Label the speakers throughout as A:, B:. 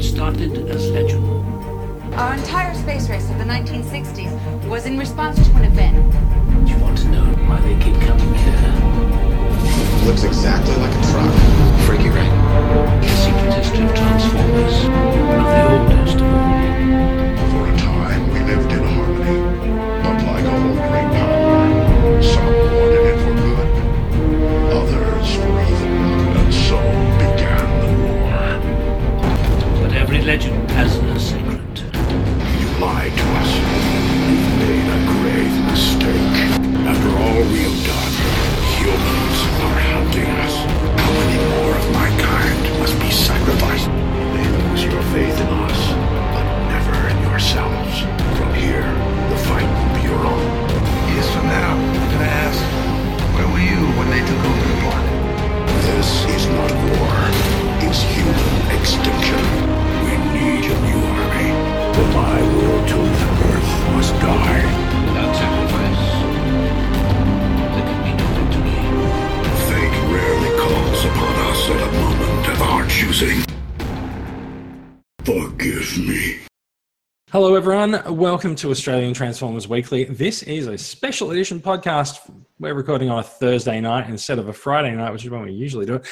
A: started as legend.
B: Our entire space race of the 1960s was in response to an event.
A: You want to know why they keep coming here?
C: Looks exactly like a truck. Freaky, right?
A: Secret history of Transformers, one of the oldest of all.
D: For a time, we lived in harmony. But like all great power, some wanted it for good, others for evil. And so began the war.
A: But every legend has a secret.
D: You lied to us. You've made a grave mistake. After all we have done, humans are hunting us. How many more of my kind must be sacrificed? They lose your faith in us, but never in yourselves. From here, the fight will be your own.
E: Years from now, I'm gonna ask, where were you when they took over the block?
D: This is not war. It's human extinction. We need a new army. For my will to the earth must die.
A: Without sacrifice, there can be no victory.
D: Fate rarely calls upon us at a moment of our choosing. Forgive me.
F: Hello, everyone. Welcome to Australian Transformers Weekly. This is a special edition podcast. We're recording on a Thursday night instead of a Friday night, which is when we usually do it.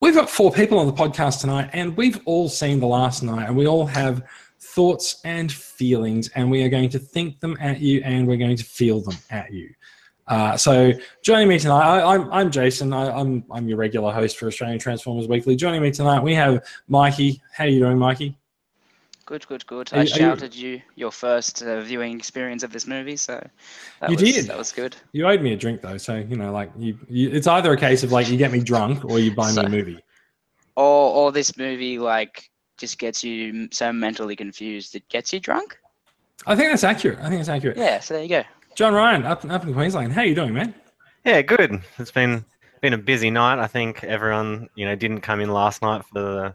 F: We've got four people on the podcast tonight, and we've all seen The Last Night, and we all have thoughts and feelings, and we are going to think them at you, and we're going to feel them at you. Uh, so joining me tonight, I, I'm, I'm Jason. I, I'm, I'm your regular host for Australian Transformers Weekly. Joining me tonight, we have Mikey. How are you doing, Mikey?
G: Good, good, good.
F: Are
G: I
F: you- are you-
G: shouted you your first uh, viewing experience of this movie, so that
F: You
G: was
F: did.
G: that was good.
F: You owed me a drink though, so you know, like you, you it's either a case of like you get me drunk or you buy me
G: So-
F: a movie.
G: Or or this movie like just gets you m- so mentally confused it gets you drunk.
F: I think that's accurate. I think that's accurate.
G: Yeah, so there you go.
F: John Ryan, up up in Queensland, how you doing, man?
H: Yeah, good. It's been been a busy night. I think everyone, you know, didn't come in last night for the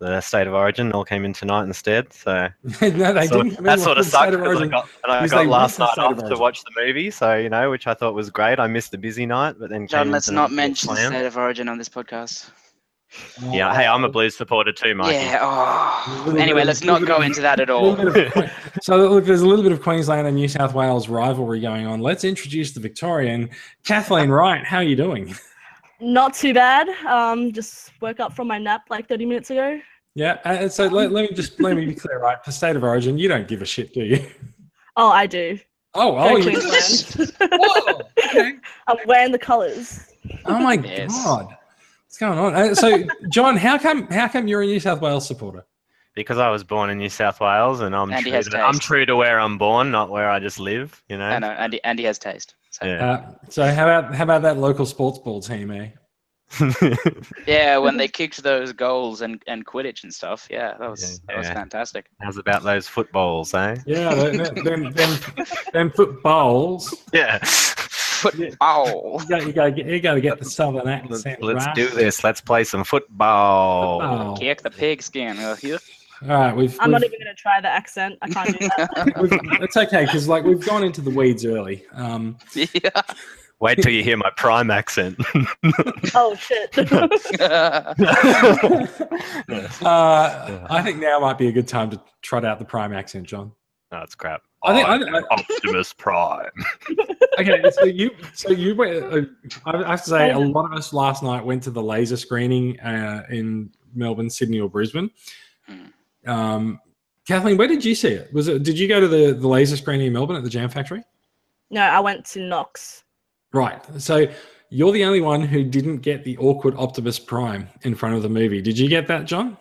H: the state of origin. All came in tonight instead. So
F: no, they
H: sort
F: didn't.
H: of-
F: come in
H: that
F: with
H: sort
F: the
H: of sucked.
F: state of
H: 'cause I
F: origin.
H: got, and I
F: because
H: got
F: they
H: last
F: went to
H: night
F: State of
H: off to
F: Origin.
H: watch the movie. So you know, which I thought was great. I missed the busy night, but then came
G: John,
H: in
G: let's
H: tonight
G: not
H: to
G: mention
H: plan.
G: state of origin on this podcast.
H: Yeah, hey, I'm a Blues supporter too, Mikey.
G: Yeah.
F: Little
G: Oh.
F: bit
G: Anyway,
F: of-
G: let's
F: little
G: not
F: bit
G: go
F: of-
G: into that at
F: A
G: all.
F: little bit of Que- so look, there's a little bit of Queensland and New South Wales rivalry going on. Let's introduce the Victorian Kathleen Wright. How you doing?
I: Not too bad. Um, just woke up from my nap like 30 minutes ago.
F: Yeah, and so let, let me just let me be clear, right? For state of origin, you don't give a shit, do you?
I: Oh, I do.
F: Oh,
I: Go
F: oh, you
I: Queensland.
F: Whoa, okay.
I: I'm wearing the colours.
F: Oh my
G: Yes.
F: god, what's going on? Uh, So, John, how come how come you're a New South Wales supporter?
H: Because I was born in New South Wales, and I'm
G: And he
H: true
G: has
H: to, I'm
G: taste.
H: true to where I'm born, not where I just live. You know.
G: I know, Andy Andy has taste. So yeah,
H: Yeah.
F: Uh, so, how about how about that local sports ball team, eh?
G: when they kicked those goals and, and Quidditch and stuff, yeah, that was that was
H: Yeah.
G: fantastic.
H: How's about those footballs, eh?
F: Yeah, th- th- them them, them footballs.
H: Yeah.
G: Oh.
F: You got you got you got to get the southern
H: Let's,
F: accent.
H: let's
F: right.
H: do this. Let's play some football.
F: Football.
G: Kick the pigskin. uh, yeah.
F: All right, we've.
I: I'm
F: we've
I: not even going to try the accent. I can't do that.
F: we've- it's okay because like we've gone into the weeds early. Um,
H: Wait till you hear my prime accent.
I: oh, shit.
G: Yeah.
F: uh, I think now might be a good time to trot out the prime accent, John.
H: That's crap.
F: I think- I
H: I'm
F: think-
H: Optimus Prime.
F: okay, so you, so you went. Uh, I have to say, a lot of us last night went to the laser screening uh, in Melbourne, Sydney, or Brisbane.
H: Hmm.
F: Um, Kathleen, where did you see it? Was it? Did you go to the the laser screening in Melbourne at the Jam Factory?
I: no, I went to Knox.
F: Right. So you're the only one who didn't get the awkward Optimus Prime in front of the movie. Did you get that, John?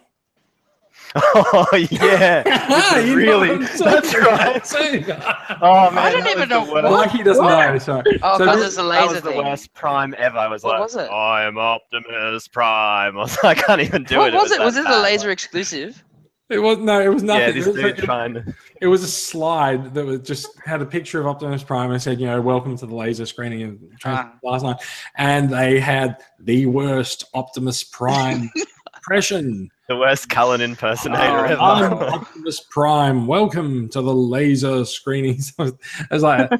H: oh yeah. This is
F: You know
H: really.
F: what I'm
H: that's
F: talking
H: right.
F: about too.
H: Oh man.
G: don't
H: that
G: even
H: was
G: know
H: the
G: what-
H: worst.
F: Mikey doesn't know. Sorry.
G: Oh,
F: So
G: because
F: this-
G: it's a
H: That
G: laser
H: was the
G: thing.
H: worst prime ever. I was
G: What
H: like,
G: was it?
H: I am Optimus Prime. I was like, I can't even do
G: what
H: it.
G: was it? Was
H: that
G: it the
H: bad.
G: laser exclusive?
F: It was no. It was nothing.
H: Yeah,
F: It
H: this
F: was-
H: dude
F: it-
H: trying to.
F: It was a slide that was just had a picture of Optimus Prime and said, you know, welcome to the laser screening of Trans-
G: Ah.
F: last night. And they had the worst Optimus Prime impression. Um,
H: It the worst Cullen impersonator
G: Oh,
H: ever.
F: I'm Optimus Prime. Welcome to the laser screenings. I was, I was like,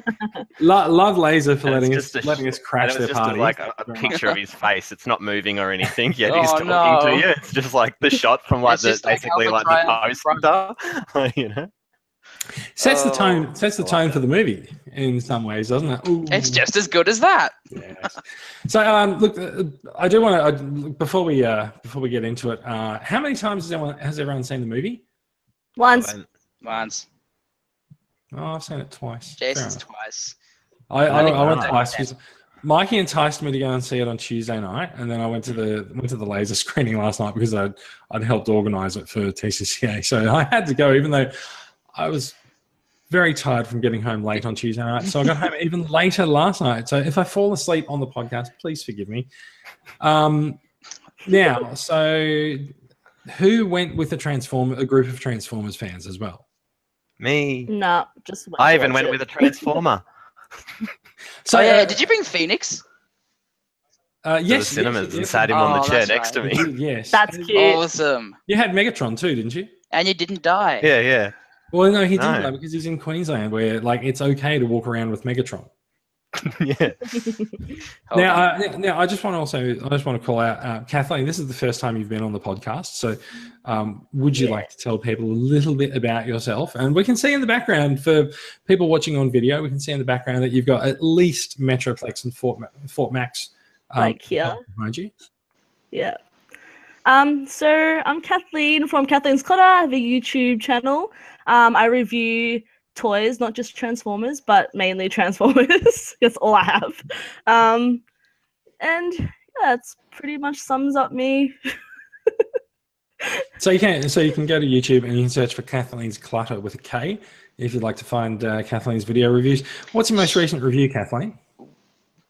F: lo- love laser for
H: And it's
F: letting us
H: just a
F: letting us
H: And
F: crash
H: it was
F: their
H: just a,
F: party.
H: like a, a picture of his face. It's not moving or anything yet.
G: Oh,
H: he's talking
G: no.
H: to you. It's just like the shot from like
G: It's
H: the
G: just like
H: basically like
G: Albatross in
H: the poster. you know,
F: sets the
G: Oh,
F: tone. Sets the
H: I like
F: tone for the
H: that.
F: movie in some ways, doesn't it? Ooh.
G: It's just as good as that.
F: Yes. So, um, look, uh, I do want to before we uh, before we get into it. Uh, how many times has everyone has everyone seen the movie?
I: Once.
G: Once.
F: Oh, I've seen it twice. Fair
G: Jason's
F: enough.
G: twice.
F: I, I,
H: think
F: I went
H: not.
F: twice because Mikey enticed me to go and see it on Tuesday night, and then I went to the went to the laser screening last night because I'd I'd helped organise it for TCCA, so I had to go, even though I was very tired from getting home late on Tuesday night. So I got home even later last night. So if I fall asleep on the podcast, please forgive me. Um, now, so who went with the transform a group of Transformers fans as well?
H: me.
I: No, just once.
H: I even went with a transformer.
F: So
G: oh, yeah.
F: uh,
G: Did you bring Phoenix?
F: uh,
H: to
F: yes,
H: the cinemas
F: yes,
H: and
F: yes,
H: sat him on
G: Oh,
H: the chair
G: that's
H: next to me.
F: you did, yes,
I: That's cute.
G: Awesome.
F: You had Megatron too, didn't you?
G: And you didn't die.
H: Yeah, yeah.
F: Well, no, he didn't
H: No.
F: though, because he's in Queensland, where like it's okay to walk around with Megatron.
H: yeah. Oh.
G: Hold
F: now,
G: on.
F: uh, now- now, I just want to also, I just want to call out uh, Kathleen. This is the first time you've been on the podcast, so um, would you like to tell people a little bit about yourself? And we can see in the background for people watching on video, we can see in the background that you've got at least Metroplex and Fort Ma- Fort Max, um,
I: Like here.
F: behind you.
I: Yeah. Um, so I'm Kathleen from Kathleen's Clutter. I have a YouTube channel. Um, I review toys, not just Transformers, but mainly Transformers. That's all I have. Um, and yeah, it's pretty much sums up me.
F: So you can so you can go to YouTube and you can search for Kathleen's Clutter with a K if you'd like to find uh, Kathleen's video reviews. What's your most recent review, Kathleen?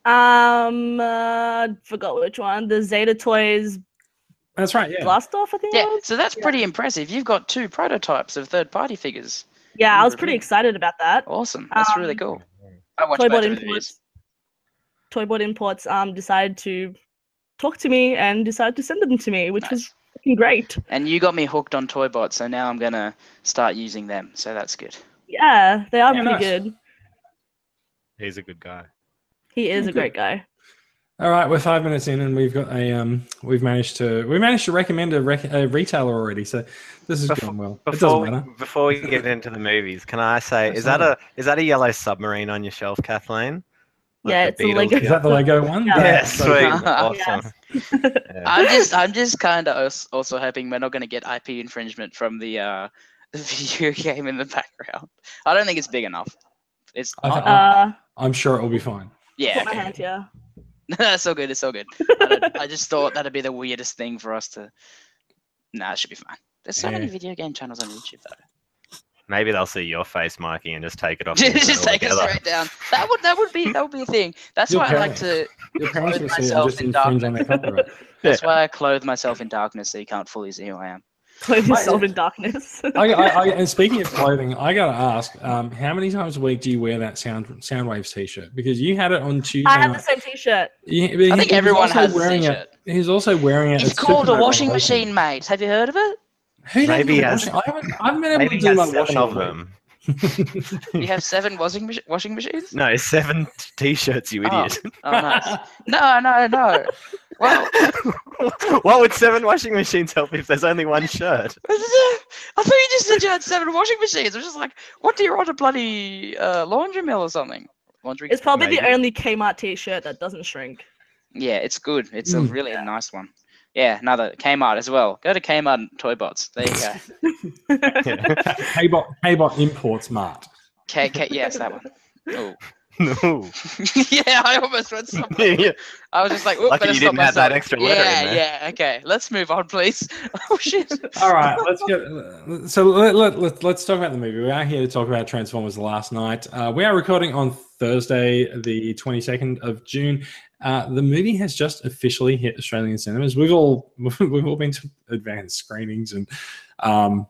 I: Um, uh, forgot which one. The Zeta Toys
F: That's right. Yeah.
I: Blastoff, I think. it
G: yeah,
I: was?
G: so that's pretty impressive. You've got two prototypes of third party figures.
I: Yeah, I was
G: Good
I: pretty
G: review.
I: excited about that.
G: Awesome. That's really
I: Um,
G: cool. I watched both
I: Toyboard
G: of the videos.
I: Imports. Toyboard Imports um decided to talk to me and decided to send them to me, which was
G: Nice.
I: fucking great.
G: And you got me hooked on Toybot, so now I'm gonna start using them. So that's good.
I: Yeah, they are
F: Yeah,
I: pretty
F: nice.
I: good.
H: He's a good guy.
I: He is
F: Yeah,
I: a great guy.
F: All right, we're five minutes in, and we've got a um, we've managed to we managed to recommend a, rec- a retailer already, so this has
H: Befo-
F: gone well. It
H: Before
F: doesn't
H: we,
F: matter.
H: before we get into the movies, can I say
F: That's
H: is that
F: all
H: a is that a yellow submarine on your shelf, Kathleen?
I: Yeah,
H: the
I: it's a Lego-
H: Beatles-
F: Is that the Lego one?
I: Yeah.
H: Yeah,
F: That's so
H: sweet.
F: cool.
H: Awesome. Yeah.
G: I'm just, I'm just kind of also hoping we're not gonna get IP infringement from the uh, the video game in the background. I don't think it's big enough. It's
F: I
G: not-
F: Oh.
I: Uh,
F: I'm sure it will be fine.
G: yeah,
I: put my
G: okay.
I: hand here.
G: That's all good. It's all good. I, don't- I just thought that'd be the weirdest thing for us to. Nah, it should be fine. There's so many
F: Yeah.
G: video game channels on YouTube though.
H: Maybe they'll see your face, Mikey, and just take it off. and
G: just
H: put it all
G: take it
H: together.
G: straight down. That would, that would be, that would be a thing. That's
F: Your
G: why I like
F: parents.
G: to.
F: Your parents will see it and
G: Myself
F: just
G: in
F: infringe on their copyright.
G: That's why I clothe myself in darkness so you can't fully see who I am.
I: Close yourself in darkness.
F: I, I, I, and speaking of clothing, I gotta ask, um, how many times a week do you wear that sound Soundwaves t-shirt? Because you had it on Tuesday.
I: I have the
F: night.
I: same T-shirt.
F: You- but
G: I
F: he-
G: think
F: he was
G: everyone
F: also
G: has a
F: wearing
G: t-shirt.
F: it. He's also wearing it.
G: It's
F: at
G: called a
F: Supernova
G: washing
F: Racing.
G: machine, mate. Have you heard of it?
F: Who does
H: Maybe
F: the
H: he has-
F: washing? I haven't. I've been able
H: Maybe
F: to
H: he
F: do
H: has
F: my
H: seven
F: washing
H: of them.
G: You have seven washing mach- washing machines?
H: No, seven t-shirts, you
G: Oh.
H: idiot.
G: Oh, nice. No, no, no. Well,
H: Why would seven washing machines help if there's only one shirt?
G: I thought you just said you had seven washing machines. I was just like, what do you want a bloody uh, laundry mill or something? Laundry.
I: It's probably the
H: Maybe.
I: only Kmart T-shirt that doesn't shrink.
G: yeah, it's good. It's a
F: Mm.
G: really nice one. Yeah, another Kmart as well. Go to Kmart and Toy Bots. There you go.
F: Kbot, Kbot Imports Mart.
G: K, K, yes, that one. Oh.
H: No.
G: yeah, I almost went somewhere. I was just like, Oop,
H: Lucky
G: better
H: you
G: stop
H: didn't add that
G: myself."
H: extra letter in
G: yeah,
H: there.
G: Yeah, okay. Let's move on, please. Oh, shit.
F: All right, let's get. So let, let, let, let's talk about the movie. We are here to talk about Transformers The Last Night. Uh, we are recording on Thursday, the 22nd of June. Uh, the movie has just officially hit Australian cinemas. We've all we've all been to advanced screenings, and um,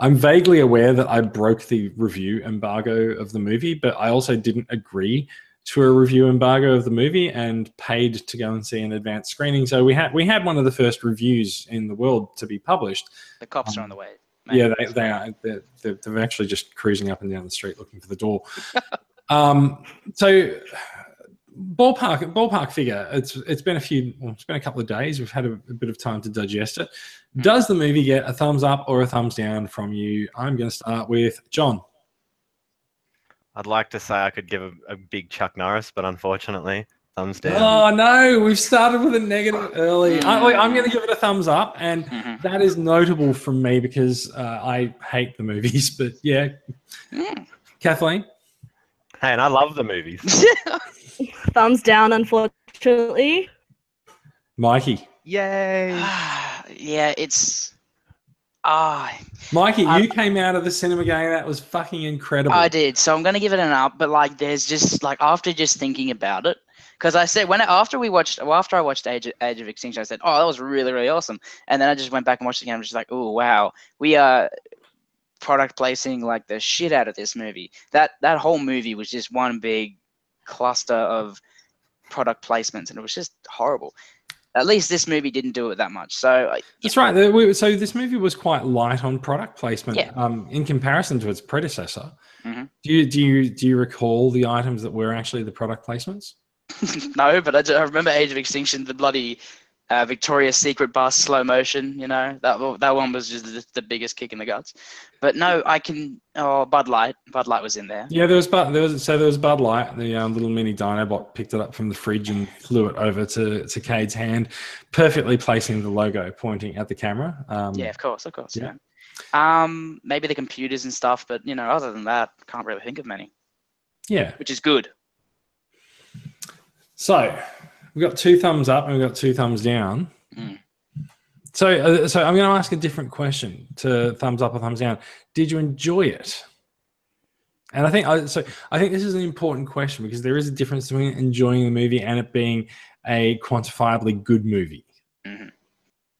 F: I'm vaguely aware that I broke the review embargo of the movie, but I also didn't agree to a review embargo of the movie and paid to go and see an advanced screening. So we had we had one of the first reviews in the world to be published.
G: The cops are on the way.
F: Yeah, they, they are. They're, they're, they're actually just cruising up and down the street looking for the door. um, so ballpark ballpark figure. It's it's been a few. Well, it's been a couple of days. We've had a, a bit of time to digest it. Does the movie get a thumbs up or a thumbs down from you? I'm going to start with John.
H: I'd like to say I could give a, a big Chuck Norris, but unfortunately, thumbs down.
F: Oh no, we've started with a negative early. I, wait, I'm going to give it a thumbs up, and
G: Mhm.
F: that is notable from me because uh, I hate the movies. But yeah,
G: Mm.
F: Kathleen.
H: Hey, and I love the movies.
I: Thumbs down, unfortunately.
F: Mikey,
H: Yay!
G: yeah, it's. Ah,
F: Mikey,
G: Um,
F: you came out of the cinema going, that was fucking incredible.
G: I did. So I'm gonna give it an up, but like, there's just like after just thinking about it, because I said when after we watched, well, after I watched Age of, Age of Extinction, I said, oh, that was really really awesome, and then I just went back and watched it again. I'm just like, oh wow, we are product placing like the shit out of this movie. That that whole movie was just one big cluster of product placements, and it was just horrible. At least this movie didn't do it that much. So uh,
F: That's right. There were- So this movie was quite light on product placement
G: Yeah.
F: um, in comparison to its predecessor.
G: Mhm.
F: Do you do you do you recall the items that were actually the product placements?
G: no, but I, do- I remember Age of Extinction, the bloody uh, Victoria's Secret bar slow motion. You know that wa- that one was just the, the biggest kick in the guts. But no, I can. Oh, Bud Light, Bud Light was in there.
F: Yeah, there was Bud. There was so there was Bud Light. The um, little mini Dinobot picked it up from the fridge and flew it over to to Cade's hand, perfectly placing the logo pointing at the camera. Um,
G: Yeah, of course, of course.
F: yeah.
G: Yeah. Um, maybe the computers and stuff, but you know, other than that, can't really think of many,
F: yeah.
G: which is good.
F: So we've got two thumbs up and we've got two thumbs down.
G: Mm.
F: So, uh, so I'm going to ask a different question to thumbs up or thumbs down. Did you enjoy it? And I think I, so. I think this is an important question because there is a difference between enjoying the movie and it being a quantifiably good movie.
G: Mhm.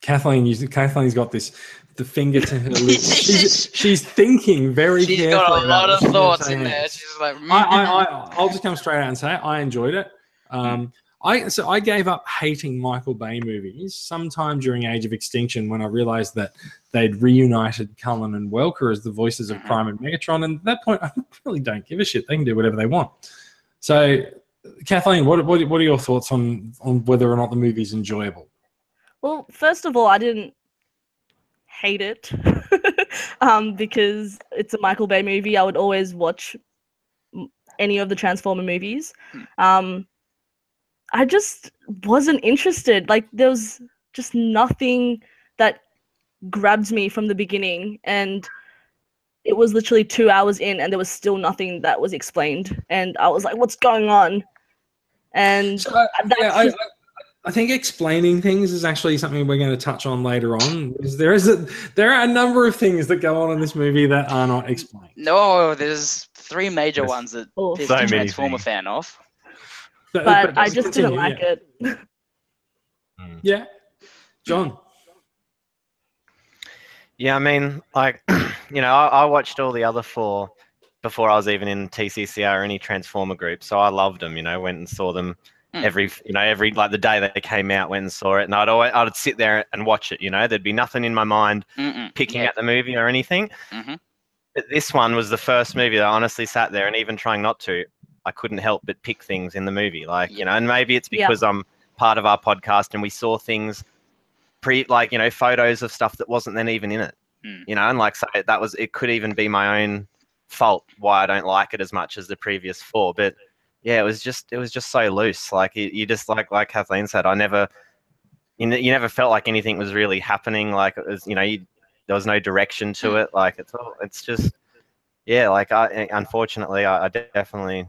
F: Kathleen, you, Kathleen's got this the finger to her lips. she's, she's thinking very
G: She's
F: carefully.
G: got a
F: about what
G: lot of
F: she's gonna
G: thoughts
F: say
G: in there.
F: next.
G: She's like,
F: I, I, I, I'll just come straight out and say it. I enjoyed it. Um, I so I gave up hating Michael Bay movies sometime during Age of Extinction when I realized that they'd reunited Cullen and Welker as the voices of
G: Mhm.
F: Prime and Megatron, and at that point I really don't give a shit. They can do whatever they want. So, Kathleen, what what, what are your thoughts on on whether or not the movie's enjoyable?
I: Well, first of all, I didn't hate it um, because it's a Michael Bay movie. I would always watch m- any of the Transformer movies. Um, I just wasn't interested. Like, there was just nothing that grabbed me from the beginning. And it was literally two hours in, and there was still nothing that was explained. And I was like, what's going on? And
F: So, uh,
I: that's
F: yeah, I,
I: just-
F: I- I think explaining things is actually something we're going to touch on later on. Because there is a, there are a number of things that go on in this movie that are not explained.
G: no, there's three major
H: There's
G: ones that
I: oh,
G: pissed
H: So
G: the
H: many
G: Transformer
H: things.
G: fan off.
F: But,
I: but
F: but
I: I just
F: continue,
I: didn't like
F: yeah.
I: it.
F: Yeah, John.
H: Yeah, I mean, like, you know, I, I watched all the other four before I was even in TCCR or any Transformer group, so I loved them. You know, went and saw them
G: Mm.
H: every, you know, every like the day they came out, went and saw it, and I'd always, I'd sit there and watch it. You know, there'd be nothing in my mind
G: Mm-mm.
H: picking
G: Mm. Yeah.
H: at the movie or anything.
G: Mhm.
H: But this one was the first movie that I honestly sat there and even trying not to, I couldn't help but pick things in the movie. Like, you know, and maybe it's
I: Yeah.
H: because I'm part of our podcast and we saw things pre like, you know, photos of stuff that wasn't then even in it.
G: Mm.
H: You know, and like so that was it could even be my own fault why I don't like it as much as the previous four. But yeah, it was just it was just so loose. Like you, you just like like Kathleen said, I never you, ne- you never felt like anything was really happening. Like it was, you know, you, there was no direction
F: Hmm.
H: to it. Like it's all it's just yeah. Like I eh, unfortunately I, I definitely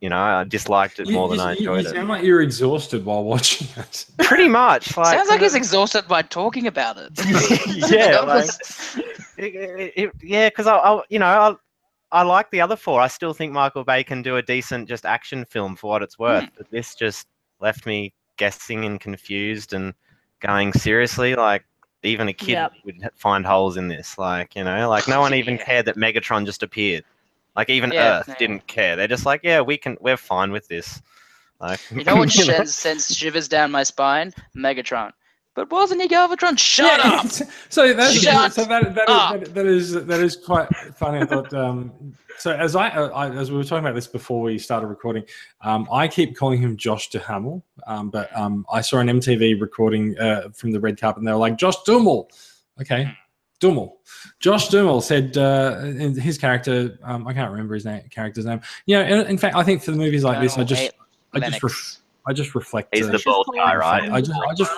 H: you know I disliked it
F: You-
H: more
F: you,
H: than I
F: you- you
H: enjoyed it.
F: sound like you're exhausted while watching it.
H: Pretty much. Like,
G: Sounds like he's
F: um,
G: exhausted by talking about it.
H: Yeah,
G: That
H: like-
G: was-
H: it, it, it, yeah, because I, I, you know, I, I like the other four. I still think Michael Bay can do a decent just action film for what it's worth.
G: Hmm.
H: But this just left me guessing and confused and going seriously. Like even a kid
I: Yep.
H: would h- find holes in this. Like you know, like no one even
G: Yeah.
H: cared that Megatron just appeared. Like even
G: Yeah,
H: Earth
G: same.
H: didn't care. They're just like, yeah, we can. We're fine with this. Like,
G: You know what sends, sends shivers down my spine? Megatron. But wasn't he Galvatron? Shut
F: Yeah,
G: up!
F: it's- So that's
G: Shut
F: so that, that,
G: up.
F: is, that is that is quite funny. I thought. Um, so as I, I as we were talking about this before we started recording, um, I keep calling him Josh DeHamel, um, but um, I saw an MTV recording uh, from the red carpet, and they were like Josh Duhamel. Okay, Duhamel. Josh Duhamel said uh, in his character. Um, I can't remember his name, character's name. Yeah, in, in fact, I think for the movies like this, I
G: Colonel
F: just
G: Eight
F: I just
G: Lennox.
F: ref, I just reflect.
H: he's
F: uh,
H: the bald guy, right?
F: I just, I just.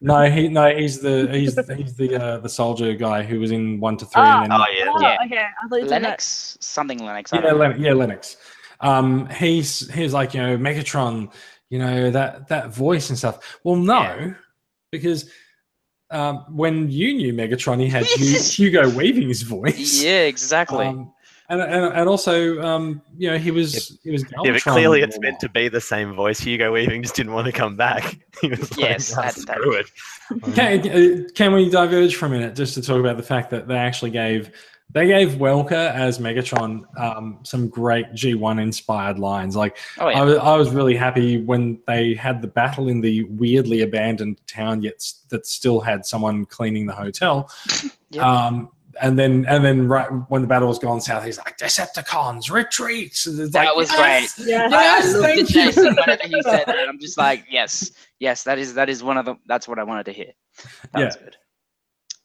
F: No, he no, he's the he's he's the uh, the soldier guy who was in one to three. and then,
H: Oh yeah,
I: Oh,
G: Yeah.
I: okay. I thought you said that.
G: Lennox? Something Lennox. I
F: yeah,
G: don't know.
F: Len- yeah, Lennox. Um, he's he's like you know Megatron, you know that that voice and stuff. Well, no, because um, when you knew Megatron, he had Hu- Hugo Weaving's voice.
G: Yeah, exactly.
F: Um, and, and, and also, um, you know, he was he was
H: yeah. But
F: Galvatron
H: clearly,
F: all
H: it's meant to
F: along.
H: be the same voice. Hugo Weaving just didn't want to come back. He was
G: Yes,
H: like, "Nah,
G: that's-
H: screw it.
F: Can, uh, can we diverge for a minute just to talk about the fact that they actually gave they gave Welker as Megatron um, some great G1 inspired lines. Like
G: oh, yeah.
F: I, was, I was really happy when they had the battle in the weirdly abandoned town, yet s- that still had someone cleaning the hotel.
G: Yep.
F: Um, and then and then right when the battle was gone south, he's like Decepticons retreat. And it's
G: That
F: like,
G: was
F: "Yes!"
I: Yeah.
G: I
F: Yes,
G: looked at
F: thank you.
G: Jason whenever he said that. I'm just like, yes, yes, that is that is one of the that's what I wanted to hear. That
F: Yeah.
G: was good.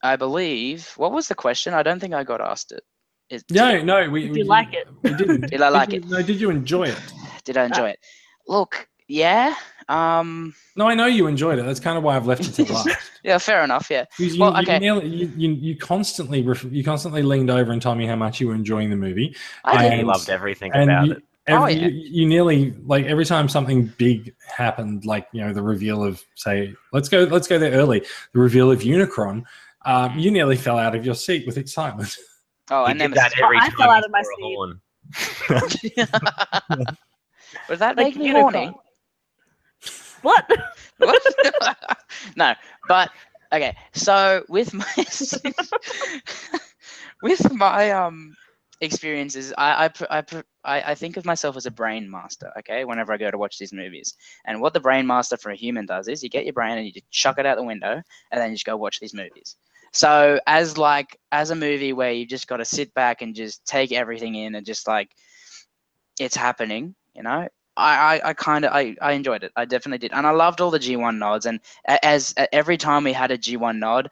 G: I believe what was the question? I don't think I got asked it. Is-
F: No, no, we
I: Did
F: we
I: you like it?
F: We didn't.
G: Did I like
F: you-
G: it?
F: No, did you enjoy it?
G: Did I enjoy it? Look, yeah. Um
F: No, I know you enjoyed it. That's kind of why I've left it to last.
G: yeah, fair enough, yeah.
F: Because you,
G: Well,
F: you,
G: okay.
F: nearly, you, you, you constantly ref- you constantly leaned over and told me how much you were enjoying the movie,
G: I did
H: He
F: And-
H: loved everything
F: and
H: about
F: you,
H: it.
G: Oh,
F: every-
G: yeah.
F: you, you nearly like every time something big happened, like you know the reveal of say let's go let's go there early, the reveal of Unicron, um, you nearly fell out of your seat with excitement.
G: Oh,
H: He
G: and then
H: did that
I: Oh,
H: every
I: I
H: time
I: fell out
H: he
I: of my
H: saw a
I: seat.
H: horn.
G: Would that
I: Like
G: make me
I: unicorn.
G: horny?
I: What?
G: What? no, but okay. So with my with my um experiences, I I pr- I, pr- I I think of myself as a brain master. Okay, whenever I go to watch these movies, and what the brain master for a human does is you get your brain and you just chuck it out the window, and then you just go watch these movies. So as like as a movie where you've just got to sit back and just take everything in and just like it's happening, you know. I, I, I kind of I, I enjoyed it. I definitely did, and I loved all the G1 nods. And a- as a- every time we had a G1 nod,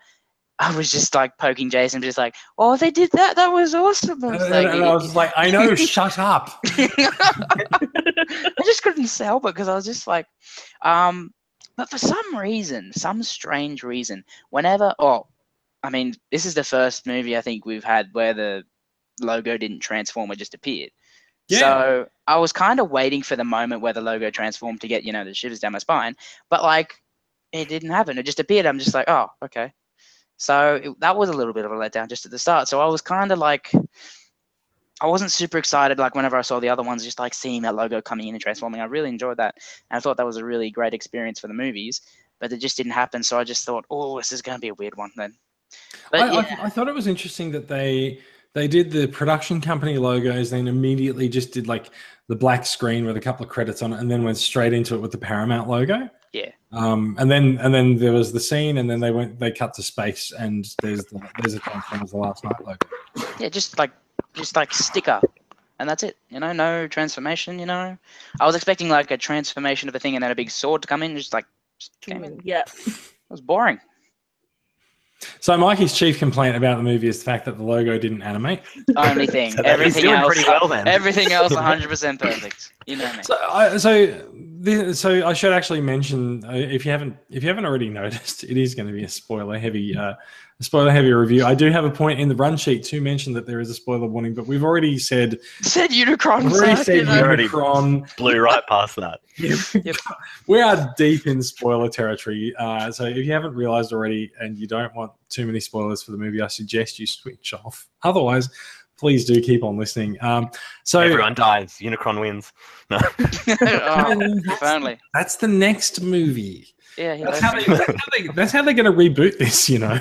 G: I was just like poking Jason, just like, "Oh, they did that. That was awesome." I
F: and,
G: was
F: and-
G: like,
F: and I was just like, I know, shut up.
G: I just couldn't help it because I was just like, um, but for some reason, some strange reason, whenever, oh, I mean, this is the first movie I think we've had where the logo didn't transform; it just appeared.
F: Yeah.
G: So I was kind of waiting for the moment where the logo transformed to get you know the shivers down my spine, but like it didn't happen. It just appeared. I'm just like, oh, okay. So it, that was a little bit of a letdown just at the start. So I was kind of like, I wasn't super excited like whenever I saw the other ones, just like seeing that logo coming in and transforming. I really enjoyed that, and I thought that was a really great experience for the movies. But it just didn't happen. So I just thought, oh, this is going to be a weird one then. But
F: I,
G: yeah,
F: I, I thought it was interesting that they they did the production company logos, then immediately just did like the black screen with a couple of credits on it, and then went straight into it with the Paramount logo.
G: Yeah.
F: Um, and then and then there was the scene, and then they went they cut to space, and there's the, there's a Transformers the last night logo.
G: yeah, just like just like sticker, and that's it. You know, no transformation. You know, I was expecting like a transformation of a thing and then a big sword to come in. Just like came in. It
I: yeah.
G: was boring.
F: So Mikey's chief complaint about the movie is the fact that the logo didn't animate.
G: Only thing.
H: So that- he's
G: everything
H: doing
G: else.
H: pretty well then.
G: Everything else, 100% perfect. You know me.
F: So I, so the, so I should actually mention uh, if you haven't if you haven't already noticed, it is going to be a spoiler heavy uh, a spoiler heavy review. I do have a point in the run sheet to mention that there is a spoiler warning, but we've already said
G: Said Unicron.
F: we've
G: so,
F: already
G: you
F: said
G: know.
H: already-
F: Unicron.
H: Blew right past that.
F: we are deep in spoiler territory. Uh, so if you haven't realized already and you don't want too many spoilers for the movie, I suggest you switch off. Otherwise, please do keep on listening. Um, so
H: Everyone dies. Unicron wins. No.
G: oh, if
F: that's,
G: only.
F: that's the next movie.
G: Yeah, he
F: That's how,
G: loves me.
F: they, that's how they- that's how they're going to reboot this, you know.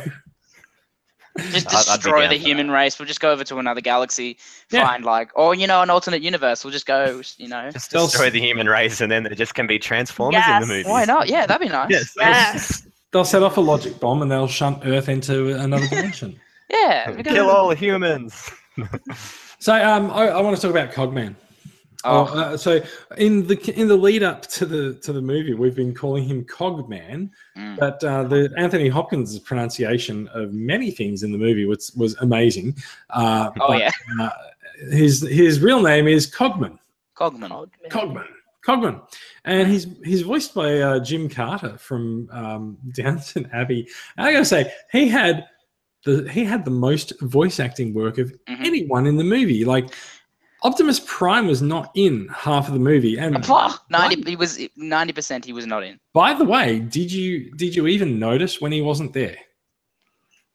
G: Just
H: I'd- I'd be
G: destroy
H: down
G: the
H: for
G: human race. We'll just go over to another galaxy,
F: Yeah.
G: find like, or you know, an alternate universe. We'll just go, you know.
H: Just
F: They'll
H: destroy
F: s-
H: the human race, and then there just can be transformers in
I: Yes.
H: the movie.
G: Why not? Yeah, that'd be nice.
H: Yes.
I: Yes.
F: They'll set off a logic bomb and they'll shunt Earth into another dimension.
G: Yeah. we
H: Kill
G: go-
H: all humans.
F: So um, I, I want to talk about Cogman. Oh,
G: Oh,
F: uh, so in the in the lead up to the to the movie, we've been calling him Cogman,
G: mm.
F: but uh, the Anthony Hopkins' pronunciation of many things in the movie was was amazing. Uh,
G: oh
F: but,
G: yeah,
F: uh, his his real name is Cogman.
G: Cogman.
F: Cogman. Cogman, and he's he's voiced by uh, Jim Carter from um, Downton Abbey. And I gotta say, he had the he had the most voice acting work of
G: Mhm.
F: anyone in the movie. Like Optimus Prime was not in half of the movie. And
G: Ninety. He was ninety percent. He was not in.
F: by the way, did you did you even notice when he wasn't there?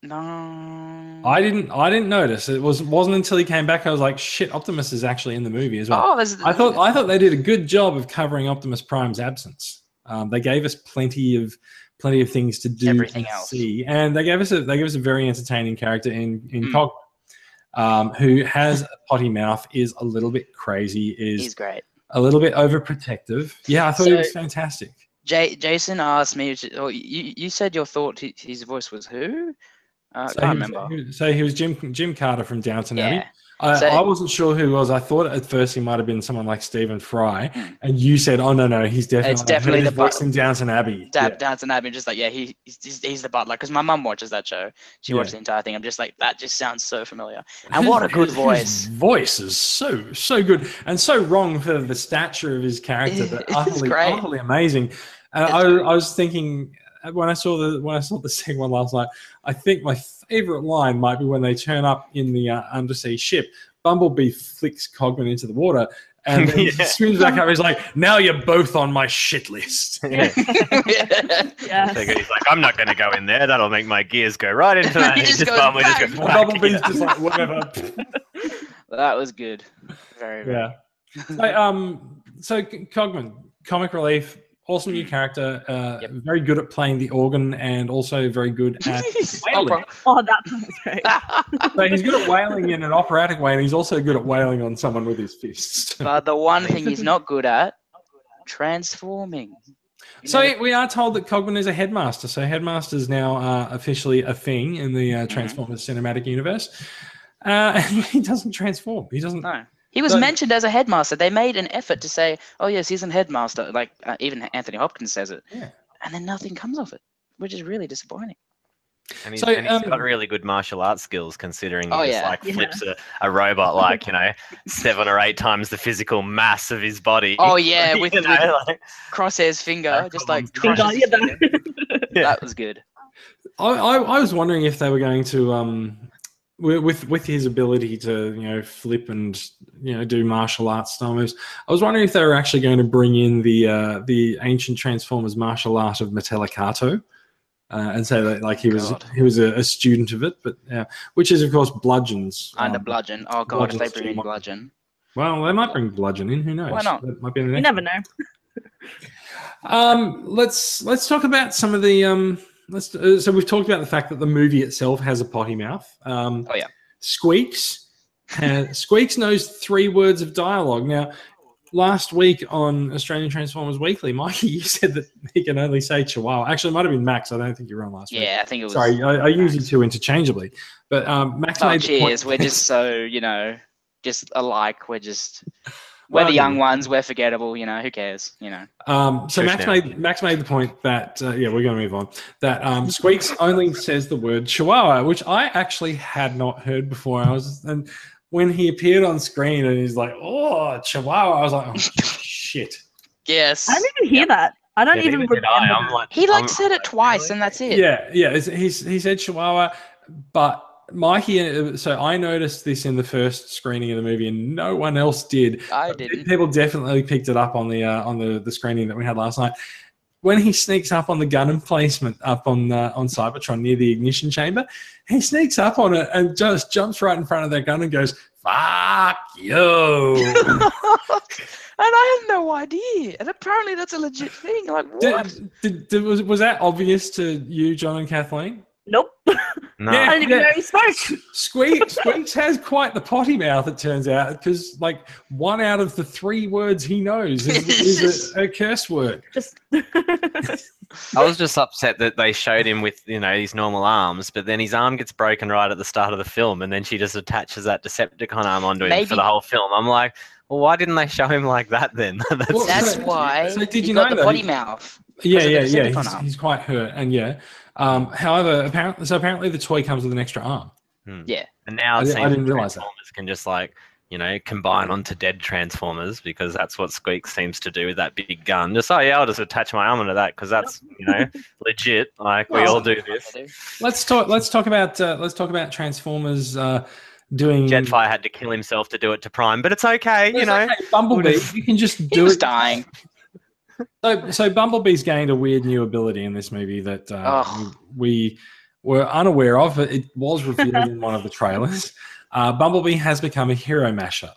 G: No. Oh,
F: I didn't I didn't notice. It was wasn't until he came back I was like, shit, Optimus is actually in the movie as well.
G: Oh, there's.
F: I thought I thought they did a good job of covering Optimus Prime's absence. Um, they gave us plenty of plenty of things to do
G: Everything
F: and
G: else.
F: see, and they gave us a they gave us a very entertaining character in in
G: Mm.
F: Cog, um, who has a potty mouth, is a little bit crazy,
G: he's
F: is
G: great.
F: a little bit overprotective. Yeah, I thought he
G: So-
F: was fantastic.
G: J- Jason asked me. to- Oh, you you said your thought. hi- His voice was who? Uh, I
F: So
G: can't
F: he was-
G: remember.
F: he was- so he was Jim Jim Carter from Downton Abbey.
G: Yeah.
F: I,
G: So-
F: I wasn't sure who he was. I thought at first he might have been someone like Stephen Fry,
G: Mm.
F: and you said, "Oh no, no, he's definitely I've heard
G: definitely
F: his
G: the
F: voice
G: bu-
F: in Downton Abbey."
G: Dab,
F: Yeah.
G: Downton Abbey, just like yeah, he he's, he's- he's the butler because my mum watches that show. She
F: Yeah.
G: watches the entire thing. I'm just like that just sounds so familiar. And what a good voice.
F: His voice is so so good and so wrong for the stature of his character, but
G: It's
F: utterly,
G: great.
F: utterly amazing. Uh,
G: It's
F: I,
G: great.
F: I was thinking uh, when I saw the when I saw the second one last night. I think my favorite line might be when they turn up in the uh, undersea ship. Bumblebee flicks Cogman into the water, and then
H: Yeah.
F: he swims back up. He's like, "Now you're both on my shit list."
I: Yes.
H: So he's like, I'm not going to go in there. That'll make my gears go right into that.
G: He
H: He
G: just
H: just
G: goes
H: calmly just
G: back.
H: goes
F: And
H: back.
F: Bumblebee's
H: Yeah.
F: just like, "Whatever."
G: that was good. Very very.
F: yeah. So, um, so C- Cogman, comic relief, awesome new character. Uh,
G: Yep.
F: Very good at playing the organ, and also very good at. wailing.
I: Oh, that was great.
F: so he's good at wailing in an operatic way, and he's also good at wailing on someone with his fists.
G: but the one thing he's not good at transforming. You
F: So
G: know,
F: we are told that Cogman is a headmaster. So headmaster is now uh, officially a thing in the uh, Transformers cinematic universe, uh, and he doesn't transform. He doesn't.
G: No. He was
F: So-
G: mentioned as a headmaster. They made an effort to say, "Oh yes, he's a headmaster." Like uh, even Anthony Hopkins says it,
F: Yeah.
G: and then nothing comes of it, which is really disappointing.
H: And he's,
F: So,
H: and he's
F: um,
H: got really good martial arts skills, considering
G: Oh,
H: he just
G: yeah.
H: like
I: Yeah.
H: flips a, a robot like you know seven or eight times the physical mass of his body.
G: Oh yeah,
H: You
G: with,
H: know,
G: with
H: like-
G: Crosshair's finger,
H: No
G: just like
H: problem.
G: crushes his
I: Finger,
G: finger.
H: Yeah.
G: That was good.
F: I, I, I was wondering if they were going to um wi- with with his ability to you know flip and you know do martial arts style moves. I was wondering if they were actually going to bring in the uh, the ancient Transformers martial art of Metallicato. Uh, and say that like he was
G: God.
F: he was a, a student of it, but yeah, which is of course bludgeons.
G: And the
F: um,
G: bludgeon. Oh god, if they
F: bludgeon's
G: bring in
F: too much.
G: bludgeon.
F: Well, they might bring bludgeon in. Who knows?
G: Why not?
F: That might be the
I: You
F: next
I: never know.
F: um, let's let's talk about some of the um. Let's uh, so we've talked about the fact that the movie itself has a potty mouth. Um,
G: Oh, yeah.
F: Squeaks. ha- Squeaks knows three words of dialogue. Now, last week on Australian Transformers Weekly, Mikey, you said that he can only say Chihuahua. Actually, it might have been Max. I don't think you were on last week.
G: Yeah, I think it was.
F: Sorry, I, I use you two interchangeably, but um, Max.
G: oh
F: made the point-
G: cheers, we're just so you know, just alike. We're just we're
F: Well,
G: the young ones. We're forgettable. You know, who cares? You know.
F: Um, so
H: Trish
F: Max
H: now.
F: made Max made the point that uh, yeah, we're going to move on. That um, Squeaks only says the word Chihuahua, which I actually had not heard before. I was and when he appeared on screen and he's like, "Oh, Chihuahua," I was like, "Oh shit."
G: Yes.
I: I don't even hear that. I don't
H: Yeah,
I: even
H: did I,
I: remember.
H: I'm like-
G: he like
H: I'm-
G: said it twice, and that's it.
F: Yeah, yeah. it's- He's, he said Chihuahua, but Mikey. uh, So I noticed this in the first screening of the movie, and no one else did.
G: I
F: Pe-
G: didn't.
F: People definitely picked it up on the uh, on the, the screening that we had last night. When he sneaks up on the gun emplacement up on uh, on Cybertron near the ignition chamber, he sneaks up on it and just jumps right in front of that gun and goes, "Fuck you!"
G: and I had no idea. And apparently that's a legit thing. Like what?
F: did, did, did- was, was that obvious to you, John and Kathleen?
I: Nope.
H: No.
F: Yeah.
I: I didn't even know he spoke.
F: Squeaks, Squeaks has quite the potty mouth, it turns out, because like one out of the three words he knows is, is a, a curse word.
I: Just
H: I was just upset that they showed him with, you know, his normal arms, but then his arm gets broken right at the start of the film, and then she just attaches that Decepticon arm onto him for
G: Maybe-
H: the whole film. I'm like, well, why didn't they show him like that then? That's
F: Well,
G: That's
F: so-
G: why
F: so did
G: he
F: you
G: got
F: know
G: the
F: that
G: potty
F: he-
G: mouth.
F: Yeah,
G: Because of
F: yeah,
G: the
F: yeah.
G: silicone
F: He's,
G: arm.
F: he's quite hurt, and yeah. Um, however, apparently, so apparently the toy comes with an extra arm.
H: and now
F: I di- I
H: it seems that
F: didn't realise that.
H: Transformers can just like, you know, combine onto dead Transformers because that's what Squeak seems to do with that big gun. Just oh yeah, I'll just attach my arm onto that because that's you know legit. Like we all do this.
F: Let's talk. Let's talk about. Uh, let's talk about Transformers uh, doing.
H: Jetfire had to kill himself to do it to Prime, but it's okay, you
F: It's
H: know.
F: okay, Bumblebee. You can just
G: He
F: do
G: was
F: it.
G: dying.
F: So, so Bumblebee's gained a weird new ability in this movie that uh,
G: Oh.
F: we were unaware of. but It was revealed in one of the trailers. Uh, Bumblebee has become a hero masher.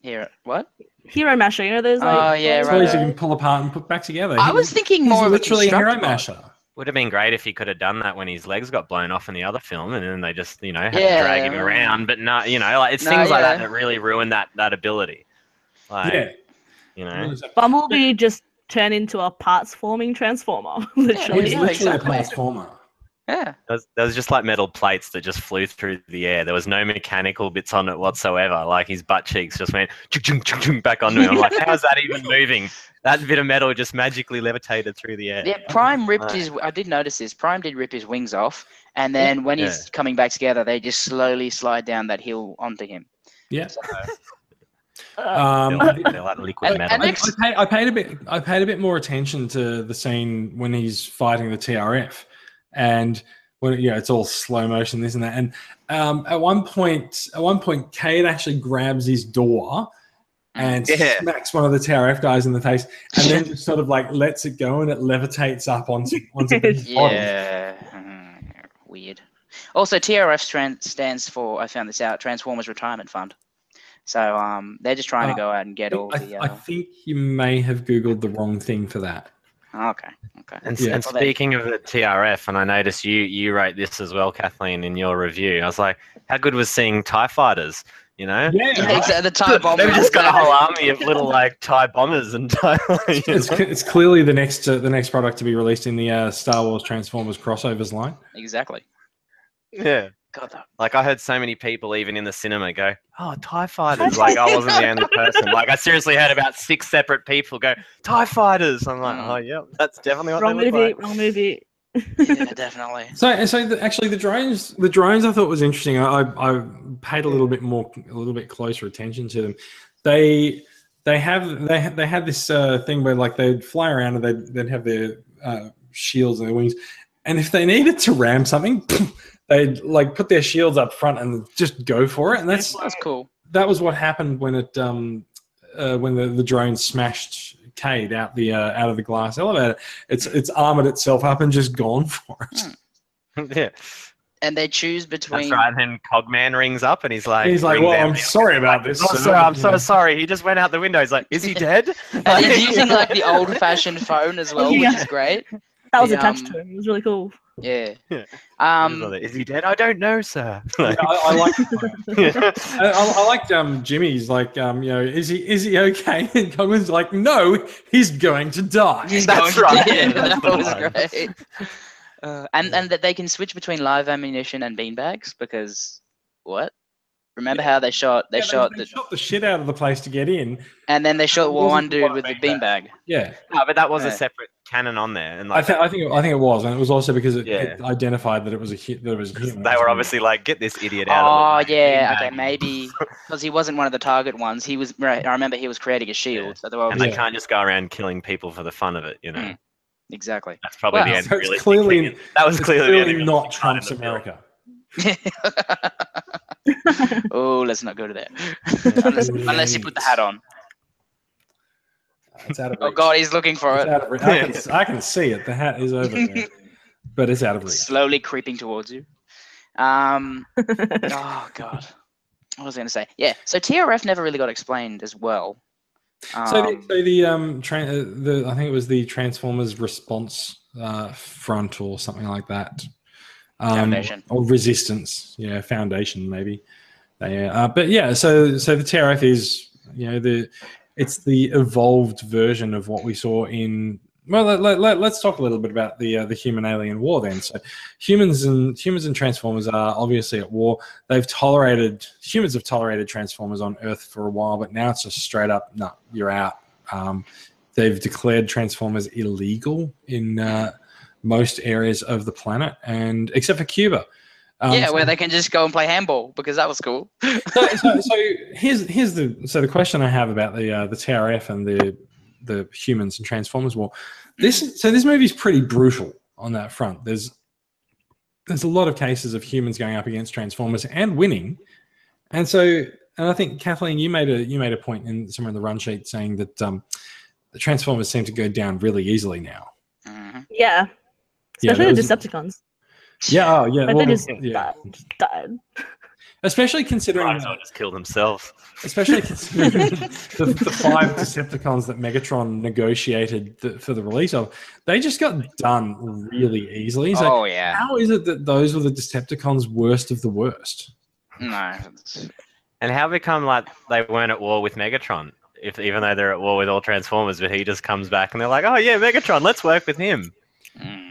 G: Here, what?
I: Hero Masher, you know those like
G: Oh, yeah,
I: those-
G: right,
F: Toys
G: right.
F: you can pull apart and put back together.
G: I
F: He-
G: was thinking
F: he's
G: more of a
F: literally a hero
G: constructor.
F: masher.
H: Would have been great if he could have done that when his legs got blown off in the other film, and then they just you know had to drag him
G: Yeah.
H: around. But no, you know, like it's
G: No,
H: things like that
G: yeah.
H: that really ruin that that ability. Like you know,
F: yeah.
I: Bumblebee just turned into a parts forming transformer.
F: He's
I: Literally.
G: yeah,
F: literally
G: exactly.
F: a transformer.
G: Yeah.
H: there was, there was just like metal plates that just flew through the air. There was no mechanical bits on it whatsoever. Like his butt cheeks just went chung, chung, chung, chung, back onto him. I'm like, how's that even moving? That bit of metal just magically levitated through the air.
G: Yeah, Prime ripped
H: Right.
G: his. I did notice this. Prime did rip his wings off, and then when he's coming back together, they just slowly slide down that hill onto him.
F: Yeah.
G: So-
I: Uh,
H: They're,
F: Um,
H: like, they're like liquid
G: And-
H: metal.
G: and
F: I, I,
G: Next-
F: paid, I paid a bit. I paid a bit more attention to the scene when he's fighting the TRF, and when you know it's all slow motion, this and that. And um, at one point, at one point, Cade actually grabs his door and
H: Yeah.
F: smacks one of the TRF guys in the face, and then just sort of like lets it go, and it levitates up onto onto the body.
G: Yeah. Mm, Weird. Also, TRF stran- stands for I found this out Transformers Retirement Fund. So um, they're just trying
F: Ah.
G: to go out and get all
F: I,
G: the.
F: I
G: Uh,
F: think you may have googled the wrong thing for that.
G: oh, okay. Okay.
H: And,
F: Yeah.
H: and
G: Well, that-
H: speaking of the TRF, and I noticed you you wrote this as well, Kathleen, in your review. I was like, how good was seeing Tie Fighters? You know,
F: Yeah,
G: Yeah, exa- the time bomb.
H: they've just got a whole army of little like Tie bombers and Tie. you
F: it's,
H: know?
F: it's clearly the next uh, the next product to be released in the uh, Star Wars Transformers crossovers line.
G: Exactly.
H: yeah.
G: God, that-
H: Like I heard so many people, even in the cinema, go, "Oh, Tie Fighters!" Like I wasn't the only person. Like I seriously heard about six separate people go, "Tie Fighters." I'm like,
G: Mm.
H: "Oh, yeah, that's definitely
F: uh,
H: what
I: wrong
H: they look
I: movie,
H: like."
I: wrong movie.
G: yeah, definitely.
F: So, so the, actually, the drones, the drones, I thought was interesting. I, I I paid a little bit more, a little bit closer attention to them. They they have they they had this uh, thing where like they'd fly around and they'd they'd have their uh, shields and their wings, and if they needed to ram something, they'd like put their shields up front and just go for it. And that's
G: That's cool.
F: that was what happened when it um, uh, when the, the drone smashed Cade out the uh, out of the glass elevator. It's it's armored itself up and just gone for
G: Hmm.
F: it.
H: yeah,
G: And they choose between.
H: that's right. And then Cogman rings up, and he's like,
F: he's like,
H: rings
F: "Well,
H: out
F: I'm
H: the
F: sorry about this.
H: Oh,
F: sir."
H: sir, I'm
F: You
H: so
F: know.
H: sorry. He just went out the window. He's like, is he dead?
G: And he's using like the old-fashioned phone as well, which
I: Yeah.
G: is great.
I: That was
G: The,
I: attached
G: um,
I: to him. It was really cool.
G: Yeah.
H: Yeah.
G: Um,
H: is he dead? I don't know, sir. Like,
F: I, I like, I, I I liked um, Jimmy's like, um, you know, is he is he okay? And Cogman's like, no, he's going to die.
G: he's
H: That's
G: going to-
H: right.
G: Yeah,
H: That's
G: that
H: the
G: was
H: one.
G: great. Uh, and and that they can switch between live ammunition and beanbags because what? Remember how they shot? They
F: Yeah,
G: shot,
F: they
G: the,
F: shot the shit out of the place to get in.
G: and then they shot
H: It wasn't
G: one dude
H: one
G: with the
H: beanbag.
G: beanbag.
F: Yeah,
H: no, but that was a
G: Yeah.
H: separate cannon on there, and
F: I,
H: like,
F: th- I think I think it was, and it was also because it, it
H: Yeah.
F: identified that it was a hit. That it was a human.
H: they were obviously like, get this idiot out
G: Oh
H: of the
G: yeah,
H: beanbag.
G: okay, maybe because he wasn't one of the target ones. He was. Right, I remember he was creating a shield. So they were
H: And
F: Yeah.
H: they can't just go around killing people for the fun of it, you know.
G: Mm. exactly.
H: That's probably
G: Wow.
H: the end.
F: So it's
H: realistic
F: clearly-
H: thing. that was
F: It's
H: clearly,
F: clearly,
H: the end
F: not Trump's America.
G: oh, let's not go to that. unless, unless you put the hat on.
F: It's out of
G: Oh
F: reach.
G: God, he's looking for
F: It's
G: it.
F: out of reach. I, can, I can see it. The hat is over there, but it's out of reach.
G: slowly creeping towards you. Um, oh god, what was I going to say? Yeah, so TRF never really got explained as well. Um,
F: So the, so the um, tran uh, the I think it was the Transformers response uh, front or something like that. um,
G: Foundation.
F: or resistance. Yeah, foundation maybe. They, uh, but yeah, so so the Terrath is you know the it's the evolved version of what we saw in. Well, let, let, let, us talk a little bit about the uh, the human alien war then. So, humans and humans and transformers are obviously at war. They've tolerated humans have tolerated transformers on Earth for a while, but now it's just straight up, no, you're out. Um, they've declared transformers illegal in uh, most areas of the planet, and except for Cuba. Um,
G: yeah,
F: so-
G: where they can just go and play handball because that was cool.
F: so, so, so here's here's the so the question I have about the uh, the TRF and the the humans and Transformers war. This so this movie's pretty brutal on that front. There's there's a lot of cases of humans going up against Transformers and winning, and so and I think Kathleen, you made a you made a point in somewhere in the run sheet saying that um, the Transformers seem to go down really easily now.
G: Mhm.
I: Yeah.
F: Yeah,
I: Especially
F: that
I: the
F: was-
I: Decepticons.
F: Yeah, oh, yeah,
I: But
F: well,
I: they just
F: yeah.
I: died. died.
F: especially considering
H: Might as
F: that-
H: well just kill themselves.
F: especially considering the, the five Decepticons that Megatron negotiated th- for the release of, they just got done really easily. So
G: Oh yeah,
F: how is it that those were the Decepticons' worst of the worst?
G: no,
H: And how become like they weren't at war with Megatron? If even though they're at war with all Transformers, but he just comes back and they're like, "Oh yeah, Megatron, let's work with him."
G: Mm.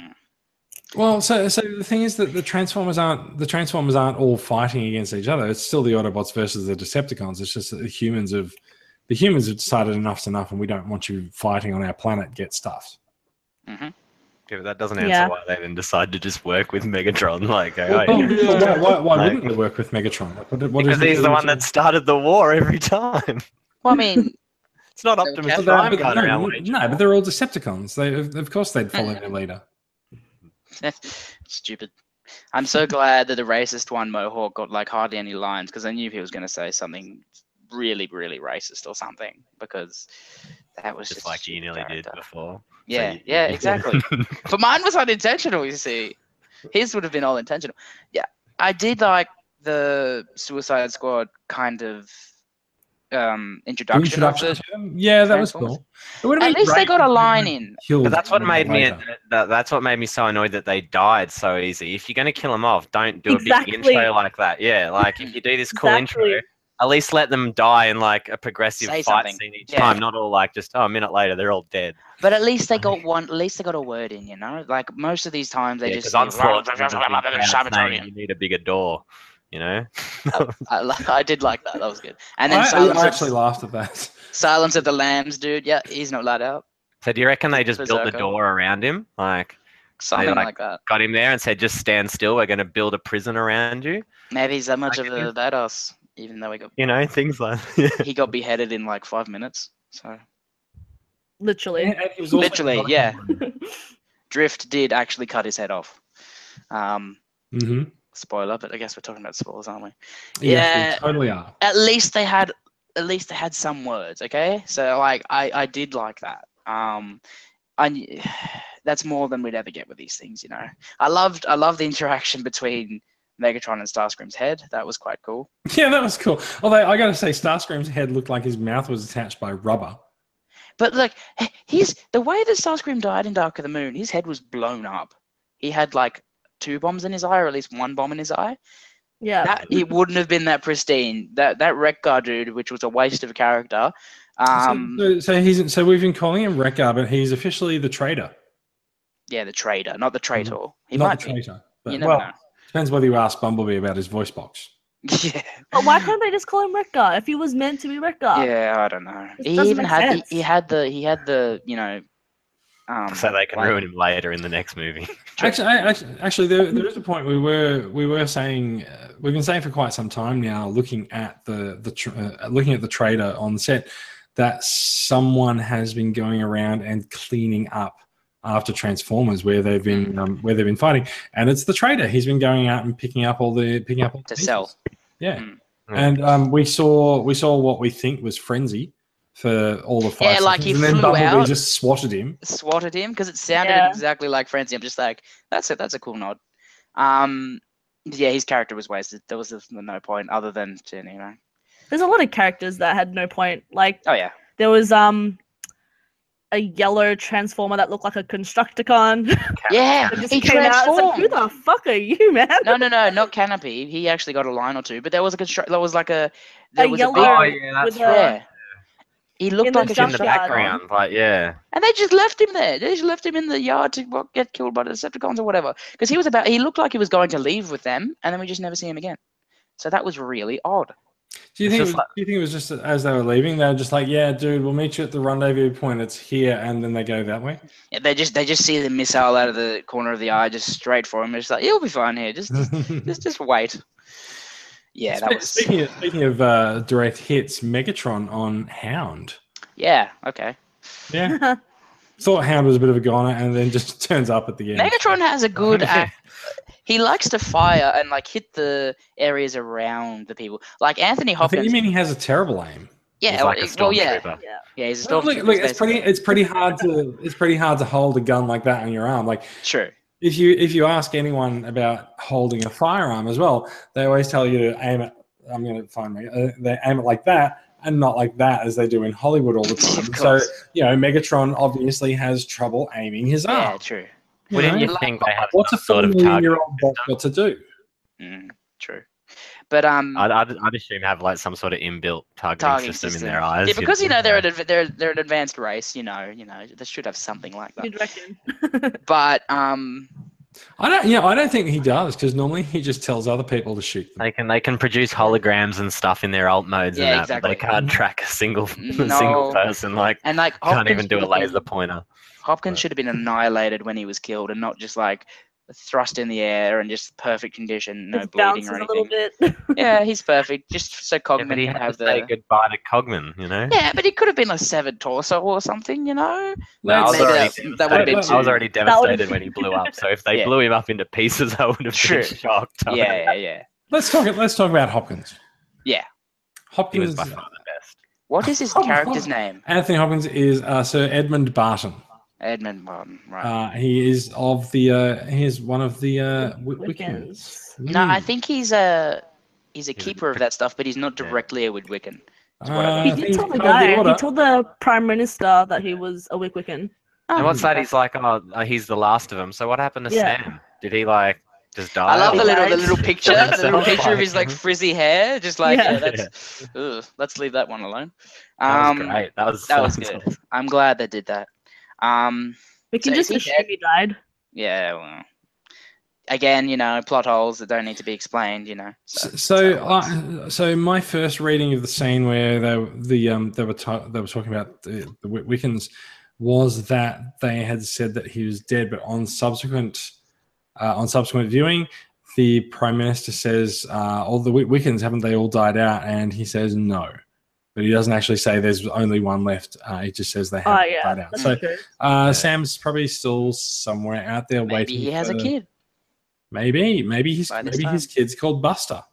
F: Well, so so the thing is that the Transformers aren't the Transformers aren't all fighting against each other. It's still the Autobots versus the Decepticons. It's just that the humans have the humans have decided enough's enough, and we don't want you fighting on our planet. Get stuffed.
H: Yeah, but that doesn't answer
I: Yeah.
H: why they then decide to just work with Megatron. Like, oh,
F: Well, why,
H: yeah.
F: why, why
H: Like-
F: wouldn't they work with Megatron? Like, what, what
H: because
F: is it-
H: he's the one that started the war every time.
G: Well, I mean,
H: It's not
G: Okay.
H: Optimus
G: But
F: But-
H: Prime
F: but
H: going
F: no,
H: around.
F: no,
H: waging
F: no, but they're all Decepticons. They, of of course, they'd follow
G: Mm-hmm.
F: their leader.
G: Stupid. I'm so glad that the racist one Mohawk got like hardly any lines because I knew he was going to say something really, really racist or something because that was just,
H: just like you
G: stupid
H: nearly did
G: character.
H: before. So
G: Yeah,
H: you-
G: yeah,
H: you-
G: exactly. but mine was unintentional. You see, his would have been all intentional. Yeah, I did like the Suicide Squad kind of um introduction,
F: Introduction
G: of
F: to them? Yeah, that was
G: Transformers.
F: cool. It would
G: the,
F: have
G: at
F: been
G: least they
F: great
G: got a
F: if
G: line
F: they
G: in
F: killed
H: But that's what
F: Wonder
H: made me.
F: later.
H: That, that's what made me so annoyed that they died so easy. If you're going to kill them off, don't do
I: Exactly.
H: a big intro like that. Yeah, like if you do this cool intro,
I: Exactly.
H: at least let them die in like a progressive
G: Say
H: fight
G: something.
H: scene each
G: Yeah.
H: time. Not all like just oh, a minute later they're all dead.
G: But at least they got one. At least they got a word in, you know. Like most of these times, they
H: Yeah,
G: just.
H: 'cause
G: do,
H: onslaught. is a big crowd saying,
G: Sabbatarian.
H: You need a bigger door. You know,
G: I, li- I did like that. That was good. And
F: I,
G: then Silence,
F: I
G: of,
F: actually laughed at that.
G: Silence of the Lambs, dude. Yeah, he's not let out.
H: so do you reckon they just built the
G: Berserker.
H: door around him, like
G: Something
H: like-
G: like, that.
H: got him there and said, "Just stand still. We're going to build a prison around you."
G: Maybe he's that much
H: Like,
G: of a badass, even though he got
H: You know, things like yeah.
G: he got beheaded in like five minutes. So
I: Literally.
G: literally, yeah. Drift did actually cut his head off. Um,
F: hmm
G: spoiler, but I guess we're talking about spoilers, aren't we?
F: Yes,
G: Yeah.
F: they totally are.
G: at least they had at least they had some words okay so like i i did like that um i kn- that's more than we'd ever get with these things you know i loved i loved the interaction between megatron and starscream's head that was quite cool
F: Yeah, that was cool. Although I got to say, Starscream's head looked like his mouth was attached by rubber.
G: but look h- he's the way that starscream died in dark of the moon his head was blown up he had like two bombs in his eye or at least one bomb in his eye
I: Yeah.
G: that it wouldn't have been that pristine that that wreck guard dude which was a waste of a character
F: So-
G: um
F: so, so he's so we've been calling him Rekar, but he's officially the traitor,
G: yeah the traitor not the traitor
F: Mm-hmm.
G: he
F: not
G: might
F: the
G: be
F: traitor. But,
G: you never
F: well,
G: know.
F: depends whether you ask Bumblebee about his voice box.
G: Yeah.
I: But why can't they just call him Rekgar if he was meant to be Rekgar?
G: Yeah, I don't know.
I: This
G: He
I: doesn't
G: even
I: make
G: had he, he
I: sense.
G: had the he had the you know. Um,
H: so they can
G: like-
H: ruin him later in the next movie.
G: True.
F: Actually, I, actually, actually there, there is a point we were we were saying uh, we've been saying for quite some time now, looking at the the tr- uh, looking at the trader on set, that someone has been going around and cleaning up after Transformers where they've
G: Mm.
F: been um, where they've been fighting, and it's the trader. He's been going out and picking up all the picking up all the
G: To sell.
F: pieces. Yeah,
G: Mm.
F: and um, we saw we saw what we think was frenzy for all the fights.
G: like he
F: and then
G: flew
F: Bumblebee
G: out.
F: just swatted him.
G: Swatted him because it sounded
I: Yeah.
G: exactly like Frenzy. I'm just like that's it. That's a cool nod. Um, yeah, his character was wasted. There was no point other than to, you know.
I: There's a lot of characters that had no point. Like
G: Oh yeah,
I: there was um a yellow transformer that looked like a Constructicon.
G: Yeah,
I: It just
G: he
I: came out. It's like,
G: transformed.
I: who the fuck are you, man?
G: no, no, no, not canopy. He actually got a line or two, but there was a construct. There was like a there was
I: yellow-
G: a big
H: Oh yeah, that's
I: With
H: right.
G: yeah. He
I: In
G: looked
I: the
G: like a
H: It's in the
I: junkyard.
G: construct-
H: background, like yeah.
G: and they just left him there. They just left him in the yard to what, get killed by the Decepticons or whatever. Because he was about, he looked like he was going to leave with them, and then we just never see him again. So that was really odd.
F: Do you think?
H: It's
F: It
H: just
F: was, do you think it was just as they were leaving? They were just like, "Yeah, dude, we'll meet you at the rendezvous point. It's here," and then they go that way.
G: Yeah, they just they just see the missile out of the corner of the eye, just straight for him. It's like you'll be fine here. Just just just, just wait. Yeah, that
F: Spe-
G: was
F: Speaking of, speaking of uh, direct hits, Megatron on Hound.
G: yeah okay.
F: Yeah, thought Hound was a bit of a goner, and then just turns up at the end.
G: Megatron has a good act. He likes to fire and like hit the areas around the people. Like Anthony
F: I think
G: Hopkins.
F: you mean he has a terrible aim.
G: yeah,
H: He's like a
G: like- well, yeah,
H: stormtrooper.
G: yeah. He's a
F: Look,
G: stormtrooper.
F: look, it's pretty.
G: basically.
F: It's pretty hard to. It's pretty hard to hold a gun like that on your arm. Like
G: true.
F: if you if you ask anyone about holding a firearm as well, they always tell you to aim it. I'm going to find me. Uh, they aim it like that and not like that as they do in Hollywood all the time.
G: Of
F: So
G: course.
F: you know, Megatron obviously has trouble aiming his arm.
G: Yeah, true.
F: You
H: Wouldn't
F: know?
H: you think they have
F: What's a
H: some sort of target?
F: year old got to do?
G: Mm, true. But um,
H: I'd, I'd, I'd assume have like some sort of inbuilt targeting,
G: targeting
H: system,
G: system,
H: in their eyes.
G: Yeah,
H: You'd
G: because you
H: think
G: know they're
H: so.
G: an adv- they're they're an advanced race. You know, you know they should have something like that.
I: You'd reckon.
G: But um,
F: I don't. Yeah, I don't think he does because normally he just tells other people to shoot them.
H: They can they can produce holograms and stuff in their alt modes
G: Yeah,
H: and that,
G: exactly.
H: but they can't track a single a
G: No.
H: single person. Like
G: and like
H: can't even
G: Hopkins
H: do a
G: should've been-
H: laser pointer.
G: Hopkins should have been annihilated when he was killed, and not just like thrust in the air and just perfect condition, no
I: Just
G: bleeding
I: bounces
G: or
I: a
G: anything.
I: little bit.
G: Yeah, he's perfect. Just so
H: Yeah,
G: Cogman
H: but he
G: can
H: had to
G: have
H: say
G: the.
H: goodbye to Cogman, you know.
G: Yeah, but he could have been a severed torso or something, you know.
H: No, I was
G: Maybe
H: already
G: that- that would've
H: devastated-
F: been
H: I was
F: too-
H: already
I: That would've
H: devastated when he blew up. So if they
G: Yeah.
H: blew him up into pieces, I would have
G: True.
H: been shocked. I would've-
G: Yeah, yeah, yeah.
F: Let's talk. Let's talk about Hopkins.
G: Yeah.
H: he
F: Hopkins.
H: was by far the best.
G: What is his character's name?
F: Anthony Hopkins is uh, Sir Edmund Barton.
G: Edmund Martin, right?
F: Uh, he is of the. Uh, he is one of the uh, Wi-
I: Wiccans.
F: Wiccans.
G: no, I
F: Mm.
G: think he's a he's a
H: He's a
G: keeper of that stuff, but he's not
H: Yeah.
G: directly a Woodwiccan.
F: Uh,
G: what I
I: he
F: I
I: did
F: think
I: tell the
F: he's part of
I: guy.
F: order.
I: he told the prime minister that he was a Wickwiccan.
G: Oh,
H: And what's that? He's like, oh, uh, he's the last of them. So what happened to
I: Yeah.
H: Sam? Did he like just die?
G: I love the
H: Or-
G: little the
I: Right.
G: little picture,
H: Kill
G: the little
H: himself,
G: picture of
H: like-
G: his like frizzy hair, just like
I: Yeah.
G: yeah, that's, ugh, let's leave that one alone.
H: That
G: Um,
H: was great. That was
G: that was
H: so-
G: good. I'm glad they did that. Um,
I: We can
G: So is
I: just
G: he
I: assume
G: dead?
I: he died.
G: yeah, well, again, you know, plot holes that don't need to be explained, you know.
F: So,
G: So,
F: so,
G: it works.
F: uh, so my first reading of the scene where they the um they were ta- they were talking about the, the Wic- Wiccans was that they had said that he was dead, but on subsequent uh, on subsequent viewing, the prime minister says uh, all the Wic- Wiccans haven't they all died out, and he says no, but he doesn't actually say there's only one left. Uh, he just says they
I: Oh
F: haven't
I: yeah.
F: died out.
I: that's
F: So
I: good.
F: uh, Sam's probably still somewhere out there
G: maybe
F: waiting.
G: he has a
F: for-
G: kid.
F: Maybe maybe his
G: By this
F: maybe his kid's called Buster.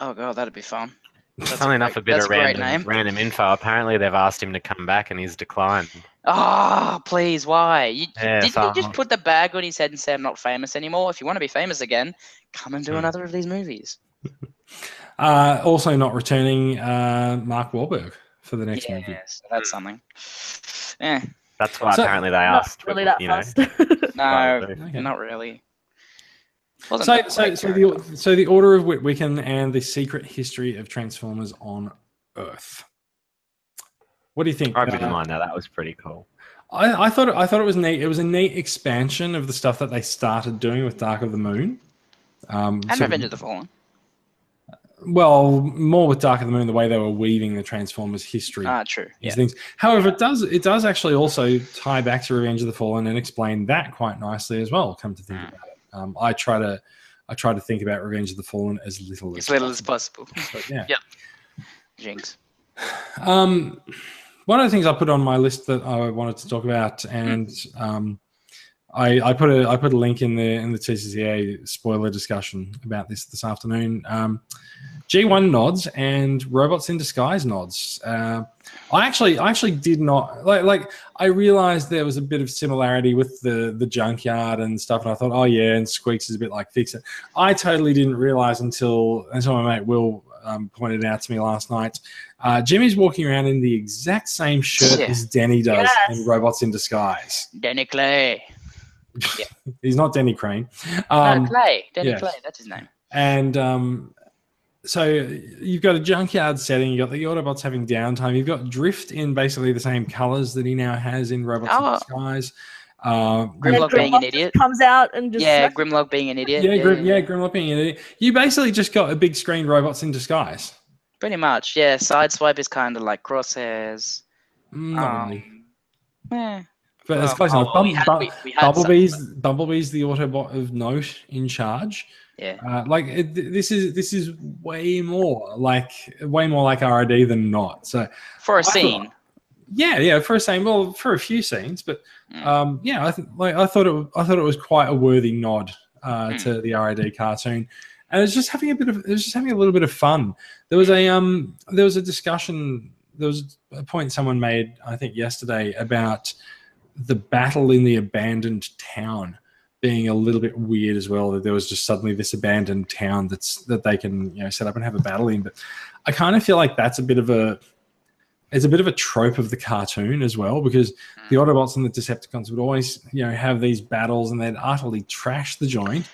G: Oh god, that'd be fun. That's
H: Funnily enough,
G: great-
H: a bit
G: that's
H: of
G: a great
H: random,
G: name.
H: random info. Apparently, they've asked him to come back, and he's declined.
G: Ah, please, why? You,
H: Yeah,
G: didn't you
H: fun.
G: just put the bag on his head and say, "I'm not famous anymore"? If you want to be famous again, come and do
H: Hmm.
G: another of these movies.
F: Uh, also not returning uh, Mark Wahlberg for the next
G: yeah,
F: movie.
G: so that's
H: Hmm.
G: something. Yeah,
H: That's why
F: So-
H: apparently they
I: Not
H: asked.
I: really
H: but,
I: that
H: you know,
I: fast.
G: no,
H: Well,
F: Okay.
G: not really. Wasn't
F: So,
G: a
F: so,
G: great
F: so,
G: character.
F: the, so the Order of Wit Wiccan and the Secret History of Transformers on Earth. What do you think?
H: I really
F: Uh,
H: mind that. That was pretty cool.
F: I, I thought it, I thought it was neat. It was a neat expansion of the stuff that they started doing with Dark of the Moon. Um,
G: and
F: so-
G: Revenge of the Fallen.
F: well, more with Dark of the Moon, the way they were weaving the Transformers history.
G: Ah, true.
F: these
G: Yeah.
F: things. However, it does it does actually also tie back to Revenge of the Fallen and explain that quite nicely as well. Come to think
G: Hmm.
H: Mm.
F: about it, um, I try to I try to think about Revenge of the Fallen as little
G: As little as possible.
F: possible, but yeah.
G: Jinx.
F: Um, one of the things I put on my list that I wanted to talk about, and um, I, I put a I put a link in the in the TCCA spoiler discussion about this this afternoon. Um, G1 nods and robots in disguise nods. Uh, I actually I actually did not like like I realized there was a bit of similarity with the the junkyard and stuff, and I thought, oh yeah, and Squeaks is a bit like Fix It. I totally didn't realize until until my mate Will um, pointed out to me last night. Uh, Jimmy's walking around in the exact same shirt
G: Yeah.
F: as Danny does
I: Yes.
F: in Robots in Disguise.
G: Danny Clay.
F: He's not Danny Crane.
G: No,
F: Um,
G: Clay. Danny
F: yes.
G: Clay. That's his name.
F: and um, so you've got a junkyard setting. You've got the Autobots having downtime. You've got Drift in basically the same colors that he now has in Robots in
G: Oh.
F: Disguise. Uh,
I: And then
G: Grimlock being an
I: just
G: idiot.
I: comes out and just
G: yeah,
I: smacks-
G: Grimlock being an idiot.
F: yeah, Grim, yeah, Grim Lopping. You basically just got a big screen Robots in Disguise.
G: Pretty much. Yeah, Sideswipe is kind of like crosshairs.
F: Mm, Not
G: um,
F: really.
G: Yeah.
F: But it's
G: Well,
F: close enough.
G: well, we
F: Bum-
G: had-
F: bum-
G: we- we had some-
F: Bumblebee's Bumblebee's the Autobot of note in charge.
G: Yeah.
F: Uh, like it, th- this is this is way more like way more like RID than not. So
G: For a
F: thought-
G: scene.
F: yeah, yeah, for a scene, well, for a few scenes, but
G: Mm.
F: um, yeah, I think like I thought it wa- I thought it was quite a worthy nod uh,
G: Mm.
F: to the RID cartoon. And it's just having a bit of it was just having a little bit of fun. There was
G: Mm.
F: a um there was a discussion there was a point someone made I think yesterday about the battle in the abandoned town being a little bit weird as well that there was just suddenly this abandoned town that's that they can you know set up and have a battle in but I kind of feel like that's a bit of a it's a bit of a trope of the cartoon as well because the Autobots and the Decepticons would always you know have these battles and they'd utterly trash the joint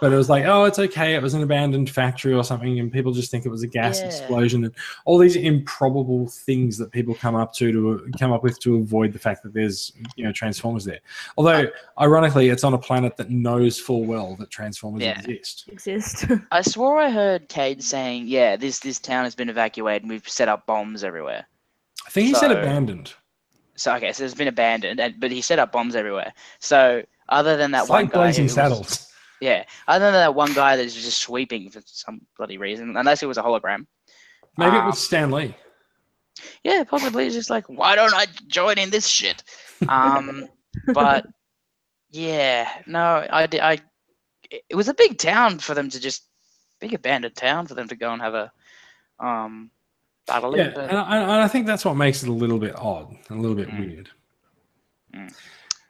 F: but it was like oh it's okay it was an abandoned factory or something and people just think it was a gas
G: Yeah.
F: explosion and all these improbable things that people come up to to come up with to avoid the fact that there's you know transformers there although ironically it's on a planet that knows full well that transformers
G: Yeah.
F: exist
I: exist.
G: I swore I heard Cade saying, "Yeah, this this town has been evacuated and we've set up bombs everywhere."
F: i think he said
G: So-
F: abandoned
G: So okay, so it's been abandoned, and, but he set up bombs everywhere. So other than that
F: it's
G: one
F: like
G: guy, who
F: blazing
G: was-
F: saddles
G: yeah, other than that one guy that's just sweeping for some bloody reason, unless it was a hologram.
F: maybe it
G: Um,
F: was stan lee
G: Yeah, possibly. It's just like, why don't I join in this shit? Um, but yeah, no, I, di- I, it was a big town for them to just big abandoned town for them to go and have a um battle.
F: Yeah,
G: in, but-
F: and I, and I think that's what makes it a little bit odd, a little bit
G: Mm.
F: weird.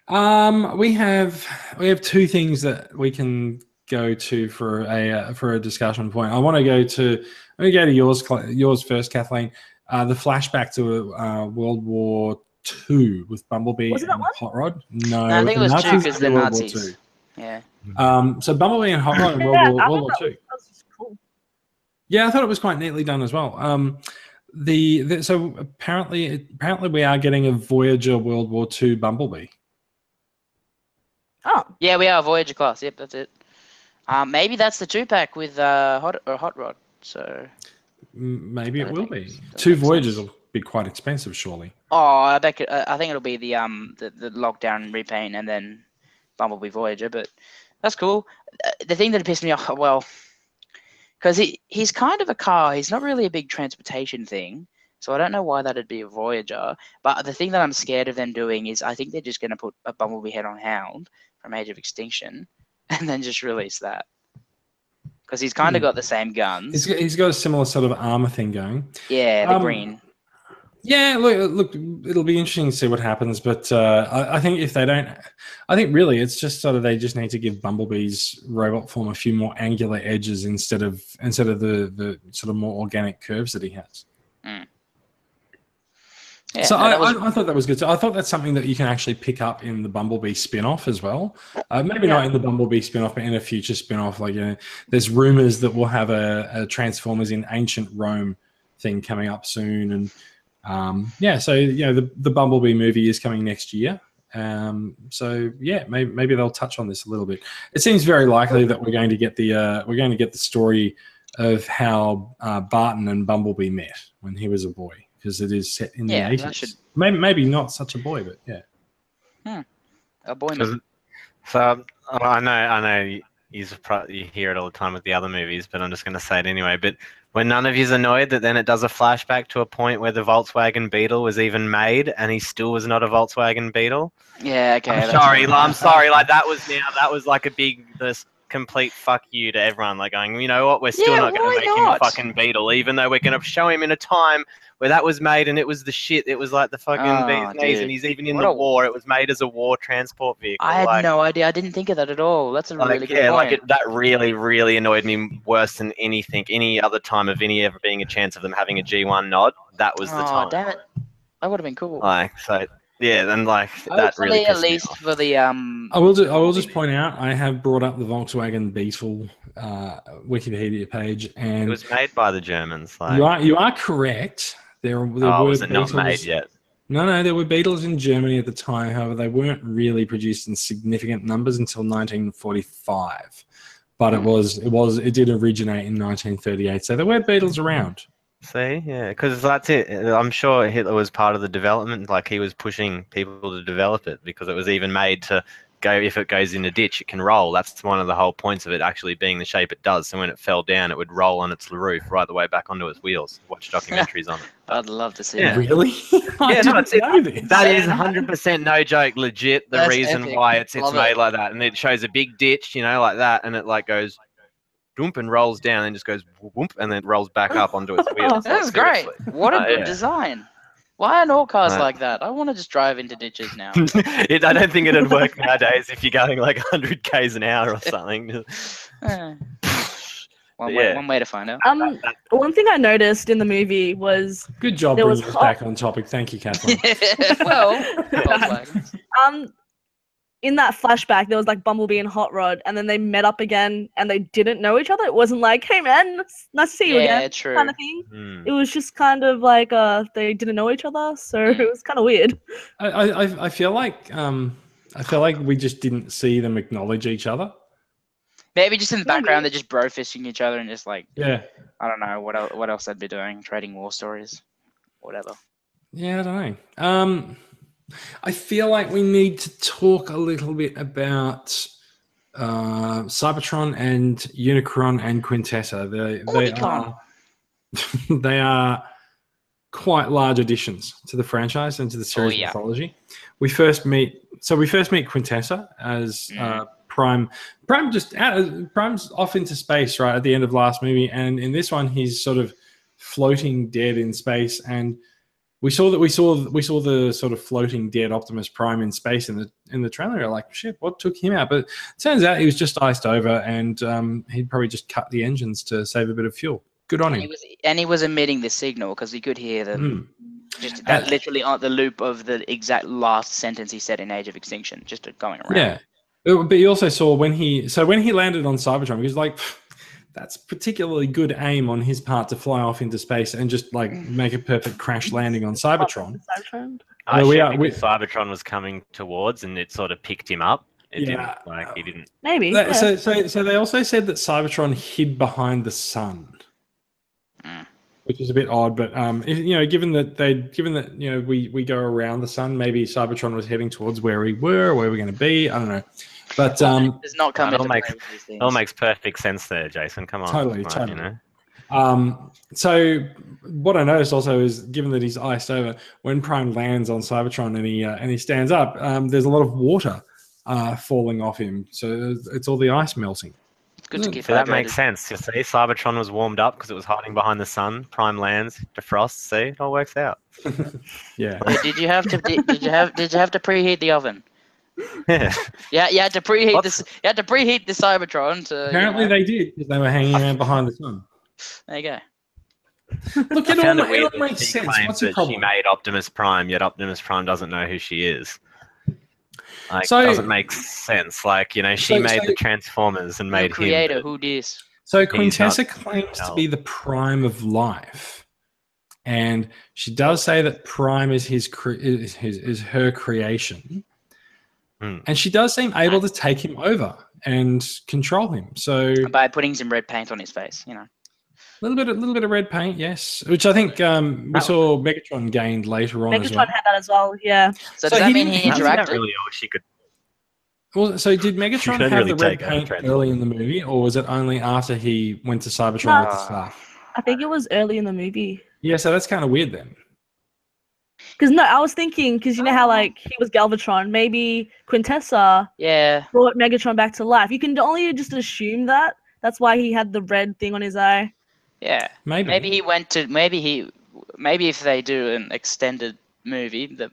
F: Um, we have we have two things that we can go to for a uh, for a discussion point. I want to go to let me go to yours Cla- yours first, Kathleen. Uh, the flashback to uh, World War Two with Bumblebee
I: Was it
F: and
I: that one?
F: Hot Rod. No,
G: No, I think it
F: the
G: was two
F: Nazis
G: 'cause
F: and
G: the
F: World War
G: Nazis. yeah.
F: Two. Um, so Bumblebee and Hot Rod in World
I: Yeah,
F: War,
I: I
F: World
I: thought
F: War
I: that
F: Two.
I: That was just cool.
F: Yeah, I thought it was quite neatly done as well. Um, the, the so apparently apparently we are getting a Voyager World War II Bumblebee.
I: Oh,
G: Yeah, we are Voyager class. Yep, that's it. Um, maybe that's the two pack with uh, hot or hot rod. So,
F: M- Maybe it
G: That
F: will be
G: makes- that
F: two
G: makes
F: Voyagers
G: sense.
F: will be quite expensive, surely.
G: oh, I bet it- I I think it'll be the um the, the lockdown repaint and then Bumblebee Voyager. But that's cool. Uh, The thing that pissed me off, well, because he he's kind of a car. He's not really a big transportation thing. So I don't know why that'd be a Voyager. But the thing that I'm scared of them doing is I think they're just going to put a Bumblebee head on Hound from Age of Extinction, and then just release that. Because he's kind of
F: Hmm.
G: got the same guns.
F: He's got, he's got a similar sort of armor thing going.
G: Yeah, the
F: Um,
G: green.
F: Yeah, look, look, it'll be interesting to see what happens. But uh, I, I think if they don't, I think really it's just sort of they just need to give Bumblebee's robot form a few more angular edges instead of instead of the the sort of more organic curves that he has.
G: Yeah,
F: so
G: no,
F: I,
G: that was-
F: I, I thought that was good. So I thought that's something that you can actually pick up in the Bumblebee spin-off as well. Uh, maybe not in the Bumblebee spin-off, but in a future spin-off. Like, you know, there's rumors that we'll have a, a Transformers in Ancient Rome thing coming up soon, and um, yeah, so you know, the, the Bumblebee movie is coming next year. Um, so yeah, maybe, maybe they'll touch on this a little bit. It seems very likely that we're going to get the uh, we're going to get the story of how uh, Barton and Bumblebee met when he was a boy because it is set in
G: Yeah,
F: the
G: that
F: 80s.
G: should-
F: Maybe maybe not such a boy, but yeah.
G: a boy.
H: Does it- So um, I know, I know you, you's pro- you hear it all the time with the other movies, but I'm just going to say it anyway. But when none of you's annoyed that then it does a flashback to a point where the Volkswagen Beetle was even made, and he still was not a Volkswagen Beetle.
G: Yeah, okay.
H: I'm
G: that's
H: sorry,
G: fine.
H: li- I'm sorry. Like that was now, that was like a big this. complete fuck you to everyone. Like going, you know what? We're still
G: Yeah,
H: not going
G: why
H: to make him a
G: not?
H: fucking beetle, even though we're going to show him in a time where that was made and it was the shit. It was like the fucking
G: Oh,
H: bee's knees,
G: dude.
H: and he's even in
G: What
H: the
G: a-
H: war. It was made as a war transport vehicle.
G: I had
H: like,
G: no idea. I didn't think of that at all. That's a
H: like,
G: really good
H: yeah,
G: point.
H: like it, that really, really annoyed me worse than anything, any other time of any ever being a chance of them having a G1 nod. That was the
G: oh,
H: time.
G: damn it. That would have been cool.
H: Like, so, yeah, then, like,
G: I
H: that
G: would
H: really
G: say at
H: pissed me
G: least
H: off.
G: for the um
F: I will. Ju- I will just point out. I have brought up the Volkswagen Beetle uh, Wikipedia page,
H: It
F: and
H: was made by the Germans. Like,
F: you are you are correct. There, there
H: oh,
F: were
H: was it not made
F: Beetles-
H: yet?
F: No, no, there were Beatles in Germany at the time. However, they weren't really produced in significant numbers until 1945. But it
H: Hmm.
F: was, it was, it did originate in 1938. So there were Beatles around.
H: See, yeah, because that's it. I'm sure Hitler was part of the development. Like he was pushing people to develop it because it was even made to go. If it goes in a ditch, it can roll. That's one of the whole points of it actually being the shape it does. So when it fell down, it would roll on its roof right the way back onto its wheels. Watch documentaries on it.
G: I'd love to see
H: Yeah.
G: that.
F: Really? I
H: Yeah, no,
F: didn't
H: it's- it-
F: know this.
H: That is 100% no joke, legit. The
G: That's
H: reason
G: epic.
H: why it's it's
G: Love it.
H: made like that, and it shows a big ditch, you know, like that, and it like goes. Doomp and rolls down and just goes whoomp and then rolls back up onto its wheels.
G: That was
H: Like,
G: great.
H: seriously.
G: What a
H: Uh,
G: good
H: yeah.
G: design. Why aren't all cars
H: Right.
G: like that? I want to just drive into ditches now.
H: it, I don't think it'd work nowadays if you're going like 100 k's an hour or something.
G: Eh. one, way,
H: Yeah.
G: one way to find out.
I: Um, one thing I noticed in the movie was
F: Good job
I: There was
F: bringing us
I: hot-
F: back on topic. Thank you, Catherine.
G: well, Volkswagens.
I: um in that flashback there was like Bumblebee and Hot Rod, and then they met up again and they didn't know each other. It wasn't like, "Hey man, it's nice to see you
G: yeah,
I: again,"
G: true.
I: kind of thing.
H: Hmm.
I: It was just kind of like uh they didn't know each other, so
G: Mm.
I: it was kind of weird.
F: I, I, I- I feel like, um, I feel like we just didn't see them acknowledge each other.
G: Maybe just in the
I: Maybe.
G: background, they're just bro fishing each other and just like
F: Yeah.
G: I don't know what else, what else they'd be doing, trading war stories, whatever.
F: Yeah, I don't know. Um, I feel like we need to talk a little bit about uh, Cybertron and Unicron and Quintessa. They, they
G: Orbitron.
F: are they are quite large additions to the franchise and to the series
G: Oh, yeah.
F: mythology. We first meet so we first meet Quintessa as
G: Hmm.
F: uh, Prime. Prime just out, Prime's off into space right at the end of last movie, and in this one he's sort of floating dead in space and we saw that we saw we saw the sort of floating dead Optimus Prime in space in the in the trailer. We're like, shit, what took him out? But it turns out he was just iced over, and um, he'd probably just cut the engines to save a bit of fuel. Good on
G: And he
F: him.
G: was and he was emitting the signal because he could hear them.
F: Mm.
G: Just that
F: Uh,
G: literally on the loop of the exact last sentence he said in Age of Extinction, just going around.
F: Yeah, It- but you also saw when he so when he landed on Cybertron, he was like. "Pff, That's particularly good aim on his part to fly off into space and just like make a perfect crash landing on Cybertron.
I: Cybertron.
H: I
F: Uh, we
H: should
F: are-
H: think
F: we-
H: that Cybertron was coming towards and it sort of picked him up. It
F: Yeah.
H: didn't like he didn't.
I: Maybe.
F: That-
I: yeah.
F: so, so, so they also said that Cybertron hid behind the sun,
G: Mm.
F: which is a bit odd. But um, if- you know, given that they, given that you know, we we go around the sun, maybe Cybertron was heading towards where we were, where we're going to be. I don't know, but um,
G: does not come
H: That all
G: into play
H: makes-
G: with these
H: It all
G: things.
H: makes perfect sense there, Jason. Come on.
F: Totally,
H: like,
F: totally.
H: You know?
F: Um, so what I noticed also is, given that he's iced over, when Prime lands on Cybertron and he uh, and he stands up, um, there's a lot of water uh, falling off him. So it's all the ice melting.
G: It's good to keep
H: So that
G: hydrated.
H: makes sense. You see, Cybertron was warmed up because it was hiding behind the sun. Prime lands, defrosts. See, it all works out.
F: Yeah,
H: Uh,
G: Wait, did you have to did, did you have did you have to preheat the oven?
H: Yeah.
G: Yeah, you had to preheat
H: What?
G: this. You had to preheat the Cybertron to. you
F: apparently
G: know,
F: they did because they were hanging out behind the sun.
G: there you go.
F: Look,
H: I
F: it all,
H: found it
F: it
H: weird
F: all
H: that
F: makes
H: she
F: sense.
H: claims
F: What's the
H: that She
F: problem?
H: made Optimus Prime, yet Optimus Prime doesn't know who she is. Like,
F: So-
H: doesn't make sense. Like, you know, she
F: So-
H: made
F: so-
H: the Transformers and
G: You
H: made
G: creator,
H: him.
G: who dis?
F: So
H: not
F: Quintessa claims to be the prime of life, and she does say that Prime is his cre- is, his, is her creation,
H: Hmm.
F: and she does seem able to take him over and control him. So a
G: by putting some red paint on his face. You know.
F: little bit a little bit of red paint, yes, which I think um, we
H: That-
F: saw Megatron gained later on as
I: Megatron
F: well.
I: had that as well. Yeah.
F: So
G: So, does that
F: he
G: mean
F: didn't-
G: he
H: That's not
G: interacted?
H: really all she could.
F: well. So did Megatron
H: don't
F: have
H: really
F: the red
H: take over
F: paint
H: Transformers.
F: early in the movie, or was it only after he went to Cybertron
I: No.
F: with the star?
I: I think it was early in the movie.
F: Yeah, so that's kind of weird then.
I: Because no, I was thinking because you know how like he was Galvatron, maybe Quintessa
G: Yeah.
I: brought Megatron back to life. You can only just assume that. That's why he had the red thing on his eye.
G: Yeah.
F: Maybe.
G: Maybe he went to. Maybe he. Maybe if they do an extended movie, that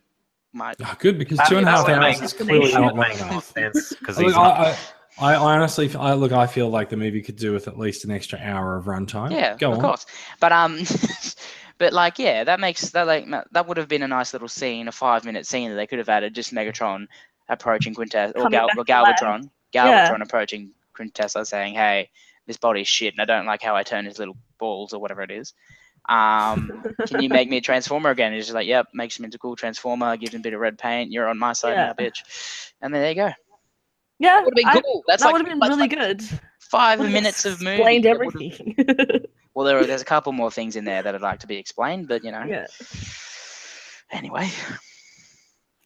G: might.
F: Ah, good because
H: That-
F: two and a
H: that's
F: half
H: what
F: hours
H: makes-
F: is clearly
H: that
F: not
H: would
F: long
H: make more
F: enough.
H: sense because
F: Look,
H: he's
F: I,
H: not
F: I, I honestly, f- I look, I feel like the movie could do with at least an extra hour of runtime.
G: Yeah,
F: go
G: of
F: on.
G: course. But um, but like yeah, that makes that like ma- that would have been a nice little scene, a five minute scene that they could have added, just Megatron approaching Quintessa or,
I: Coming
G: Gal-
I: back
G: or
I: to life.
G: Galvatron, Galvatron
I: Yeah.
G: approaching Quintessa saying, "Hey, this body's shit, and I don't like how I turn his little balls or whatever it is." Um, can you make me a transformer again? And he's just like, "Yep," makes him into cool transformer, gives him a bit of red paint. You're on my side, now,
I: Yeah.
G: bitch. And then there you go.
I: Yeah,
G: That would have
I: I-
G: been cool. That's
I: that
G: like,
I: would have been
G: that's
I: really
G: like
I: good.
G: Five
I: Would've
G: minutes of movie.
I: explained
G: that would've-
I: everything.
G: well, there are, there's a couple more things in there that I'd like to be explained, but you know.
I: yeah.
G: Anyway,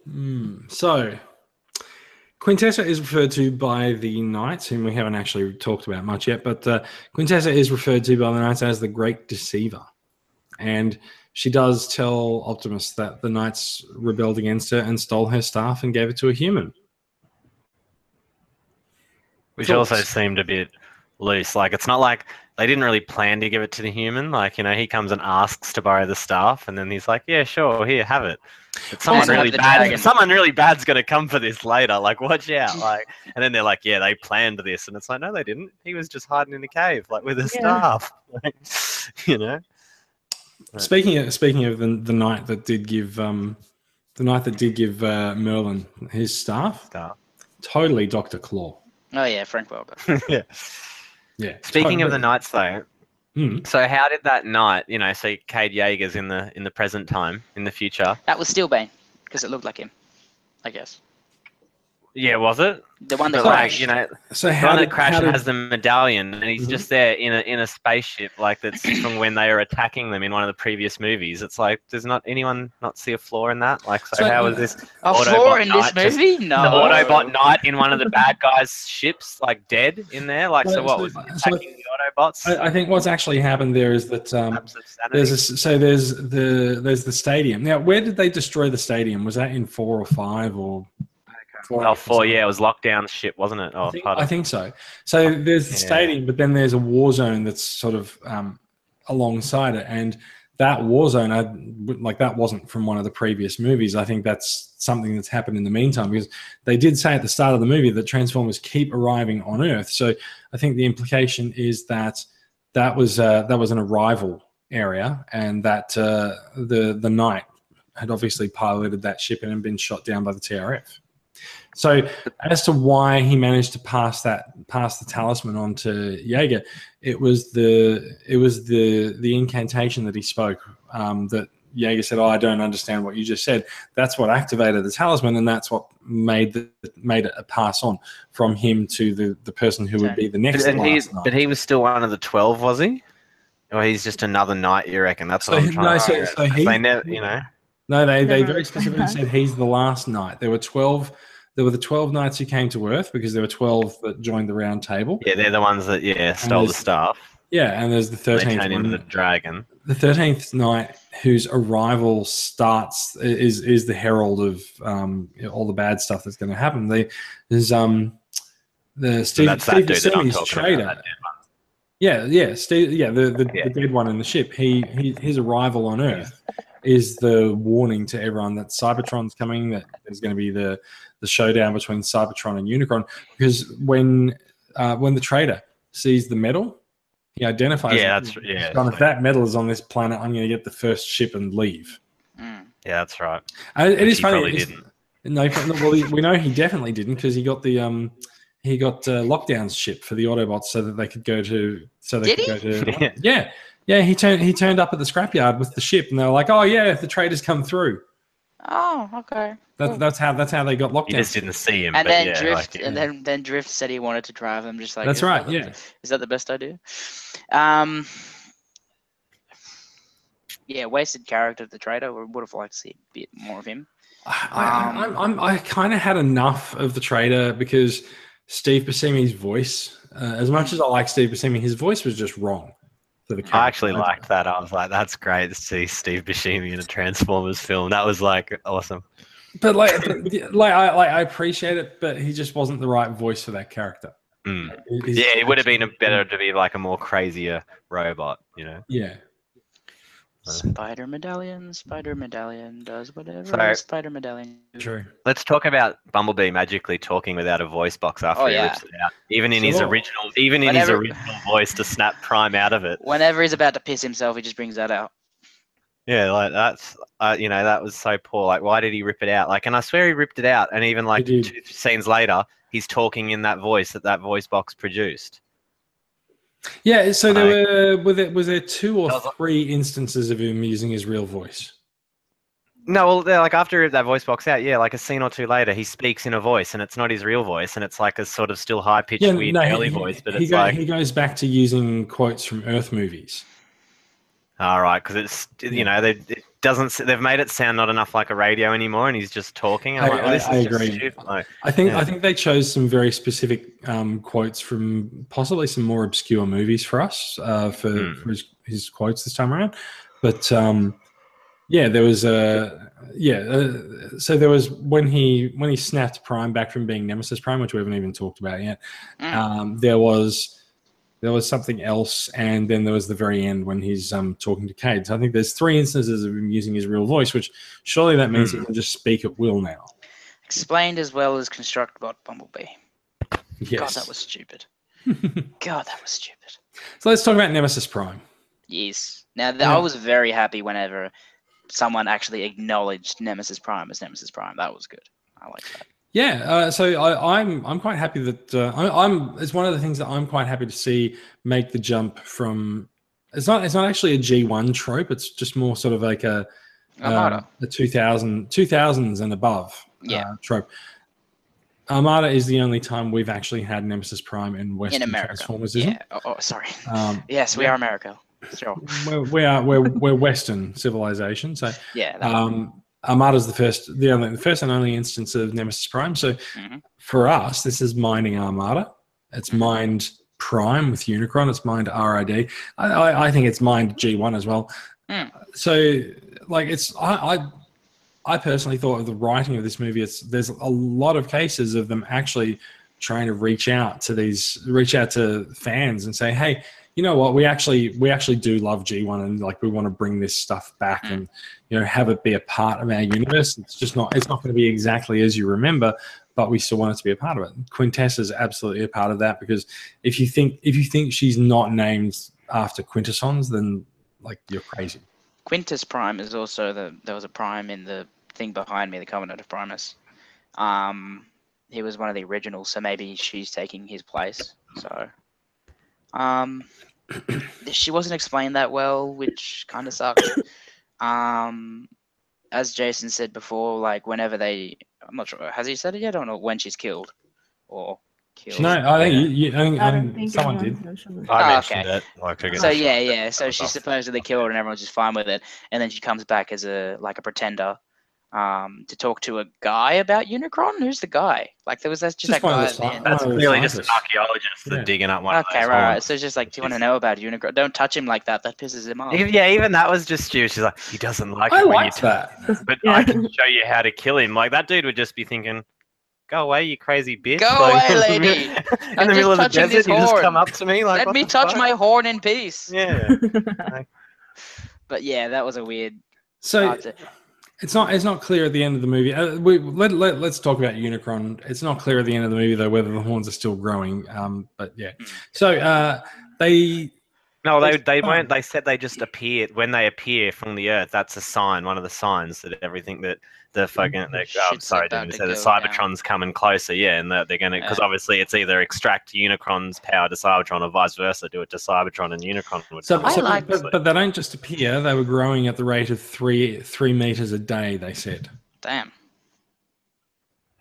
F: Hmm. So, Quintessa is referred to by the Knights, whom we haven't actually talked about much yet, but uh, Quintessa is referred to by the Knights as the Great Deceiver. And she does tell Optimus that the Knights rebelled against her and stole her staff and gave it to a human.
H: Which
F: Thoughts?
H: also seemed a bit loose. Like it's not like they didn't really plan to give it to the human. Like you know, he comes and asks to borrow the staff, and then he's like, "Yeah, sure, here, have it." But someone
G: Also have
H: really
G: the
H: bad.
G: dragon.
H: Someone really bad's gonna come for this later. Like, watch out. Like, and then they're like, "Yeah, they planned this," and it's like, "No, they didn't. He was just hiding in a cave, like with his
I: Yeah.
H: staff." Like, you know. Right.
F: Speaking of, speaking of the, the knight that did give um, the knight that did give uh, Merlin his staff,
H: Staff.
F: totally Doctor Claw.
G: oh yeah, Frank Welber.
H: yeah.
F: Yeah.
H: Speaking of the
F: totally.
H: knights, though,
F: Hmm.
H: so how did that knight, you know, so Cade Yeager's in the in the present time, in the future?
G: That was Steelbane because it looked like him, I guess.
H: Yeah, was it?
G: The one that
H: But
G: crashed.
H: like, you know,
F: so
H: The
F: how
H: one that
F: did,
H: Crash
F: how did
H: has the medallion, and he's
F: Mhm.
H: just there in a in a spaceship, like that's from when they were attacking them in one of the previous movies. It's like, does not anyone not see a flaw in that? Like, so,
F: So,
H: how
F: uh,
H: is this
G: a
H: Autobot
G: flaw Oh, in this
H: Knight just-
G: movie? no.
H: the Autobot Knight in one of the bad guys' ships, like dead in there? Like, so
F: So-
H: what
F: so-
H: was it,
F: so-
H: attacking the Autobots?
F: I, I think what's actually happened there is that um,
H: Perhaps of sanity?
F: there's a, so there's the there's the stadium now. Where did they destroy the stadium? Was that in four or five or four?
H: oh, four, yeah, it was lockdown ship, wasn't it? Oh,
F: I think,
H: pardon. Oh,
F: I think so. So there's the
H: Yeah.
F: stadium, but then there's a war zone that's sort of um, alongside it, and that war zone, I, like that wasn't from one of the previous movies. I think that's something that's happened in the meantime because they did say at the start of the movie that Transformers keep arriving on Earth. So I think the implication is that that was uh, that was an arrival area, and that uh, the the knight had obviously piloted that ship and had been shot down by the TRF. So, as to why he managed to pass that pass the talisman on to Jaeger, it was the it was the the incantation that he spoke um, that Jaeger said, "Oh, I don't understand what you just said." That's what activated the talisman, and that's what made the, made it a pass on from him to the the person who would be the next.
H: But, and he's,
F: last knight.
H: but he was still one of the 12, was he? Or he's just another knight, you reckon? That's
F: So
H: what I'm
F: he-
H: trying
F: no,
H: to
F: so-
H: figure
F: so
H: out. 'Cause
F: he-
H: they never, you know.
F: No, they, they
I: Never
F: very
I: mind.
F: specifically said he's the last knight. There were twelve. There were the twelve knights who came to Earth because there were twelve that joined the Round Table.
H: Yeah, they're the ones that yeah stole the
F: there's-
H: staff.
F: Yeah, and there's the
H: They
F: thirteenth.
H: turned into the dragon.
F: the thirteenth knight whose arrival starts is is the herald of um, you know, all the bad stuff that's going to happen. They there's um the
H: So
F: Steve,
H: that's
F: Steve
H: that dude that I'm
F: Buscemi's
H: talking
F: traitor.
H: about. that dude.
F: Yeah, yeah, Steve, yeah, the, the,
H: Yeah.
F: the dead one in the ship. He, he his arrival on Earth is the warning to everyone that Cybertron's coming. That there's going to be the the showdown between Cybertron and Unicron. Because when uh, when the trader sees the medal, he identifies.
H: Yeah,
F: it.
H: that's- yeah,
F: He's gone,
H: it's
F: if that medal is on this planet, I'm going to get the first ship and leave.
G: Mm.
H: Yeah, that's right.
F: And it
H: Which
F: is
H: he
F: funny.
H: probably
F: it's-
H: didn't.
F: No, well, he- we know he definitely didn't because he got the um. He got uh, lockdown's ship for the Autobots so that they could go to so they could
G: Did
F: go to
H: Yeah.
F: yeah, yeah. He turned he turned up at the scrapyard with the ship, and they were like, "Oh yeah, the traders come through."
G: Oh, okay.
F: That, that's how that's how they got locked
H: You
F: down.
H: just didn't see him.
G: And
H: but
G: then
H: yeah,
G: Drift,
H: like,
G: and then then Drift said he wanted to drive him. Just like
F: That's
G: is
F: right,
G: that-
F: yeah.
G: Is that the best idea? Um. Yeah, wasted character of the traitor. We would have liked to see a bit more of him.
F: I, I, I'm, I'm, I kind of had enough of the trader because Steve Buscemi's voice, uh, as much as I like Steve Buscemi, his voice was just wrong. to the character.
H: I actually liked that. I was like, that's great to see Steve Buscemi in a Transformers film. That was like awesome.
F: but like, the- like I like I appreciate it, but he just wasn't the right voice for that character.
H: Mm.
F: He- he's-
H: Yeah, it would have been a better to be like a more crazier robot, you know.
F: Yeah,
G: Spider medallion, spider medallion does whatever
H: So-
G: a spider medallion. do.
F: true.
H: Let's talk about Bumblebee magically talking without a voice box after
G: Oh,
H: he
G: yeah.
H: rips it out. Even in his
F: Sure.
H: original, even in his
G: Whenever-
H: original voice to snap Prime out of it.
G: Whenever he's about to piss himself, he just brings that out.
H: Yeah, like that's uh, you know that was so poor. Like, why did he rip it out? Like, and I swear he ripped it out. And even like
F: did.
H: two scenes later, he's talking in that voice that that voice box produced.
F: Yeah, so there
H: Like-
F: were were there, was there two or
H: That was like-
F: three instances of him using his real voice?
H: No, well, they're like after that voice box out, yeah, like a scene or two later, he speaks in a voice, and it's not his real voice, and it's like a sort of still high pitched, weird,
F: no,
H: early
F: he-
H: voice, but
F: he
H: it's
F: go-
H: like,
F: he goes back to using quotes from Earth movies.
H: all right, because it's you know they it doesn't s- they've made it sound not enough like a radio anymore, and he's just talking. I'm
F: I-
H: like, well,
F: I-
H: this
F: I
H: is just
F: agree.
H: stupid. Like,
F: I think
H: Yeah.
F: I think they chose some very specific um, quotes from possibly some more obscure movies for us uh, for,
H: Hmm.
F: for his, his quotes this time around. But um, yeah, there was a yeah. Uh, so there was when he when he snapped Prime back from being Nemesis Prime, which we haven't even talked about yet.
G: Mm.
F: Um, there was there was something else, and then there was the very end when he's um, talking to Cade. So I think there's three instances of him using his real voice, which surely that
H: Hmm.
F: means he can just speak at will now.
G: Explained as well as Constructbot Bumblebee. God,
F: Yes.
G: that was stupid. God, that was stupid.
F: So let's talk about Nemesis Prime.
G: Yes. Now, th-
F: Yeah.
G: I was very happy whenever someone actually acknowledged Nemesis Prime as Nemesis Prime. That was good. I like that.
F: Yeah, uh, so I, I'm I'm quite happy that uh, I, I'm. It's one of the things that I'm quite happy to see make the jump from. It's not it's not actually a G1 trope. It's just more sort of like a
G: Armada.
F: um, a 2000 2000s and above
G: Yeah.
F: uh, trope. Armada is the only time we've actually had Nemesis Prime in Western
G: America,
F: Transformers, isn't
G: yeah. Oh, oh, sorry.
F: it? Um,
G: Yes, we
F: Yeah.
G: are America. Sure.
F: we're, we are we're, we're Western civilization, so
G: Yeah. That,
F: um, Armada's the first, the only, the first and only instance of Nemesis Prime. So
G: Mhm.
F: for us, this is mining Armada. It's
G: Mm-hmm.
F: mined Prime with Unicron. It's mined RID. I, I, I think it's mined G1 as well.
G: Mm.
F: So like it's I, I I personally thought of the writing of this movie. It's there's a lot of cases of them actually trying to reach out to these reach out to fans and say, hey. You know what? We actually we actually do love G1 and like we want to bring this stuff back
G: Mm.
F: and you know have it be a part of our universe it's just not it's not going to be exactly as you remember but we still want it to be a part of it quintessa is absolutely a part of that because if you think if you think she's not named after quintessons then like you're crazy
G: Quintus Prime is also the there was a prime in the thing behind me, the Covenant of Primus. Um, he was one of the originals, so maybe she's taking his place. So, um, she wasn't explained that well, which kind of sucked. um, as Jason said before, like whenever they, I'm not sure, has he said it yet? I don't know when she's killed or killed.
F: no i think, you, you, I think
I: I
F: um,
I: don't think
F: someone
I: anyone's
F: did
I: mentioned it.
H: I
G: Ah,
H: mentioned
G: okay.
H: it. Like, I guess
G: So
H: I should-
G: yeah, yeah. So
H: was
G: she's
H: awesome.
G: supposedly killed, and everyone's just fine with it. And then she comes back as a like a pretender, um, to talk to a guy about Unicron. Who's the guy? Like there was that's just,
F: Just
G: that
F: one of the
G: guy. at
F: sci-
G: the end.
H: That's
F: Oh,
H: clearly just an
F: scientist.
H: archaeologist that's
F: Yeah.
H: digging up one of
G: Okay,
H: those
G: right,
H: holes.
G: right. So it's just like, do you want to know about Unicron? Don't touch him like that. That pisses him off.
H: Even- yeah, even that was just stupid. She's like, he doesn't like
F: i
H: it when you
F: liked
H: touch
F: that
H: but
I: Yeah.
H: I can show you how to kill him. Like that dude would just be thinking, "Go away, you crazy bitch!"
G: Go
H: Like,
G: away, lady.
H: in
G: I'm
H: the middle of
G: just
H: the
G: touching
H: desert,
G: this
H: you just
G: horn.
H: come up to me like,
G: Let
H: "What
G: me
H: the
G: touch
H: fuck?"
G: my horn in peace.
H: Yeah,
G: But yeah, that was a weird.
F: so
G: part to-
F: It's not. It's not clear at the end of the movie. Uh, we, let, let, let's talk about Unicron. It's not clear at the end of the movie though whether the horns are still growing. Um, but yeah.
I: Hmm.
F: So uh, they.
H: no, they
F: It's
H: they
F: fun.
H: won't. They said they just appeared when they appear from the earth. That's a sign. One of the signs that everything that
G: Mm,
H: the fucking the, oh, I'm
G: Shit's
H: sorry,
G: about
H: didn't
G: to
H: say the
G: go
H: Cybertron's coming closer. Yeah, and that they're gonna because obviously it's either extract Unicron's power to Cybertron or vice versa. Do it to Cybertron and Unicron would.
F: So,
H: come
F: so-
H: up,
G: like-
F: but,
H: obviously.
F: but they don't just appear. They were growing at the rate of three three meters a day. They said.
G: Damn.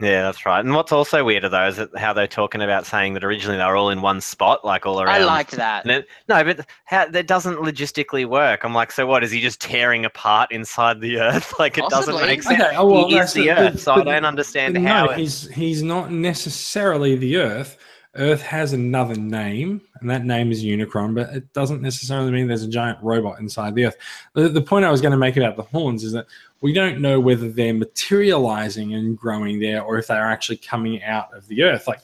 H: Yeah, that's right. And what's also weirder though is that how they're talking about saying that originally they were all in one spot, like all around.
G: I liked that.
H: And it- no, but how, that doesn't logistically work. I'm like, so what? Is he just tearing apart inside the Earth? Like it
G: Possibly.
H: doesn't make sense.
F: oh,
H: he is
F: that's
H: the
F: but-
H: Earth, so I
F: but-
H: don't understand
F: but
H: how.
F: No,
H: it-
F: he's he's not necessarily the Earth. Earth has another name, and that name is Unicron, but it doesn't necessarily mean there's a giant robot inside the Earth. The, the point I was going to make about the horns is that we don't know whether they're materializing and growing there or if they're actually coming out of the Earth. Like,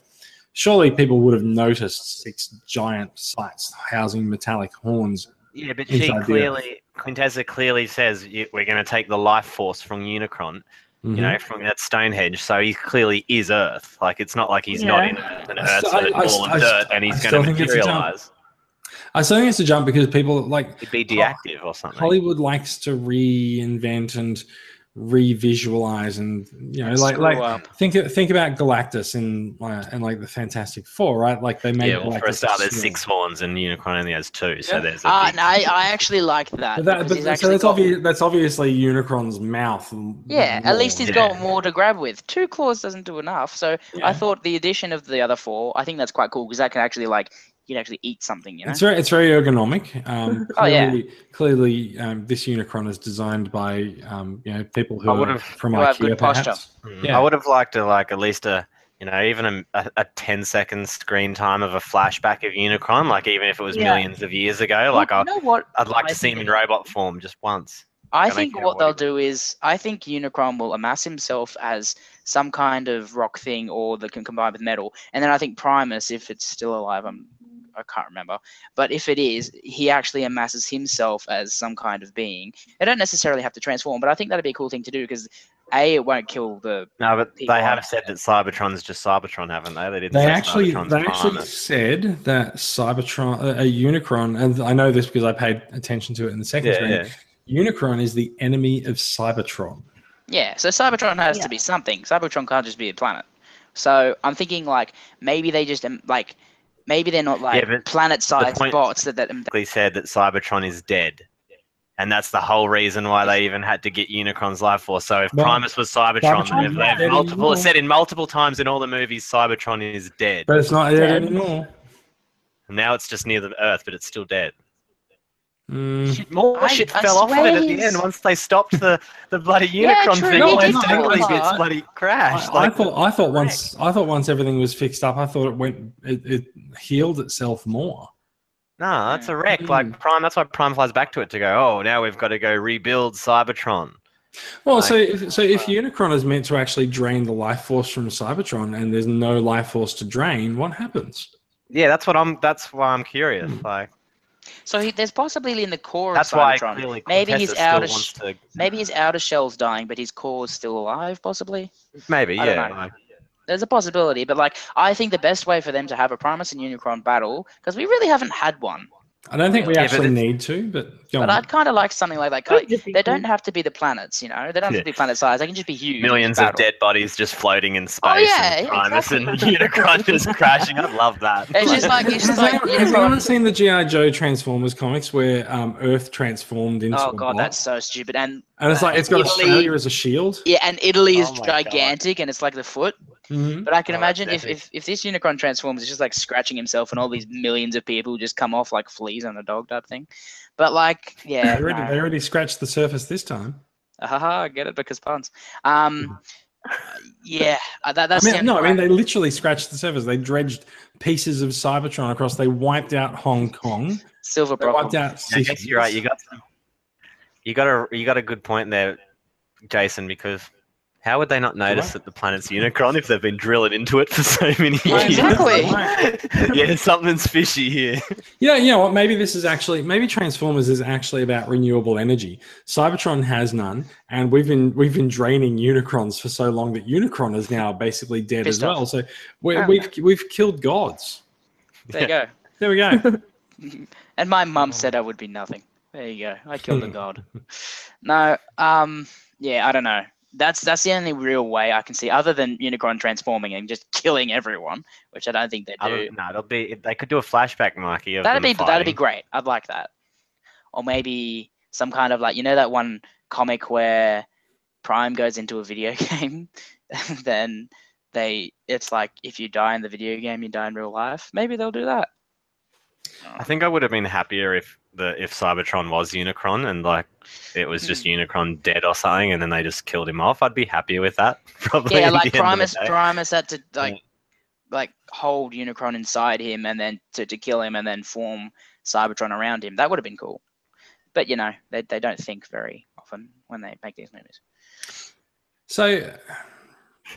F: surely people would have noticed six giant sites housing metallic horns.
H: Yeah, but she
F: Inside the Earth.
H: clearly, Quintessa clearly says "You- we're going to take the life force from Unicron. you
F: Mm-hmm.
H: know, from that Stonehenge. So he clearly is Earth. Like it's not like he's not
I: Yeah.
H: in Earth and
F: I
H: Earth's
F: st-
H: an
F: I- I
H: ball
F: st- I
H: of dirt,
F: st-
H: and
F: I
H: he's
F: still
H: going to
F: think it's a jump.
H: materialize.
F: I still think it's a jump because people like
H: He'd be deactive or something.
F: Hollywood likes to reinvent and revisualize, and you know, like like think think about Galactus in uh, and like the Fantastic Four, right? Like they made
H: yeah, well,
F: Galactus
H: for a start, there's
F: small.
H: six horns, and Unicorn only has two. So
F: Yeah.
H: there's. A
G: Uh,
H: big-
G: no, I, I actually like that.
F: But that,
G: because
F: but,
G: he's
F: so
G: actually
F: that's,
G: got-
F: obvious, that's obviously Unicron's mouth.
G: Yeah, at least he's
F: he's
G: got more to grab with. Two claws doesn't do enough. So I thought the addition of the other four, I think that's quite cool because that can actually like you can actually eat something. You know,
F: It's very, it's very ergonomic. Um,
G: Oh, yeah.
F: clearly, clearly um, this Unicron is designed by um, you know people who
H: I
F: are
H: would've-
F: from
G: who
F: IKEA.
G: have good posture.
F: perhaps.
H: Mm.
F: yeah.
H: I would have liked to like at least a you know even a, a, a 10 second screen time of a flashback of Unicron, like even if it was
I: Yeah.
H: millions of years ago. Like
G: you
H: I,
G: know what?
H: I'd like
G: I
H: to see him
G: think-
H: in robot form just once.
G: I
H: Can I
G: think
H: get
G: what they'll
H: away
G: do is I think Unicron will amass himself as some kind of rock thing or that can combine with metal, and then I think Primus, if it's still alive, I'm I can't remember, but if it is, he actually amasses himself as some kind of being. They don't necessarily have to transform, but I think that'd be a cool thing to do because a it won't kill the
H: No, but
G: People
H: they have
G: like
H: said that Cybertron's just Cybertron, haven't they? They didn't.
F: They
H: say
F: actually,
H: Cybertron's
F: they actually
H: Primus.
F: said that Cybertron, uh, a Unicron, and I know this because I paid attention to it in the second
H: Yeah,
F: screen.
H: yeah.
F: Unicron is the enemy of Cybertron.
G: Yeah, so Cybertron has
I: Yeah.
G: to be something. Cybertron can't just be a planet. So I'm thinking like maybe they just um, like maybe they're not like
H: but
G: planet-sized
H: point-
G: bots that that.
H: basically said that Cybertron is dead. And that's the whole reason why they even had to get Unicron's life force. So if
F: Well,
H: Primus was Cybertron,
F: Cybertron's
H: they've,
F: not
H: they've
F: dead
H: multiple
F: anymore.
H: it's said in multiple times in all the movies, Cybertron is dead.
F: But it's not dead
I: Dead.
F: anymore.
H: now it's just near the Earth, but it's still dead.
F: Mm.
H: Shit, more
G: I-
H: shit
G: I
H: fell off of it at the
G: swear
H: end once they stopped the, the bloody
G: Yeah,
H: Unicron
G: true,
H: thing.
F: it
H: All
F: did
H: those
F: fall
H: dangly
G: apart.
H: bits bloody crashed.
F: I, I
H: like,
F: thought I thought once I thought once everything was fixed up, I thought it went it, it healed itself more.
H: nah, that's a wreck.
G: Hmm.
H: Like Prime, that's why Prime flies back to it to go, oh, now we've got to go rebuild Cybertron.
F: Well, so if, so if Unicron is meant to actually drain the life force from Cybertron, and there's no life force to drain, what happens?
H: Yeah, that's what I'm. That's why I'm curious.
F: Hmm.
H: Like,
G: So he, there's possibly in the core
H: that's
G: of
H: why
G: Cybertron.
H: clearly
G: maybe
H: Contessa
G: his
H: still
G: outer
H: wants
G: sh-
H: to
G: maybe his outer shell's dying, but his core's still alive. Possibly
H: Maybe,
G: I don't
H: yeah.
G: know.
H: like-
G: there's a possibility, but like I think the best way for them to have a Primus and Unicron battle because we really haven't had one.
F: I don't think we
H: Yeah, but
F: actually
H: it's-
F: need to, but go
G: But
F: on.
G: I'd kind of like something like that.
I: That'd
G: 'cause
I: just be
G: They
I: cool.
G: don't have to be the planets, you know. They don't have
H: Yeah.
G: to be planet sized. They can just be huge.
H: Millions
G: battle.
H: of dead bodies just floating in space.
G: Oh, yeah,
H: and Primus
G: exactly.
H: and Unicron just crashing. I love that.
G: It's just like
F: has,
G: it's just like
F: anyone, has anyone
G: Unicron.
F: seen the GI Joe Transformers comics where um, Earth transformed into a
G: Oh god,
F: block?
G: that's so stupid. And
F: and it's like it's got
G: Italy-
F: Australia as a shield.
G: yeah, and Italy is
H: Oh my God.
G: gigantic, and it's like the foot.
F: Mhm.
G: But I can
H: Oh, that's
G: imagine if,
H: epic.
G: if if this Unicron transforms, it's just like scratching himself, and all these millions of people just come off like fleas on a dog type thing. But like, yeah,
F: They, already,
G: no.
F: they already scratched the surface this time.
G: haha, I get it because puns. Um, yeah, uh, that,
F: I
G: that's
F: mean, no, I mean they literally scratched the surface. They dredged pieces of Cybertron across. They wiped out Hong Kong.
G: silver
F: They wiped
G: problem.
F: out.
H: I
F: cities.
H: guess you're right. You got some, you got a you got a good point there, Jason. Because how would they not notice that the planet's Unicron if they've been drilling into it for so many
G: Yeah,
H: years?
G: exactly.
H: yeah, something's fishy here.
F: You know, you know what? Maybe this is actually maybe Transformers is actually about renewable energy. Cybertron has none, and we've been we've been draining Unicrons for so long that Unicron is now basically dead
G: Pissed
F: as well.
G: off.
F: So we
G: Oh.
F: we've we've killed gods.
G: There you go.
F: There we go.
G: And my mum said I would be nothing. There you go. I killed a god. No, um, yeah, I don't know. That's that's the only real way I can see, other than Unicron transforming and just killing everyone, which I don't think they
H: Other
G: do.
H: than- no, it'll be they could do a flashback, Mikey. of
G: That'd
H: them
G: be that'd be
H: fighting.
G: great. I'd like that. Or maybe some kind of like you know that one comic where Prime goes into a video game, and then they it's like if you die in the video game, you die in real life. Maybe they'll do that.
H: I think I would have been happier if the if Cybertron was Unicron and like it was
G: Hmm.
H: just Unicron dead or something, and then they just killed him off. I'd be happier with that. Probably
G: Yeah,
H: at
G: like
H: the end of the
G: Primus
H: day.
G: Primus had to like like hold Unicron inside him and then to, to kill him and then form Cybertron around him. That would have been cool. But you know, they, they don't think very often when they make these movies.
F: So,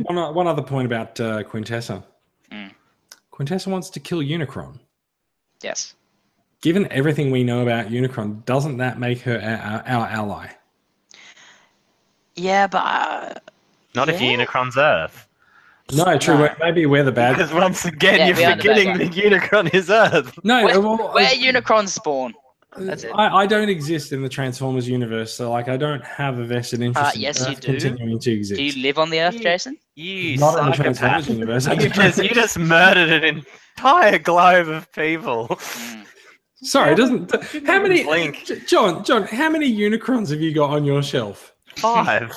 F: one, o- one other point about uh, Quintessa.
G: Mm.
F: Quintessa wants to kill Unicron.
G: Yes.
F: Given everything we know about Unicron, doesn't that make her our, our ally?
G: Yeah, but uh,
H: Not if
G: Yeah.
H: Unicron's Earth.
F: No, true.
G: No.
F: we- Maybe we're the bad.
H: Because once again,
G: Yeah, we
H: you're
G: are the bad
H: forgetting that Unicron is Earth.
F: No,
G: where,
F: well,
G: where Unicron spawn? That's it.
F: I, I don't exist in the Transformers universe, so like I don't have a vested interest. in
G: Uh, yes,
F: Earth
G: you do.
F: Continuing to exist.
G: Do you live on the Earth,
H: You-
G: Jason?
H: You
F: Not in the Transformers
H: psychopath.
F: universe.
H: you, just, you just murdered an entire globe of people.
G: Mm.
F: Sorry, it doesn't. How many?
H: blink.
F: J- John, John, how many Unicrons have you got on your shelf?
H: Five.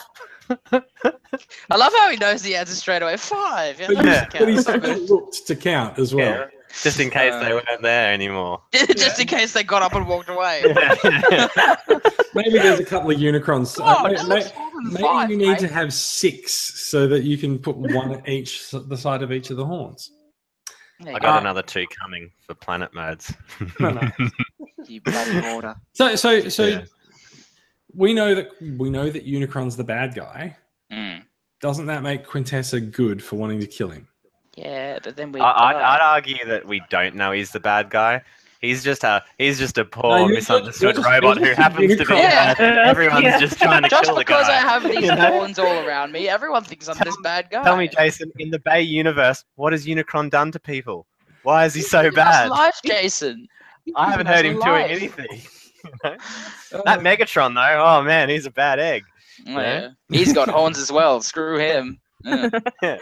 G: I love how he knows the answer straight away. Five. Yeah,
F: But,
G: that
F: he's, but he's
G: doesn't
F: actually
G: count.
F: looked to count as well.
H: Yeah. Just in case they weren't there anymore.
G: Uh, Just in case they got up and walked away.
F: Maybe there's a couple of Unicrons.
G: God,
F: may-
G: that
F: may-
G: looks more than
F: maybe
G: five,
F: you need
G: mate.
F: to have six so that you can put one at each s- the side of each of the horns.
G: There
H: I
G: you
H: got
G: go,
H: another two coming for planet modes.
F: No, no.
G: you bloody order.
F: So, so, so
H: Yeah.
F: we know that we know that Unicron's the bad guy.
G: Mm.
F: Doesn't that make Quintessa good for wanting to kill him?
G: Yeah, but then we.
H: I, I'd,
G: die.
H: I'd argue that we don't know he's the bad guy. He's just a he's just a poor
F: you're just- you're
H: misunderstood
F: just-
H: robot
F: you're
H: who
F: just a
H: happens to be
F: unicorn.
G: Yeah.
H: everyone's
I: Yeah.
H: just trying to
G: Just
H: kill the
G: because
H: guy.
G: I have these
H: You know?
G: horns all around me, everyone thinks I'm
H: Tell
G: this
H: me-
G: bad guy.
H: Tell me, Jason, in the Bay universe, what has Unicron done to people? Why is he so
G: That's
H: bad?
G: life, Jason.
H: I haven't heard him
G: That's
H: doing
G: life.
H: anything. That Megatron though, oh man, he's a bad egg.
G: Yeah. He's got horns as well. Screw him. Yeah.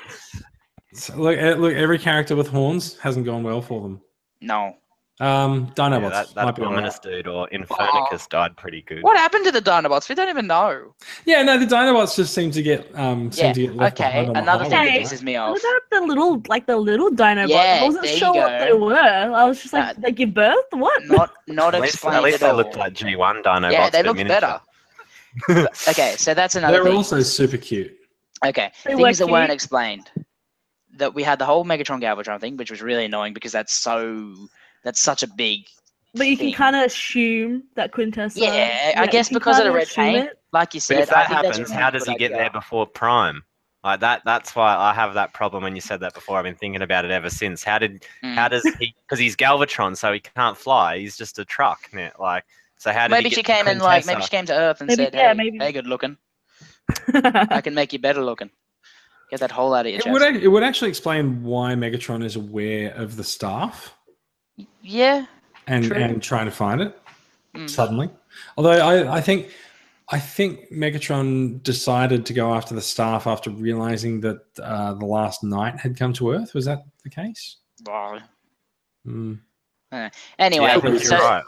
F: So look, eh, look, every character with horns hasn't gone well for them.
G: No.
F: Um, Dinobots
H: Yeah, that
F: might
H: that
F: be all right.
H: ominous dude or Infernicus died pretty good.
G: What happened to the Dinobots? We don't even know.
F: Yeah, no, the Dinobots just seem to get um seem
G: Yeah.
F: to get left
G: Okay.
F: behind on the
G: Another thing
F: highway,
G: that
I: highway.
G: pisses me off.
I: What about the little, like the little Dinobots?
G: Yeah,
I: I wasn't
G: there you
I: sure
G: go.
I: what they were. I was just like,
G: That-
I: they give birth? What?
G: Not not
H: at least,
G: explained
H: at least
G: at
H: they
G: all.
H: looked like G1 Dinobots.
G: yeah, they
H: but
G: look
H: miniature.
G: better. But- okay, so that's another.
F: They're
G: thing.
F: also super cute.
G: Okay,
I: They were
G: things that weren't
I: cute.
G: explained. That we had the whole Megatron Galvatron thing, which was really annoying because that's so that's such a big
I: But you can
G: thing.
I: kind of assume that Quintessa.
G: Yeah, I
I: you
G: guess
I: can
G: because of the
I: kinda
G: red
I: assume
G: paint.
I: it.
G: like you
H: But
G: said.
H: if that
G: I think that's
H: happens,
G: a
H: how
G: really
H: does
G: good
H: he get there
G: idea.
H: before Prime? Like that. That's why I have that problem when you said that before. I've been thinking about it ever since. How did
G: Mm.
H: how does he? Because he's Galvatron, so he can't fly. He's just a truck. Now. Like so, how did
G: Maybe
H: he
G: she
H: get
G: came
H: to
G: in like maybe she
H: Quintessa?
G: came to Earth and
I: Maybe-
G: said,
I: yeah,
G: "Hey,
I: maybe-
G: hey, good looking. I can make you better looking. Get that whole out of your
F: It
G: chest."
F: would ac- it would actually explain why Megatron is aware of the staff
G: yeah.
F: and
G: True.
F: and trying to find it
G: Mm.
F: suddenly. Although I, I think I think Megatron decided to go after the staff after realizing that uh, the last knight had come to Earth. Was that the case?
G: Well,
F: Hmm.
G: Anyway,
H: Yeah, I think
G: so
H: you're right.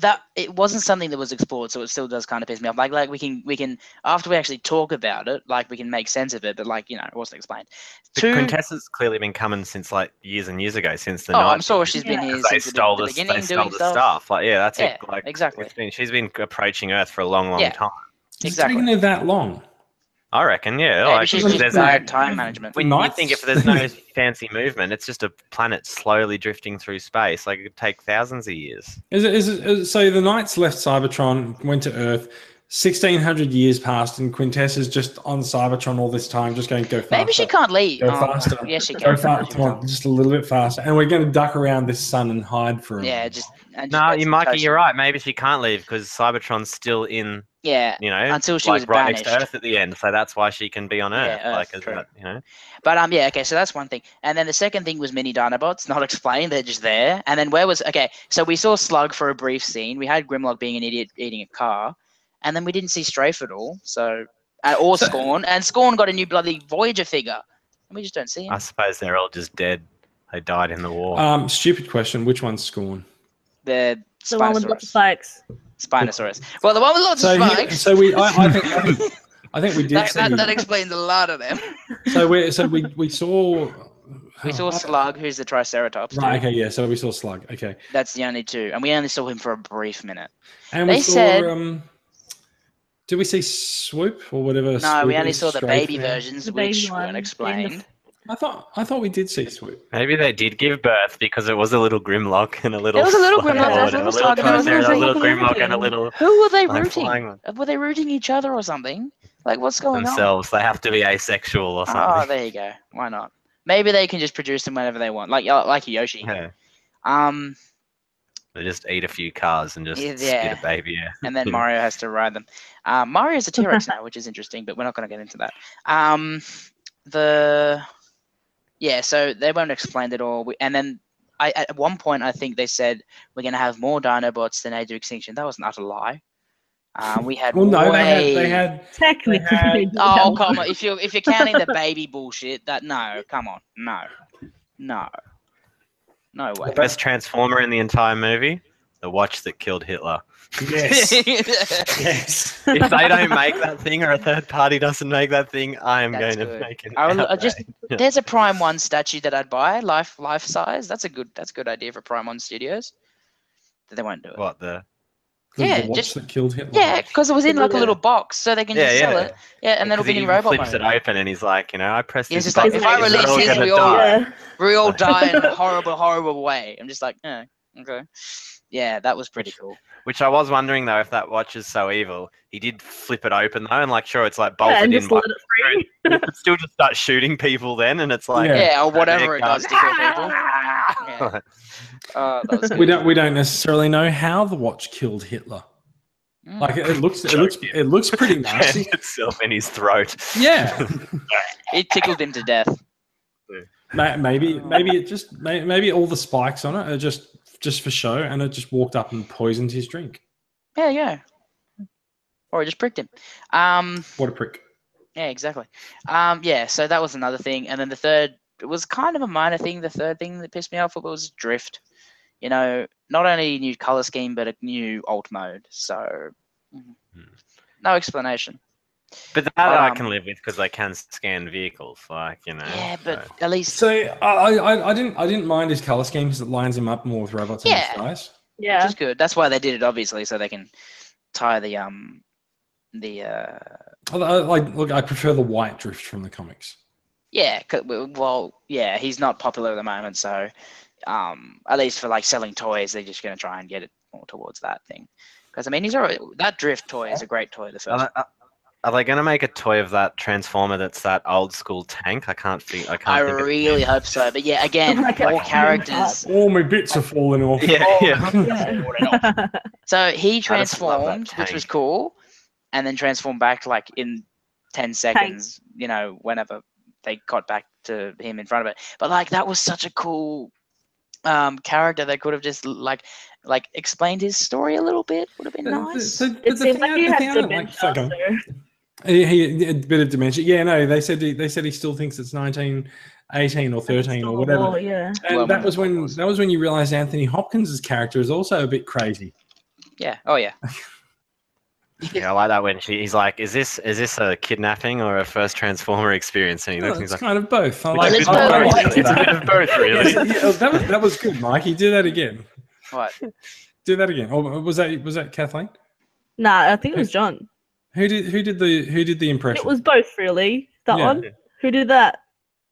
G: that it wasn't something that was explored, so it still does kind of piss me off. Like, like we can we can after we actually talk about it, like we can make sense of it, but like you know, it wasn't explained.
H: But
G: Two,
H: Quintessa's clearly been coming since like years and years ago, since the
G: oh,
H: night.
G: I'm sure she's been
I: Yeah.
G: here
H: 'cause they
G: since the,
H: stole
G: the
H: the,
G: beginning
H: they
G: doing
H: stole the
G: stuff.
H: stuff. Like yeah, that's
G: Yeah,
H: it. Like
G: exactly.
H: it's been- she's been approaching Earth for a long, long
G: Yeah.
H: time.
F: It's
G: Exactly.
F: taken her that long.
H: I reckon. Yeah,
G: Maybe
H: like
G: she's
F: because
G: just
H: there's
F: no-
G: bad at time management.
H: When you
F: Knights.
H: think if there's no fancy movement, it's just a planet slowly drifting through space. Like it could take thousands of years.
F: Is it, is it, is so the knights left Cybertron, went to Earth. 1600 years passed, and Quintessa's just on Cybertron all this time, just going, go faster.
G: Maybe she can't leave.
F: Go
G: Oh,
F: faster.
G: Yeah, she
F: Go
G: can.
F: fast, come on, just a little bit faster. And we're going to duck around this sun and hide for a
G: Yeah,
F: minute.
G: just, and just
H: No,
G: that's
H: you, Mikey,
G: toast.
H: you're right. Maybe she can't leave because Cybertron's still in,
G: Yeah,
H: you know,
G: Until she
H: like
G: was
H: right next to
G: banished.
H: Earth at the end. So that's why she can be on Earth.
G: Yeah, Earth,
H: like, is
G: true.
H: that, you know,
G: But um, yeah, okay. So that's one thing. And then the second thing was mini Dinobots, not explained. They're just there. And then where was okay? So we saw Slug for a brief scene. We had Grimlock being an idiot eating a car, and then we didn't see Strafe at all. So uh, or
F: So-
G: Scorn, and Scorn got a new bloody Voyager figure, and we just don't see him.
H: I suppose they're all just dead. They died in the war.
F: Um, stupid question. Which one's Scorn?
G: The
I: The one with lots
G: Spinosaurus.
I: of spikes.
G: Spinosaurus. Well, the one with lots
F: So,
G: of
F: he-
G: spikes.
F: so we, I, I, think, I think, I think we did.
G: that,
F: see,
G: that, that explains a lot of them.
F: so we, so we, we saw.
G: We saw Slug, who's the Triceratops.
F: Oh, Right.
G: dude.
F: Okay. Yeah. So we saw Slug. Okay.
G: That's the only two, and we only saw him for a brief minute.
F: And we
G: They
F: saw.
G: said-
F: um, did we see Swoop or whatever?
G: No,
F: Swoop
G: we only
F: is,
G: saw the
F: Strafe
G: baby
F: now?
G: versions,
I: The baby
G: which
I: one in
G: weren't
I: the
G: explained.
F: I thought I thought we did see Swoop.
H: Maybe they did give birth because it was a little Grimlock and a little.
J: It was a little Grimlock,
H: Slime
J: that's
H: Lord
J: what
H: and
J: I was
H: a little
J: talking about,
H: Cloyster and
J: it was
H: a little
J: like
H: Grimlock and a little.
G: Who were they
H: Slime
G: rooting?
H: flying one.
G: Were they rooting each other or something? Like, what's going on?
H: Themselves, they have to be asexual or
G: Oh,
H: something.
G: there you go. Why not? Maybe they can just produce them whenever they want, like uh, like Yoshi.
H: yeah.
G: Um,
H: They just eat a few cars and just
G: Yeah,
H: get
G: yeah.
H: a baby. Yeah.
G: and
F: Hmm.
G: then Mario has to ride them. Uh, Mario's a T Rex now, which is interesting, but we're not going to get into that. Um, the yeah, so they weren't explained at all. We, and then I at one point I think they said we're going to have more Dinobots than Age of Extinction. That was not a lie. Uh, we had
F: Well, no, they had
G: way-
F: they had
I: Technically,
F: had-
I: they do
G: Oh
I: have
G: come
I: one.
G: on! If you if you're counting the baby bullshit, that no, come on, no, no, no way.
H: The best Transformer in the entire movie, the watch that killed Hitler.
F: yes, yes.
H: If they don't make that thing, or a third party doesn't make that thing, I am
G: That's
H: going
G: good.
H: to make it.
G: I will, I
H: outrage.
G: just there's a Prime One statue that I'd buy, life life size. That's a good that's a good idea for Prime One Studios. But they won't do it.
H: what the
F: The-
G: Yeah,
F: the watch
G: just-
F: that killed Hitler.
G: Yeah, because it was in like a
I: Yeah.
G: little box, so they can
H: yeah
G: just
H: yeah.
G: sell it. Yeah, and then it'll
H: Because
G: be
H: he
G: in robot
H: flips
G: mode.
H: it open and he's like, you know, I press.
G: Yeah, it's
H: this
G: just like, if
H: button,
G: I
H: we're
G: release
H: all
G: this,
H: gonna
G: we all-
H: die.
I: Yeah.
G: We all die in a horrible, horrible way. I'm just like, yeah, okay. Yeah, that was pretty cool.
H: Which I was wondering though, if that watch is so evil, he did flip it open though, and like, sure, it's like
I: Yeah,
H: bolted
I: and
H: in,
I: just
H: but
I: let it free.
H: it still just starts shooting people then, and it's like,
F: Yeah.
G: Yeah, or whatever it
H: God.
G: does to kill people. Yeah. Uh, that was
F: We
G: good.
F: don't we don't necessarily know how the watch killed Hitler.
G: Mm.
F: Like it, it looks it looks it looks pretty
H: jammed
F: nasty.
H: itself in his throat.
F: Yeah,
G: It tickled him to death.
F: Ma- maybe maybe it just may- maybe all the spikes on it are just just for show, and it just walked up and poisoned his drink.
G: Yeah, yeah. Or it just pricked him. Um,
F: What a prick!
G: yeah, exactly. Um, yeah, so that was another thing. And then the third it was kind of a minor thing. The third thing that pissed me off was drift. You know, not only a new color scheme, but a new alt mode. So, mm,
H: Hmm.
G: no explanation.
H: But that I
G: Um,
H: can live with because they can scan vehicles, like you know.
G: Yeah, but
H: so-
G: at least
F: So I, I I didn't I didn't mind his color scheme because it lines him up more with robots and
G: Yeah.
F: guys.
I: Yeah.
G: which is good. That's why they did it, obviously, so they can tie the um the uh
F: Although, I- Like, look, I prefer the white drift from the comics.
G: Yeah, 'cause- w- well, yeah, he's not popular at the moment, so um, at least for like selling toys, they're just going to try and get it more towards that thing. Because I mean, he's already that drift toy is a great toy. The first,
H: Are, are, are they going to make a toy of that transformer that's that old school tank? I can't think. I can't.
G: I
H: think of the
G: really
H: name.
G: hope so. But yeah, again,
I: Like a-
G: more
I: like a
G: characters.
F: All Oh, my bits are falling off. Oh,
H: Yeah, yeah.
I: Yeah.
G: So he
H: just love that
G: transformed, which was
H: tank.
G: cool, and then transformed back like in ten seconds. You know, whenever they got back to him in front of it. But like that was such a cool um character. They could have just like like explained his story a little bit. Would have been
F: The- the-
G: nice.
F: the- the
I: It seems
F: thing
I: like
F: I-
I: you
F: the
I: had
F: thing I don't like-
I: dementia,
F: sorry, go on.
I: so-
F: He, he- a bit of dementia. Yeah, no, they said he, they said he still thinks it's 19, 18 or thirteen or
I: Well,
F: whatever.
I: yeah.
F: And that was when that was when you realised Anthony Hopkins' character is also a bit crazy.
G: Yeah. Oh yeah.
H: Yeah, I like that when she, he's like, "Is this is this a kidnapping or a first transformer experience?" And he
F: Well,
H: looks and he's
F: it's
H: like,
F: kind of both. I
H: "It's
F: like
H: a
G: Well,
H: bit
G: it's
F: it.
H: of
F: I
G: both.
H: both,
F: like
H: really."
F: it.
H: It's a bit of both, really.
F: Yeah, that, was, that was good, Mikey. Do that again.
G: What?
F: Do that again. Or was that was that Kathleen?
I: Nah, I think it was John.
F: Who did who did the who did the impression?
I: It was both, really. That
F: Yeah.
I: one. Who did that?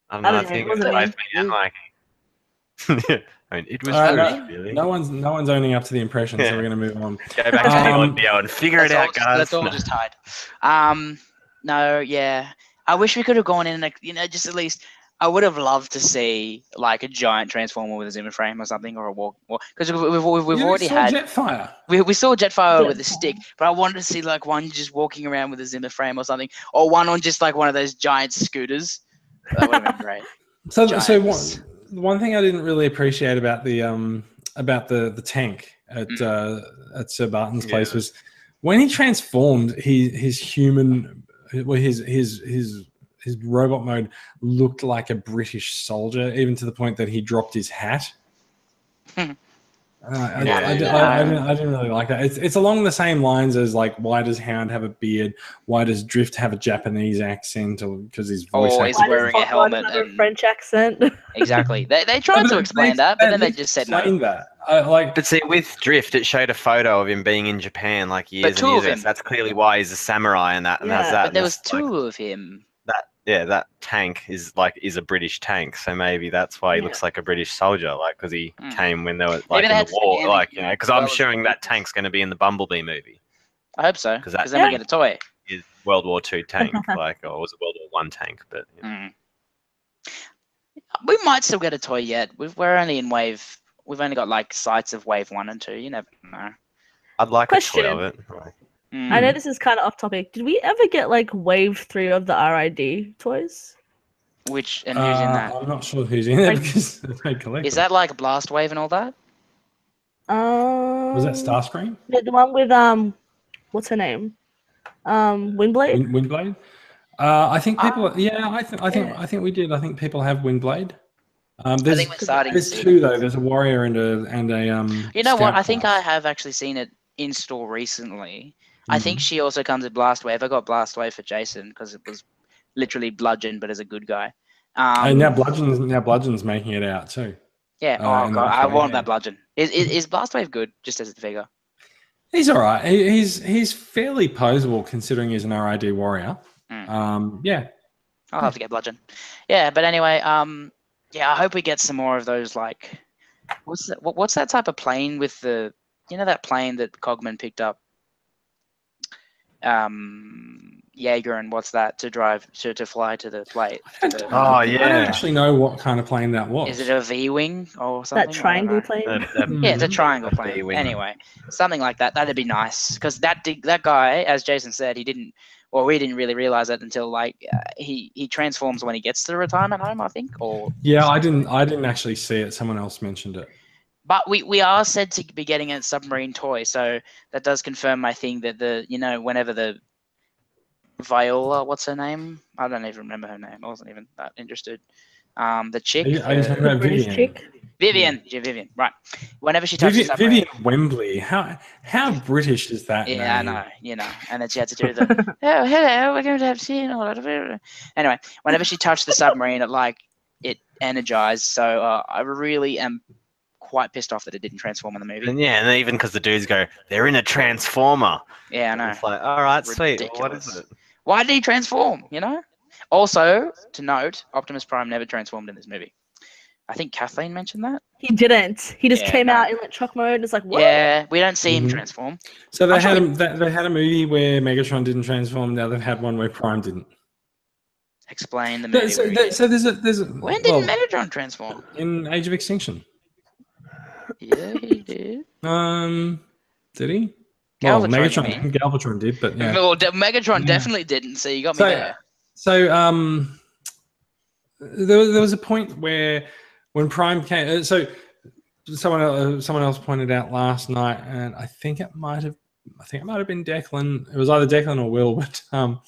H: I don't
I: I
H: know. I
I: don't know,
H: think
I: it
H: it was
I: wasn't
H: both me and Mikey. I mean, it was
F: Uh,
H: yours, really.
F: no one's no one's owning up to the impression, so
H: Yeah.
F: we're going to move on.
H: Go back to the
F: Um,
H: audio and figure it
G: Let's all
H: out,
G: just-
H: guys.
G: Let's all
H: No.
G: just hide. Um. No. Yeah. I wish we could have gone in, like, you know, just at least. I would have loved to see like a giant transformer with a zoomer frame or something, or a walk, because we've, we've, we've
F: You
G: already
F: saw
G: had
F: Jetfire.
G: We, we saw Jetfire with a
I: Jetfire.
G: stick, but I wanted to see like one just walking around with a Zimmer frame or something, or one on just like one of those giant scooters. That would have been great.
F: So, th- so one,
G: Giants.
F: the one thing I didn't really appreciate about the um about the the tank at
G: Mm.
F: uh, at Sir Barton's
H: Yeah.
F: place was when he transformed, he his human, well, his his his his robot mode looked like a British soldier, even to the point that he dropped his hat.
G: Hmm.
F: Uh, I,
H: Yeah.
F: I, I, I, I, didn't, I didn't really like that. It's, it's along the same lines as like, why does Hound have a beard? Why does Drift have a Japanese accent? Or because his voice actor-
G: Or is
I: Why does
G: wearing a
I: Hot Rod
G: helmet
I: have a
G: and-
I: French accent.
G: Exactly. They, they tried to explain that, but then they just said no.
F: explain that. I, like,
H: But see, with Drift, it showed a photo of him being in Japan like years
G: two
H: and years
G: of
H: ago.
G: him.
H: so That's clearly why he's a samurai and that. And that's
I: Yeah,
H: that.
G: But there
H: and
G: was
H: that's, like,
G: two of him.
H: that yeah, that tank is like is a British tank, so maybe that's why he
I: Yeah.
H: looks like a British soldier, like because he
G: Mm.
H: came when they were like
G: they
H: in
G: had
H: the
G: to
H: war,
G: scan it
H: like you know, because I'm
G: well as
H: assuming
G: the-
H: that tank's going to be in the Bumblebee movie,
G: I hope so.
H: 'Cause that-
G: Because then we
I: Yeah.
G: get a toy.
H: is World War Two tank, like or was it World War One tank? But yeah.
G: Mm. We might still get a toy yet. We've, we're only in wave. We've only got like sights of wave one and two. You never know. Hmm.
H: I'd like a toy of it.
I: Question.
H: Like,
G: Mm.
I: I know this is kind of off topic. Did we ever get like wave three of the RID toys?
G: Which and who's in that?
F: uh, I'm not sure who's in there
I: Like-
F: because they don't collect.
G: Is
F: them.
G: that like blast wave and all that?
I: Um,
F: was that Starscream?
I: The, the one with um, what's her name? Um, Windblade.
F: Wind, Windblade? Uh, I think people. yeah, I, th- I think
I: Yeah.
F: I think we did. I think people have Windblade. Um,
G: I
F: there's
G: think we're starting to
F: there's
G: see.
F: two though. There's a warrior and a and a um.
G: You know what?
F: scout
G: I think I
F: class.
G: have actually seen it in store recently. I
F: Mhm.
G: think she also comes with blast wave. I got blast wave for Jason because it was literally bludgeon, but as a good guy. Um,
F: and now bludgeon's now bludgeon's making it out too.
G: yeah.
F: uh,
G: Oh
F: in
G: god,
F: Blast
G: I
F: Wave,
G: want
F: yeah.
G: that bludgeon. Is, is is blast wave good? Just as a figure.
F: He's all right. He, he's he's fairly posable considering he's an RID warrior.
G: Mm.
F: Um, yeah,
G: I'll have to get bludgeon. Yeah, but anyway, um, yeah, I hope we get some more of those. Like, what's that? What, what's that type of plane with the? You know that plane that Cogman picked up. Um, Jaeger and what's that to drive to, to fly to the plate?
F: I
G: to
F: don't-
G: the-
H: Oh
F: I don't
H: yeah,
F: actually know what kind of plane that was.
G: is it a V wing or something? I
I: That
G: don't
I: triangle
G: know.
I: plane.
H: A- a-
G: Yeah, it's a
F: Mhm.
G: triangle
H: A
G: plane.
H: V-wing.
G: Anyway, something like that. That'd be nice because that di- that guy, as Jason said, he didn't, or we didn't really realize it until like uh, he he transforms when he gets to the retirement home, I think, or
F: Yeah, I didn't. I didn't actually see it. Someone else mentioned it.
G: But we, we are said to be getting a submarine toy, so that does confirm my thing that the you know whenever the Viola, what's her name? I don't even remember her name. I wasn't even that interested. Um, the chick,
F: Are you, are you
G: the-
F: talking about
I: British
F: Vivian?
I: chick.
G: Vivian, yeah, Vivian, right? Whenever she touches
F: Vivian,
G: submarine,
F: Vivian Wembley. How how British is that?
G: yeah, I
F: name?
G: know, you know, and then she had to do the oh hello, we're going to have tea and all that. Anyway, whenever she touched the submarine, it like it energized. So uh, I really am quite pissed off that it didn't transform in the movie.
H: and yeah, and then even because the dudes go, they're in a transformer.
G: Yeah, I know.
H: It's like, all right, sweet. well, What is
G: Ridiculous.
H: it?
G: Why did he transform? You know. Also, to note, Optimus Prime never transformed in this movie. I think Kathleen mentioned that.
I: He didn't. He just
G: Yeah,
I: came
G: no.
I: out in like truck mode. and It's like what?
G: Yeah, we don't see him
F: Mhm.
G: transform.
F: So they
G: I'm
F: had
G: sorry.
F: a, they, they had a movie where Megatron didn't transform. Now they've had one where Prime didn't.
G: Explain the
F: No,
G: movie.
F: so,
G: we-
F: there- so there's a there's a
G: when did
F: well,
G: Megatron transform?
F: in Age of Extinction.
G: Yeah, he did.
F: Um, did he?
G: Galvatron, you
F: well, Megatron,
G: mean.
F: Galvatron did, but yeah.
G: Well, de- Megatron
F: Yeah.
G: definitely didn't. So you got me
F: So-
G: there.
F: So um, there, was- there was a point where when Prime came. uh, So someone uh, someone else pointed out last night, and I think it might have I think it might have been Declan. It was either Declan or Will, but um,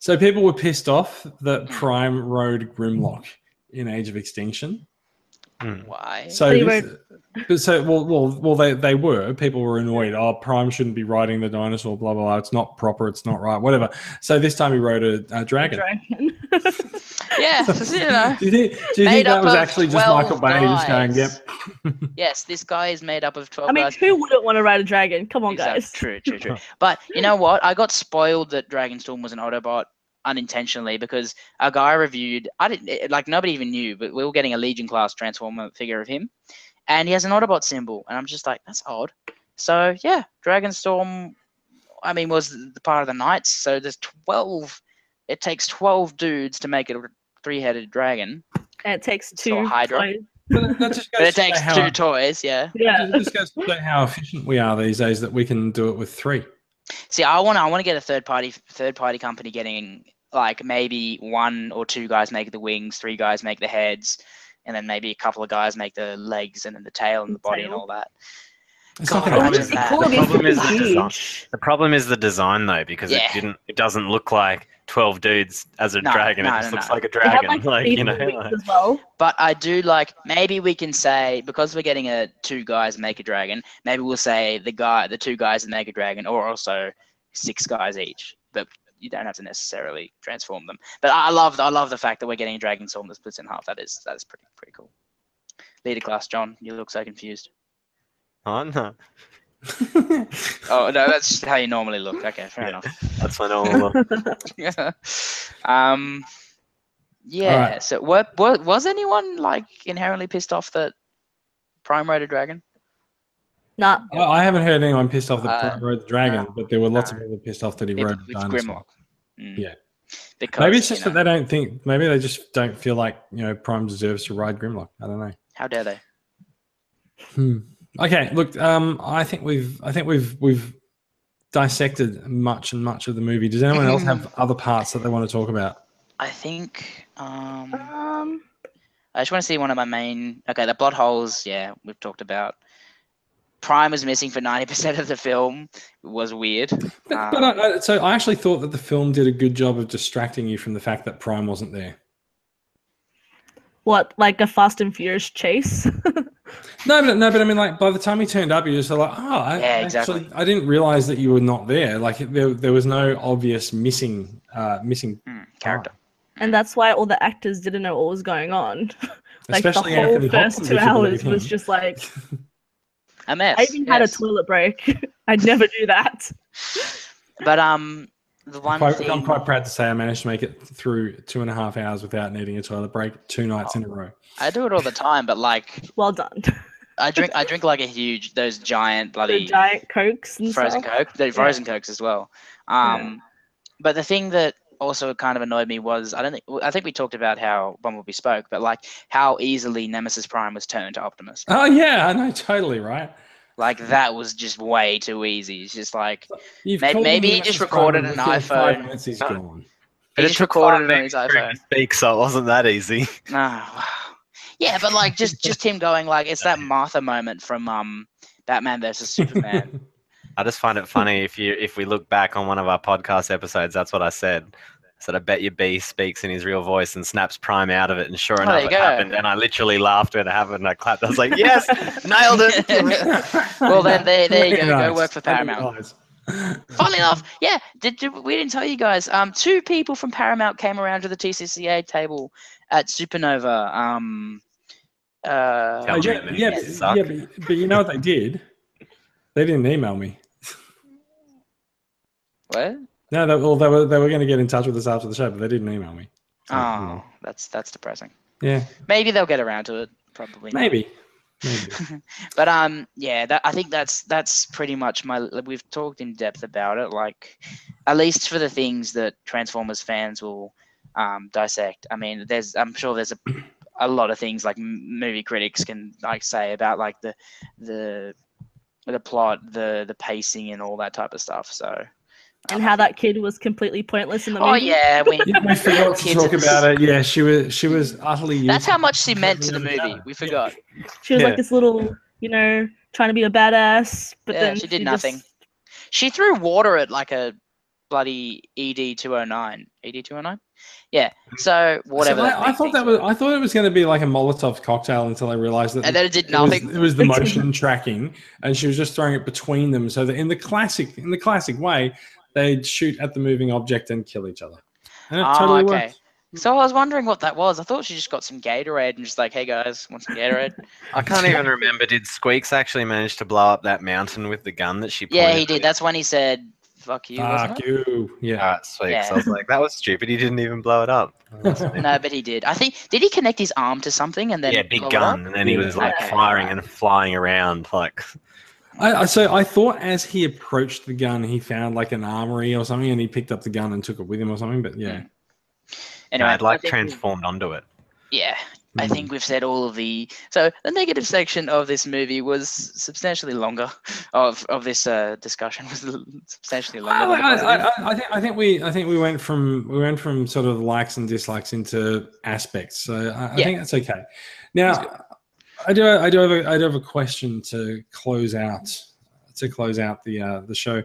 F: so people were pissed off that Prime rode Grimlock in Age of Extinction.
G: Why?
F: So,
I: They
F: this- but so well, well, well. They they were people were annoyed. Oh, Prime shouldn't be riding the dinosaur. Blah blah blah. It's not proper. It's not right. Whatever. So this time he rode a, a dragon.
I: Dragon.
G: yeah, you know.
F: do you think, do you
G: uh, Made
F: think
G: up
F: that was
G: of
F: actually just
G: 12
F: Michael Bay just going, "Yep,
G: guys. Yes, this guy is made up of twelve
I: I mean,
G: guys.
I: who wouldn't want to ride a dragon? Come on,
G: Exact-
I: guys.
G: True, true, true. But you know what? I got spoiled that Dragonstorm was an Autobot unintentionally because a guy reviewed. I didn't it- like nobody even knew, but we were getting a Legion class Transformer figure of him, and he has an Autobot symbol, and I'm just like, that's odd. So yeah, Dragonstorm. I mean, was the part of the Knights. So there's twelve. It takes twelve dudes to make a three-headed dragon,
I: And it takes
G: It's
I: two.
G: still a Hydra.
I: toys.
F: That that just
G: but
F: goes
G: it
F: to show
G: takes
F: how-
G: two toys. Yeah.
I: Yeah.
F: it just goes to show how efficient we are these days that we can do it with three.
G: See, I want to. I want to get a third party, third party company getting like maybe one or two guys make the wings, three guys make the heads, and then maybe a couple of guys make the legs and then the tail and the body and
I: Tail.
G: all that.
F: It's
G: God,
F: not
G: I
F: going to
G: just-
F: happen.
G: that. The
I: All of these
H: problem is
I: things
H: the
I: are
H: design.
I: huge.
H: The problem is the design though, because
G: Yeah.
H: it didn't. It doesn't look like twelve dudes as a
G: No,
H: dragon.
G: no,
H: it just
G: no,
H: looks
G: no.
H: like a
I: They have,
H: dragon. Like, you
I: feeding
H: know.
I: wings
H: like-
I: as well.
G: But I do like maybe we can say because we're getting a two guys make a dragon. Maybe we'll say the guy, the two guys that make a dragon, or also six guys each. But you don't have to necessarily transform them. But I I love, I love the fact that we're getting a dragon storm that splits in half. That is, that is pretty, pretty cool. Leader class, John, you look so confused.
H: oh, no.
G: Oh no, that's just how you normally look. Okay, fair
H: Yeah. That's my normal look.
G: enough. Um, yeah.
F: Alright.
G: So, were, were, was anyone like inherently pissed off that Prime Raider Dragon?
I: Nah.
F: Well, I haven't heard anyone pissed off that
G: Uh,
F: Prime rode the dragon,
G: no,
F: but there were lots
G: no.
F: of people pissed off that he
G: It-
F: rode the
G: it's
F: dinosaur.
G: Grimlock. Mm.
F: Yeah.
G: Because,
F: Maybe it's
G: you
F: just
G: know,
F: that they don't think. Maybe they just don't feel like you know Prime deserves to ride Grimlock. I don't know.
G: How dare they?
F: Hmm. Okay. Look, um, I think we've I think we've we've dissected much and much of the movie. Does anyone else have other parts that they want to talk about?
G: I think. Um,
I: Um,
G: I just want to see one of my main. Okay, the plot holes. Yeah, we've talked about. Prime was missing for ninety percent of the film. It was weird.
F: But,
G: Um,
F: but uh, I, I, so I actually thought that the film did a good job of distracting you from the fact that Prime wasn't there.
I: what like a Fast and Furious chase?
F: No, but no, but I mean, like by the time he turned up, you just like, oh, I,
G: Yeah, exactly.
F: actually, I didn't realize that you were not there. Like there, there was no obvious missing, uh, missing,
G: Hmm, character.
I: and that's why all the actors didn't know what was going on. like
F: especially
I: the whole
F: Anthony
I: first
F: Hopkins,
I: two
F: if you believe
I: hours was
F: him.
I: just like
G: A mess.
I: I even had a
G: yes.
I: toilet break. I'd never do that.
G: But um, the one
F: I'm quite,
G: thing.
F: I'm quite proud to say I managed to make it through two and a half hours without needing a toilet break two nights in a
G: Oh.
F: row.
G: I do it all the time, but like
I: Well done.
G: I drink, I drink like a huge those giant
I: The
G: bloody
I: giant cokes and
G: frozen
I: stuff.
G: coke, the frozen cokes as well. Um, but the thing that also kind of annoyed me was I don't think I think we talked about how when we spoke, but like how easily Nemesis Prime was turned to Optimus.
F: Oh yeah, I know totally right.
G: Like that was just way too easy. It's just like
F: You've
G: May-
F: called him
G: maybe he
F: Nemesis
G: just recorded
F: Prime,
G: an
F: within Five
G: iPhone.
F: minutes he's
H: Uh,
F: gone.
G: he
H: But
G: just
H: it's
G: recorded
H: recorded
G: on his iPhone.
H: Speak, so it wasn't that easy.
G: Ah, wow. Yeah, but like just just him going like it's that Martha moment from um Batman versus Superman.
H: I just find it funny if you if we look back on one of our podcast episodes, that's what I said. I said I bet your B speaks in his real voice and snaps Prime out of it, and sure
G: Oh, there
H: enough,
G: you
H: it
G: go.
H: happened. And I literally laughed when it happened. And I clapped. I was like, "Yes, nailed it!"
G: Well, then they- there you go, go
F: Nice.
G: work for Paramount. Funnily enough, yeah, did, did we didn't tell you guys? Um, two people from Paramount came around to the TCCA table at Supernova. Um,
H: Tell
G: uh,
F: Oh,
H: me
F: yeah,
H: that
F: yeah,
H: you
F: but,
H: suck.
F: yeah but, but you know what they did? They didn't email me.
G: what?
F: No, they, well, they were they were going to get in touch with us after the show, but they didn't email me. So, you
G: Oh,
F: know.
G: that's that's depressing.
F: yeah,
G: Maybe they'll get around to it. Probably. not.
F: maybe. maybe.
G: But um, yeah, that I think that's that's pretty much my. like, We've talked in depth about it, like at least for the things that Transformers fans will um, dissect. I mean, there's I'm sure there's a a lot of things like m- movie critics can like say about like the the the plot, the the pacing, and all that type of stuff. So.
I: And how that kid was completely pointless in the
G: Oh
I: movie.
G: yeah, we,
F: yeah, we forgot to
G: kids
F: talk
G: at the-
F: about it. Yeah, she was she was utterly.
G: That's
F: useless.
G: how much she meant to the
F: Yeah.
G: movie. We forgot.
I: She was
H: Yeah.
I: like this little, you know, trying to be a badass, but
G: Yeah,
I: then
G: she did
I: just-
G: nothing. She threw water at like a bloody ED two hundred nine. ED two hundred nine. Yeah. So whatever.
F: So I, I thought that was I thought it was going to be like a Molotov cocktail until I realized that
G: And then it
F: it
G: did
F: was,
G: nothing.
F: it was the motion tracking, and she was just throwing it between them. So that in the classic in the classic way, they'd shoot at the moving object and kill each other. And it
G: Ah,
F: totally
G: okay.
F: worked.
G: So I was wondering what that was. I thought she just got some Gatorade and just like, hey guys, want some Gatorade?
H: I can't even remember. Did Squeaks actually manage to blow up that mountain with the gun that she?
G: yeah,
H: pointed
G: he did. That's when he said, "Fuck you." wasn't
F: Fuck
G: it?
F: you!
H: All
F: Yeah.
H: right, sweet.
G: Yeah.
H: So I was like, that was stupid. He didn't even blow it up.
G: No, but he did. I think did he connect his arm to something and then
H: yeah, big
G: blow it up?
H: gun, and then he
F: Yeah.
H: was like
G: Okay.
H: firing and flying around. Like,
F: I, I, so I thought as he approached the gun, he found like an armory or something, and he picked up the gun and took it with him or something. But yeah,
G: Mm. Anyway,
H: I'd
G: I
H: like
G: think-
H: transformed onto it.
G: Yeah, I
H: Hmm.
G: think we've said all of the. So the negative section of this movie was substantially longer. Of of this uh, discussion was substantially
F: I,
G: longer. than the
F: I- I-
G: positive.
F: I- I think I think we I think we went from we went from sort of likes and dislikes into aspects. So I, I
G: Yeah.
F: think that's okay. Now, I do I do have a, I do have a question to close out to close out the uh, the show.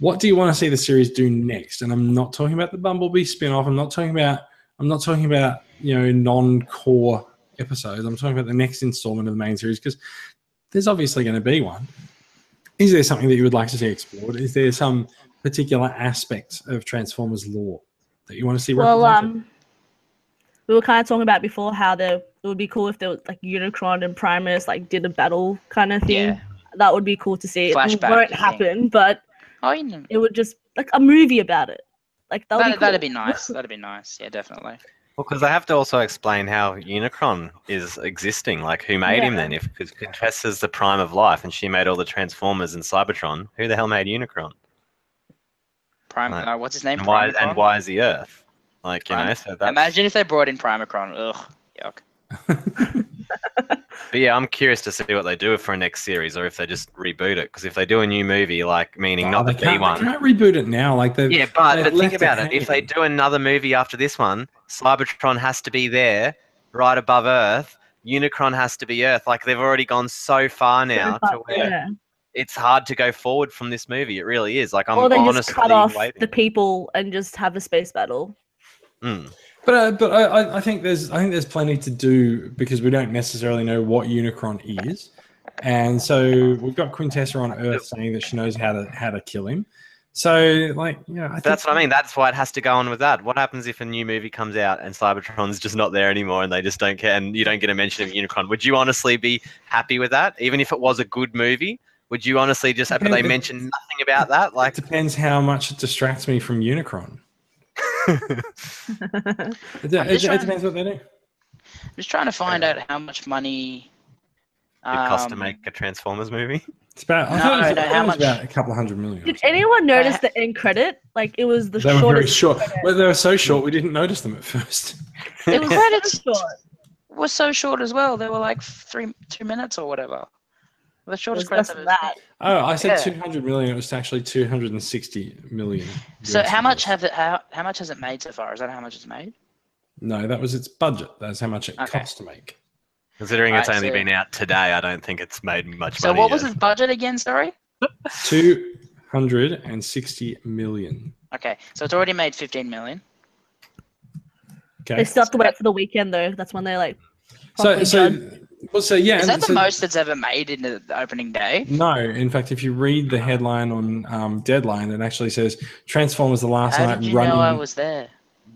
F: What do you want to see the series do next? And I'm not talking about the Bumblebee spin-off. I'm not talking about I'm not talking about you know non-core episodes. I'm talking about the next installment of the main series because there's obviously going to be one. Is there something that you would like to see explored? Is there some particular aspect of Transformers lore that you want to see
I: Well,
F: represented?
I: um, we were kind of talking about before how there it would be cool if there was like Unicron and Primus like did a battle kind of thing.
G: Yeah.
I: That would be cool to see.
G: Flashback
I: it won't
G: thing.
I: happen, but
G: Oh, you know.
I: it would just like a movie about it. Like that would
G: That,
I: be
G: That'd
I: cool.
G: be nice. That'd be nice. Yeah, definitely.
H: Well, because I have to also explain how Unicron is existing. Like, who made him
I: Yeah.
H: then? If because Contessa's the prime of life, and she made all the Transformers and Cybertron, who the hell made Unicron?
G: Prime.
H: Right.
G: Uh, what's his name?
H: And why?
G: Primacron?
H: And why is the Earth? Like, you know.
G: Prime-
H: So that's,
G: Imagine if they brought in Primacron. Ugh. Yuck.
H: But yeah, I'm curious to see what they do for a next series, or if they just reboot it. Because if they do a new movie, like meaning
F: Oh,
H: not the
F: they
H: B
F: can't,
H: one,
F: They can't reboot it now. Like they've
H: Yeah, but,
F: they've
H: but think
F: left
H: about it. If they
F: hanging.
H: do another movie after this one, Cybertron has to be there, right above Earth. Unicron has to be Earth. Like they've already gone so far now to where
I: Yeah.
H: it's hard to go forward from this movie. It really is. Like I'm
F: um,
I: or they
H: honestly
I: just cut off
H: waiting.
I: the people and just have a space battle.
H: Mm.
F: But uh, but I, I- I think there's I think there's plenty to do because we don't necessarily know what Unicron is, and so we've got Quintessa on Earth saying that she knows how to how to kill him. So like yeah, I think,
H: That's what I mean. That's why it has to go on with that. What happens if a new movie comes out and Cybertron's just not there anymore, and they just don't care, and you don't get a mention of Unicron? Would you honestly be happy with that, even if it was a good movie? Would you honestly just? But
F: Yeah,
H: they
F: but-
H: mention nothing about that. Like
F: It depends how much it distracts me from Unicron. It, it- it
G: just trying to-
F: depends what they do.
G: I'm just trying to find out how much money.
H: it cost to
G: um,
H: make a Transformers movie.
F: It's about I
G: No,
F: thought it was,
G: no,
F: I thought
G: how
F: it was
G: much-
F: about a couple hundred million. or
I: Did
F: something.
I: anyone notice
G: ha-
I: the end credit? Like it was the
F: They were very
I: shortest.
F: short. Well, they were so short we didn't notice them at first.
G: The
I: It was
G: credits
I: so short.
G: were so short as well. They were like three, two minutes or whatever. The
I: It
G: shortest
I: was
G: credits
I: less
G: I've
I: than
G: ever
I: that.
F: Oh, I said
G: Yeah.
F: 200 million. It was actually 260 million.
G: So
F: US
G: how
F: dollars.
G: much have it, how, how much has it made so far? Is that how much it's made?
F: No, that was its budget. That's how much it
G: Okay.
F: cost to make.
H: Considering it's
G: Right,
H: only
G: so-
H: been out today, I don't think it's made much
G: So
H: money.
G: what was
H: yet.
G: its budget again? Sorry.
F: 260 million.
G: Okay, so it's already made 15 million.
F: Okay.
I: They still have to wait for the weekend though. That's when they like.
F: So,
I: properly done.
F: so, well, so yeah.
G: Is
F: and
G: that the
F: so-
G: most it's ever made in the the opening day?
F: No, in fact, if you read the headline on um, Deadline, it actually says Transformers the last
G: How
F: night
G: did you
F: running,
G: know I was there?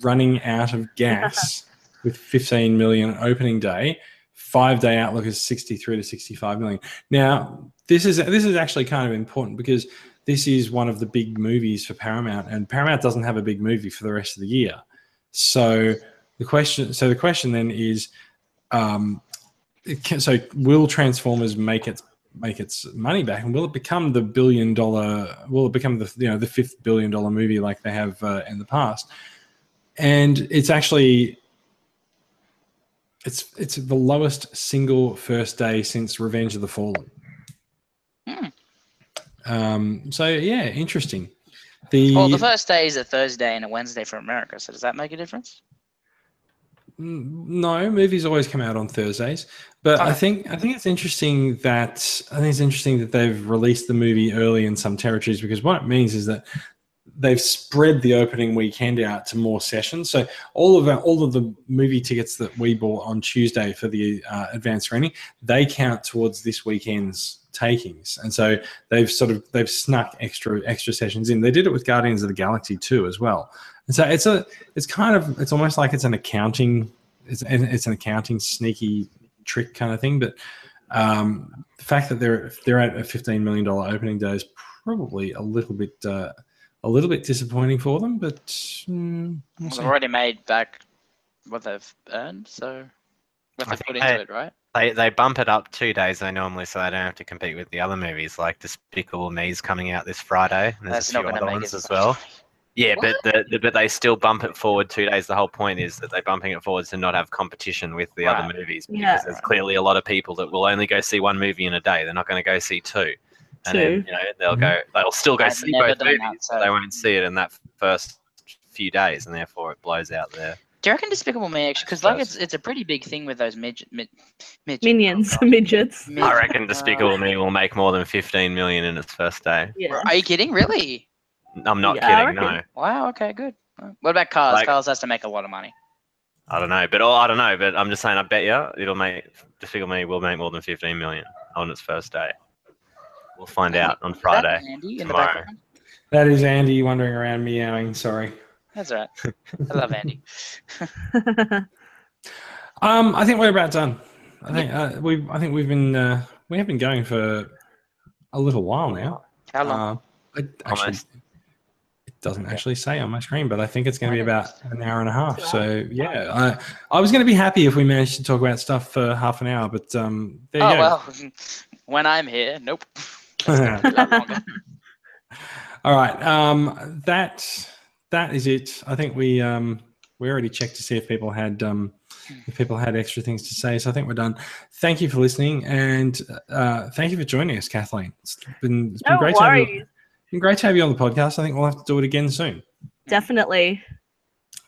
F: running out of gas with 15 million on opening day. Five day outlook is 63 to 65 million. Now, this is this is actually kind of important because this is one of the big movies for Paramount, and Paramount doesn't have a big movie for the rest of the year. So the question, so the question then is, um, it can, so will Transformers make its make its money back, and will it become the billion dollar? Will it become the you know the fifth billion dollar movie like they have uh, in the past? And it's actually it's it's the lowest single first day since Revenge of the Fallen.
G: Hmm.
F: Um, so yeah, interesting. The,
G: Well, the first day is a Thursday and a Wednesday for America. So does that make a difference?
F: Mm, No, movies always come out on Thursdays, but I
G: Okay.
F: think I think it's interesting that I think it's interesting that they've released the movie early in some territories because what it means is that they've spread the opening weekend out to more sessions. So all of our, all of the movie tickets that we bought on Tuesday for the uh, advanced screening, they count towards this weekend's takings, and so they've sort of they've snuck extra extra sessions in. They did it with Guardians of the Galaxy too as well, and so it's a it's kind of it's almost like it's an accounting it's an, it's an accounting sneaky trick kind of thing. But um, the fact that they're they're at a fifteen million dollar opening day is probably a little bit uh, a little bit disappointing for them. But mm, we'll
G: Well,
F: see.
G: they've already made back what they've earned, so what
H: I
G: they've
H: think
G: put into
H: I-
G: it, right?
H: They they bump it up two days they normally, so they don't have to compete with the other movies like Despicable Me's coming out this Friday. And
G: That's
H: there's a
G: not
H: few
G: going
H: other
G: to make
H: ones
G: it
H: as well. Yeah, but the, the, but they still bump it forward two days. The whole point is that they're bumping it forward to not have competition with the other
G: Right.
H: movies because
I: Yeah.
H: there's clearly a lot of people that will only go see one movie in a day. They're not going to go see two, and
I: Two.
H: then you know they'll go. They'll still go
G: Mm-hmm. I've
H: see
G: never
H: both
G: done that,
H: movies, but
G: so-
H: they won't see it in that first few days, and therefore it blows out there.
G: Do you reckon Despicable Me actually? Because like it's it's a pretty big thing with those midget mid, midget
I: Minions, midgets.
G: Mid-
H: I reckon
G: uh,
H: Despicable Me will make more than 15 million in its first day.
I: Yeah.
G: Are you kidding? Really?
H: I'm not
I: Yeah, I
H: kidding. No,
I: reckon.
G: Wow. Okay. Good. What about Cars?
H: Like-
G: Cars has to make a lot of money.
H: I don't know, but oh, I don't know. But I'm just saying, I bet you it'll make Despicable Me will make more than 15 million on its first day. We'll find out on
G: Is that
H: Friday.
G: Andy in the
H: tomorrow.
G: background.
F: that is Andy wandering around meowing. Sorry.
G: That's all right. I love Andy.
F: Um, I think we're about done. I think uh, we I think we've been uh, we have been going for a little while now.
G: How long?
F: Uh, I, actually,
H: Almost.
F: it doesn't actually say on my screen, but I think it's going to be about an hour and a half. So yeah, I, I was going to be happy if we managed to talk about stuff for half an hour, but um, there you
G: oh
F: go.
G: well, when I'm here, nope. Be that longer.
F: All right, um, that that is it. I think we um, we already checked to see if people had um, if people had extra things to say. So I think we're done. Thank you for listening, and uh, thank you for joining us, Kathleen. It's been, it's been
I: No
F: great. To have you,
I: worries.
F: been great to have you on the podcast. I think we'll have to do it again soon.
I: Definitely.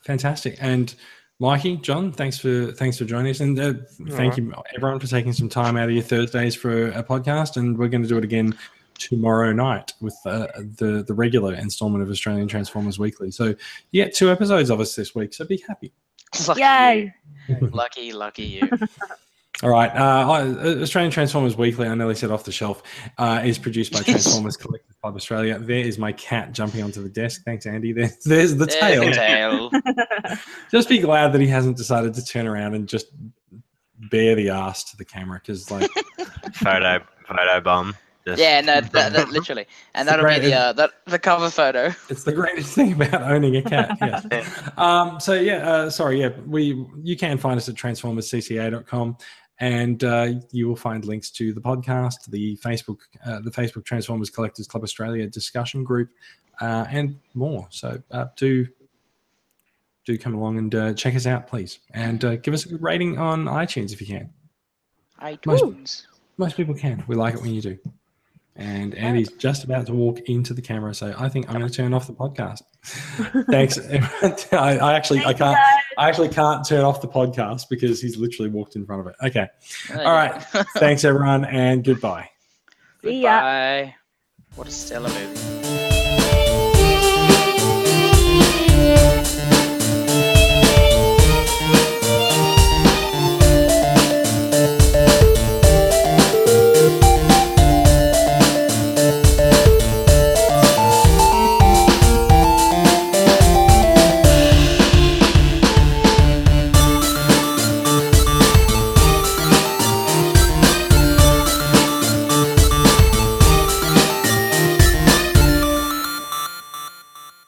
F: Fantastic. And Mikey, John, thanks for thanks for joining us, and uh, thank you everyone for taking some time out of your Thursdays for a podcast. And we're going to do it again tomorrow night with uh, the the regular installment of Australian Transformers Weekly. So you get two episodes of us this week. So be happy.
G: Lucky
I: Yay.
G: you. Lucky, lucky you.
F: All right. Uh, I- uh, Australian Transformers Weekly, I nearly said off the shelf, uh, is produced by Transformers Collective Club Australia. There is my cat jumping onto the desk. Thanks, Andy. There, there's the
G: There's
F: tail.
G: the tail.
F: just be glad that he hasn't decided to turn around and just bare the ass to the camera because like
H: photo photo bomb. Just,
G: Yeah, no, that, that, literally, and
F: It's
G: that'll be
F: great,
G: the uh, that the cover photo.
F: it's the greatest thing about owning a cat yes um so yeah uh, sorry yeah we you can find us at transformerscca.com and uh, you will find links to the podcast the facebook uh, the facebook transformers collectors club australia discussion group uh, and more so uh, do do come along and uh, check us out please and uh, give us a good rating on itunes if you can
G: iTunes.
F: Most people can. We like it when you do. And Andy's just about to walk into the camera, so I think I'm going to turn off the podcast. Thanks. I, I actually I
I: Thank you,
F: can't
I: guys.
F: I actually can't turn off the podcast because he's literally walked in front of it. Okay.
G: All
F: right. Thanks everyone and goodbye.
I: See ya.
G: Bye. What a stellar movie.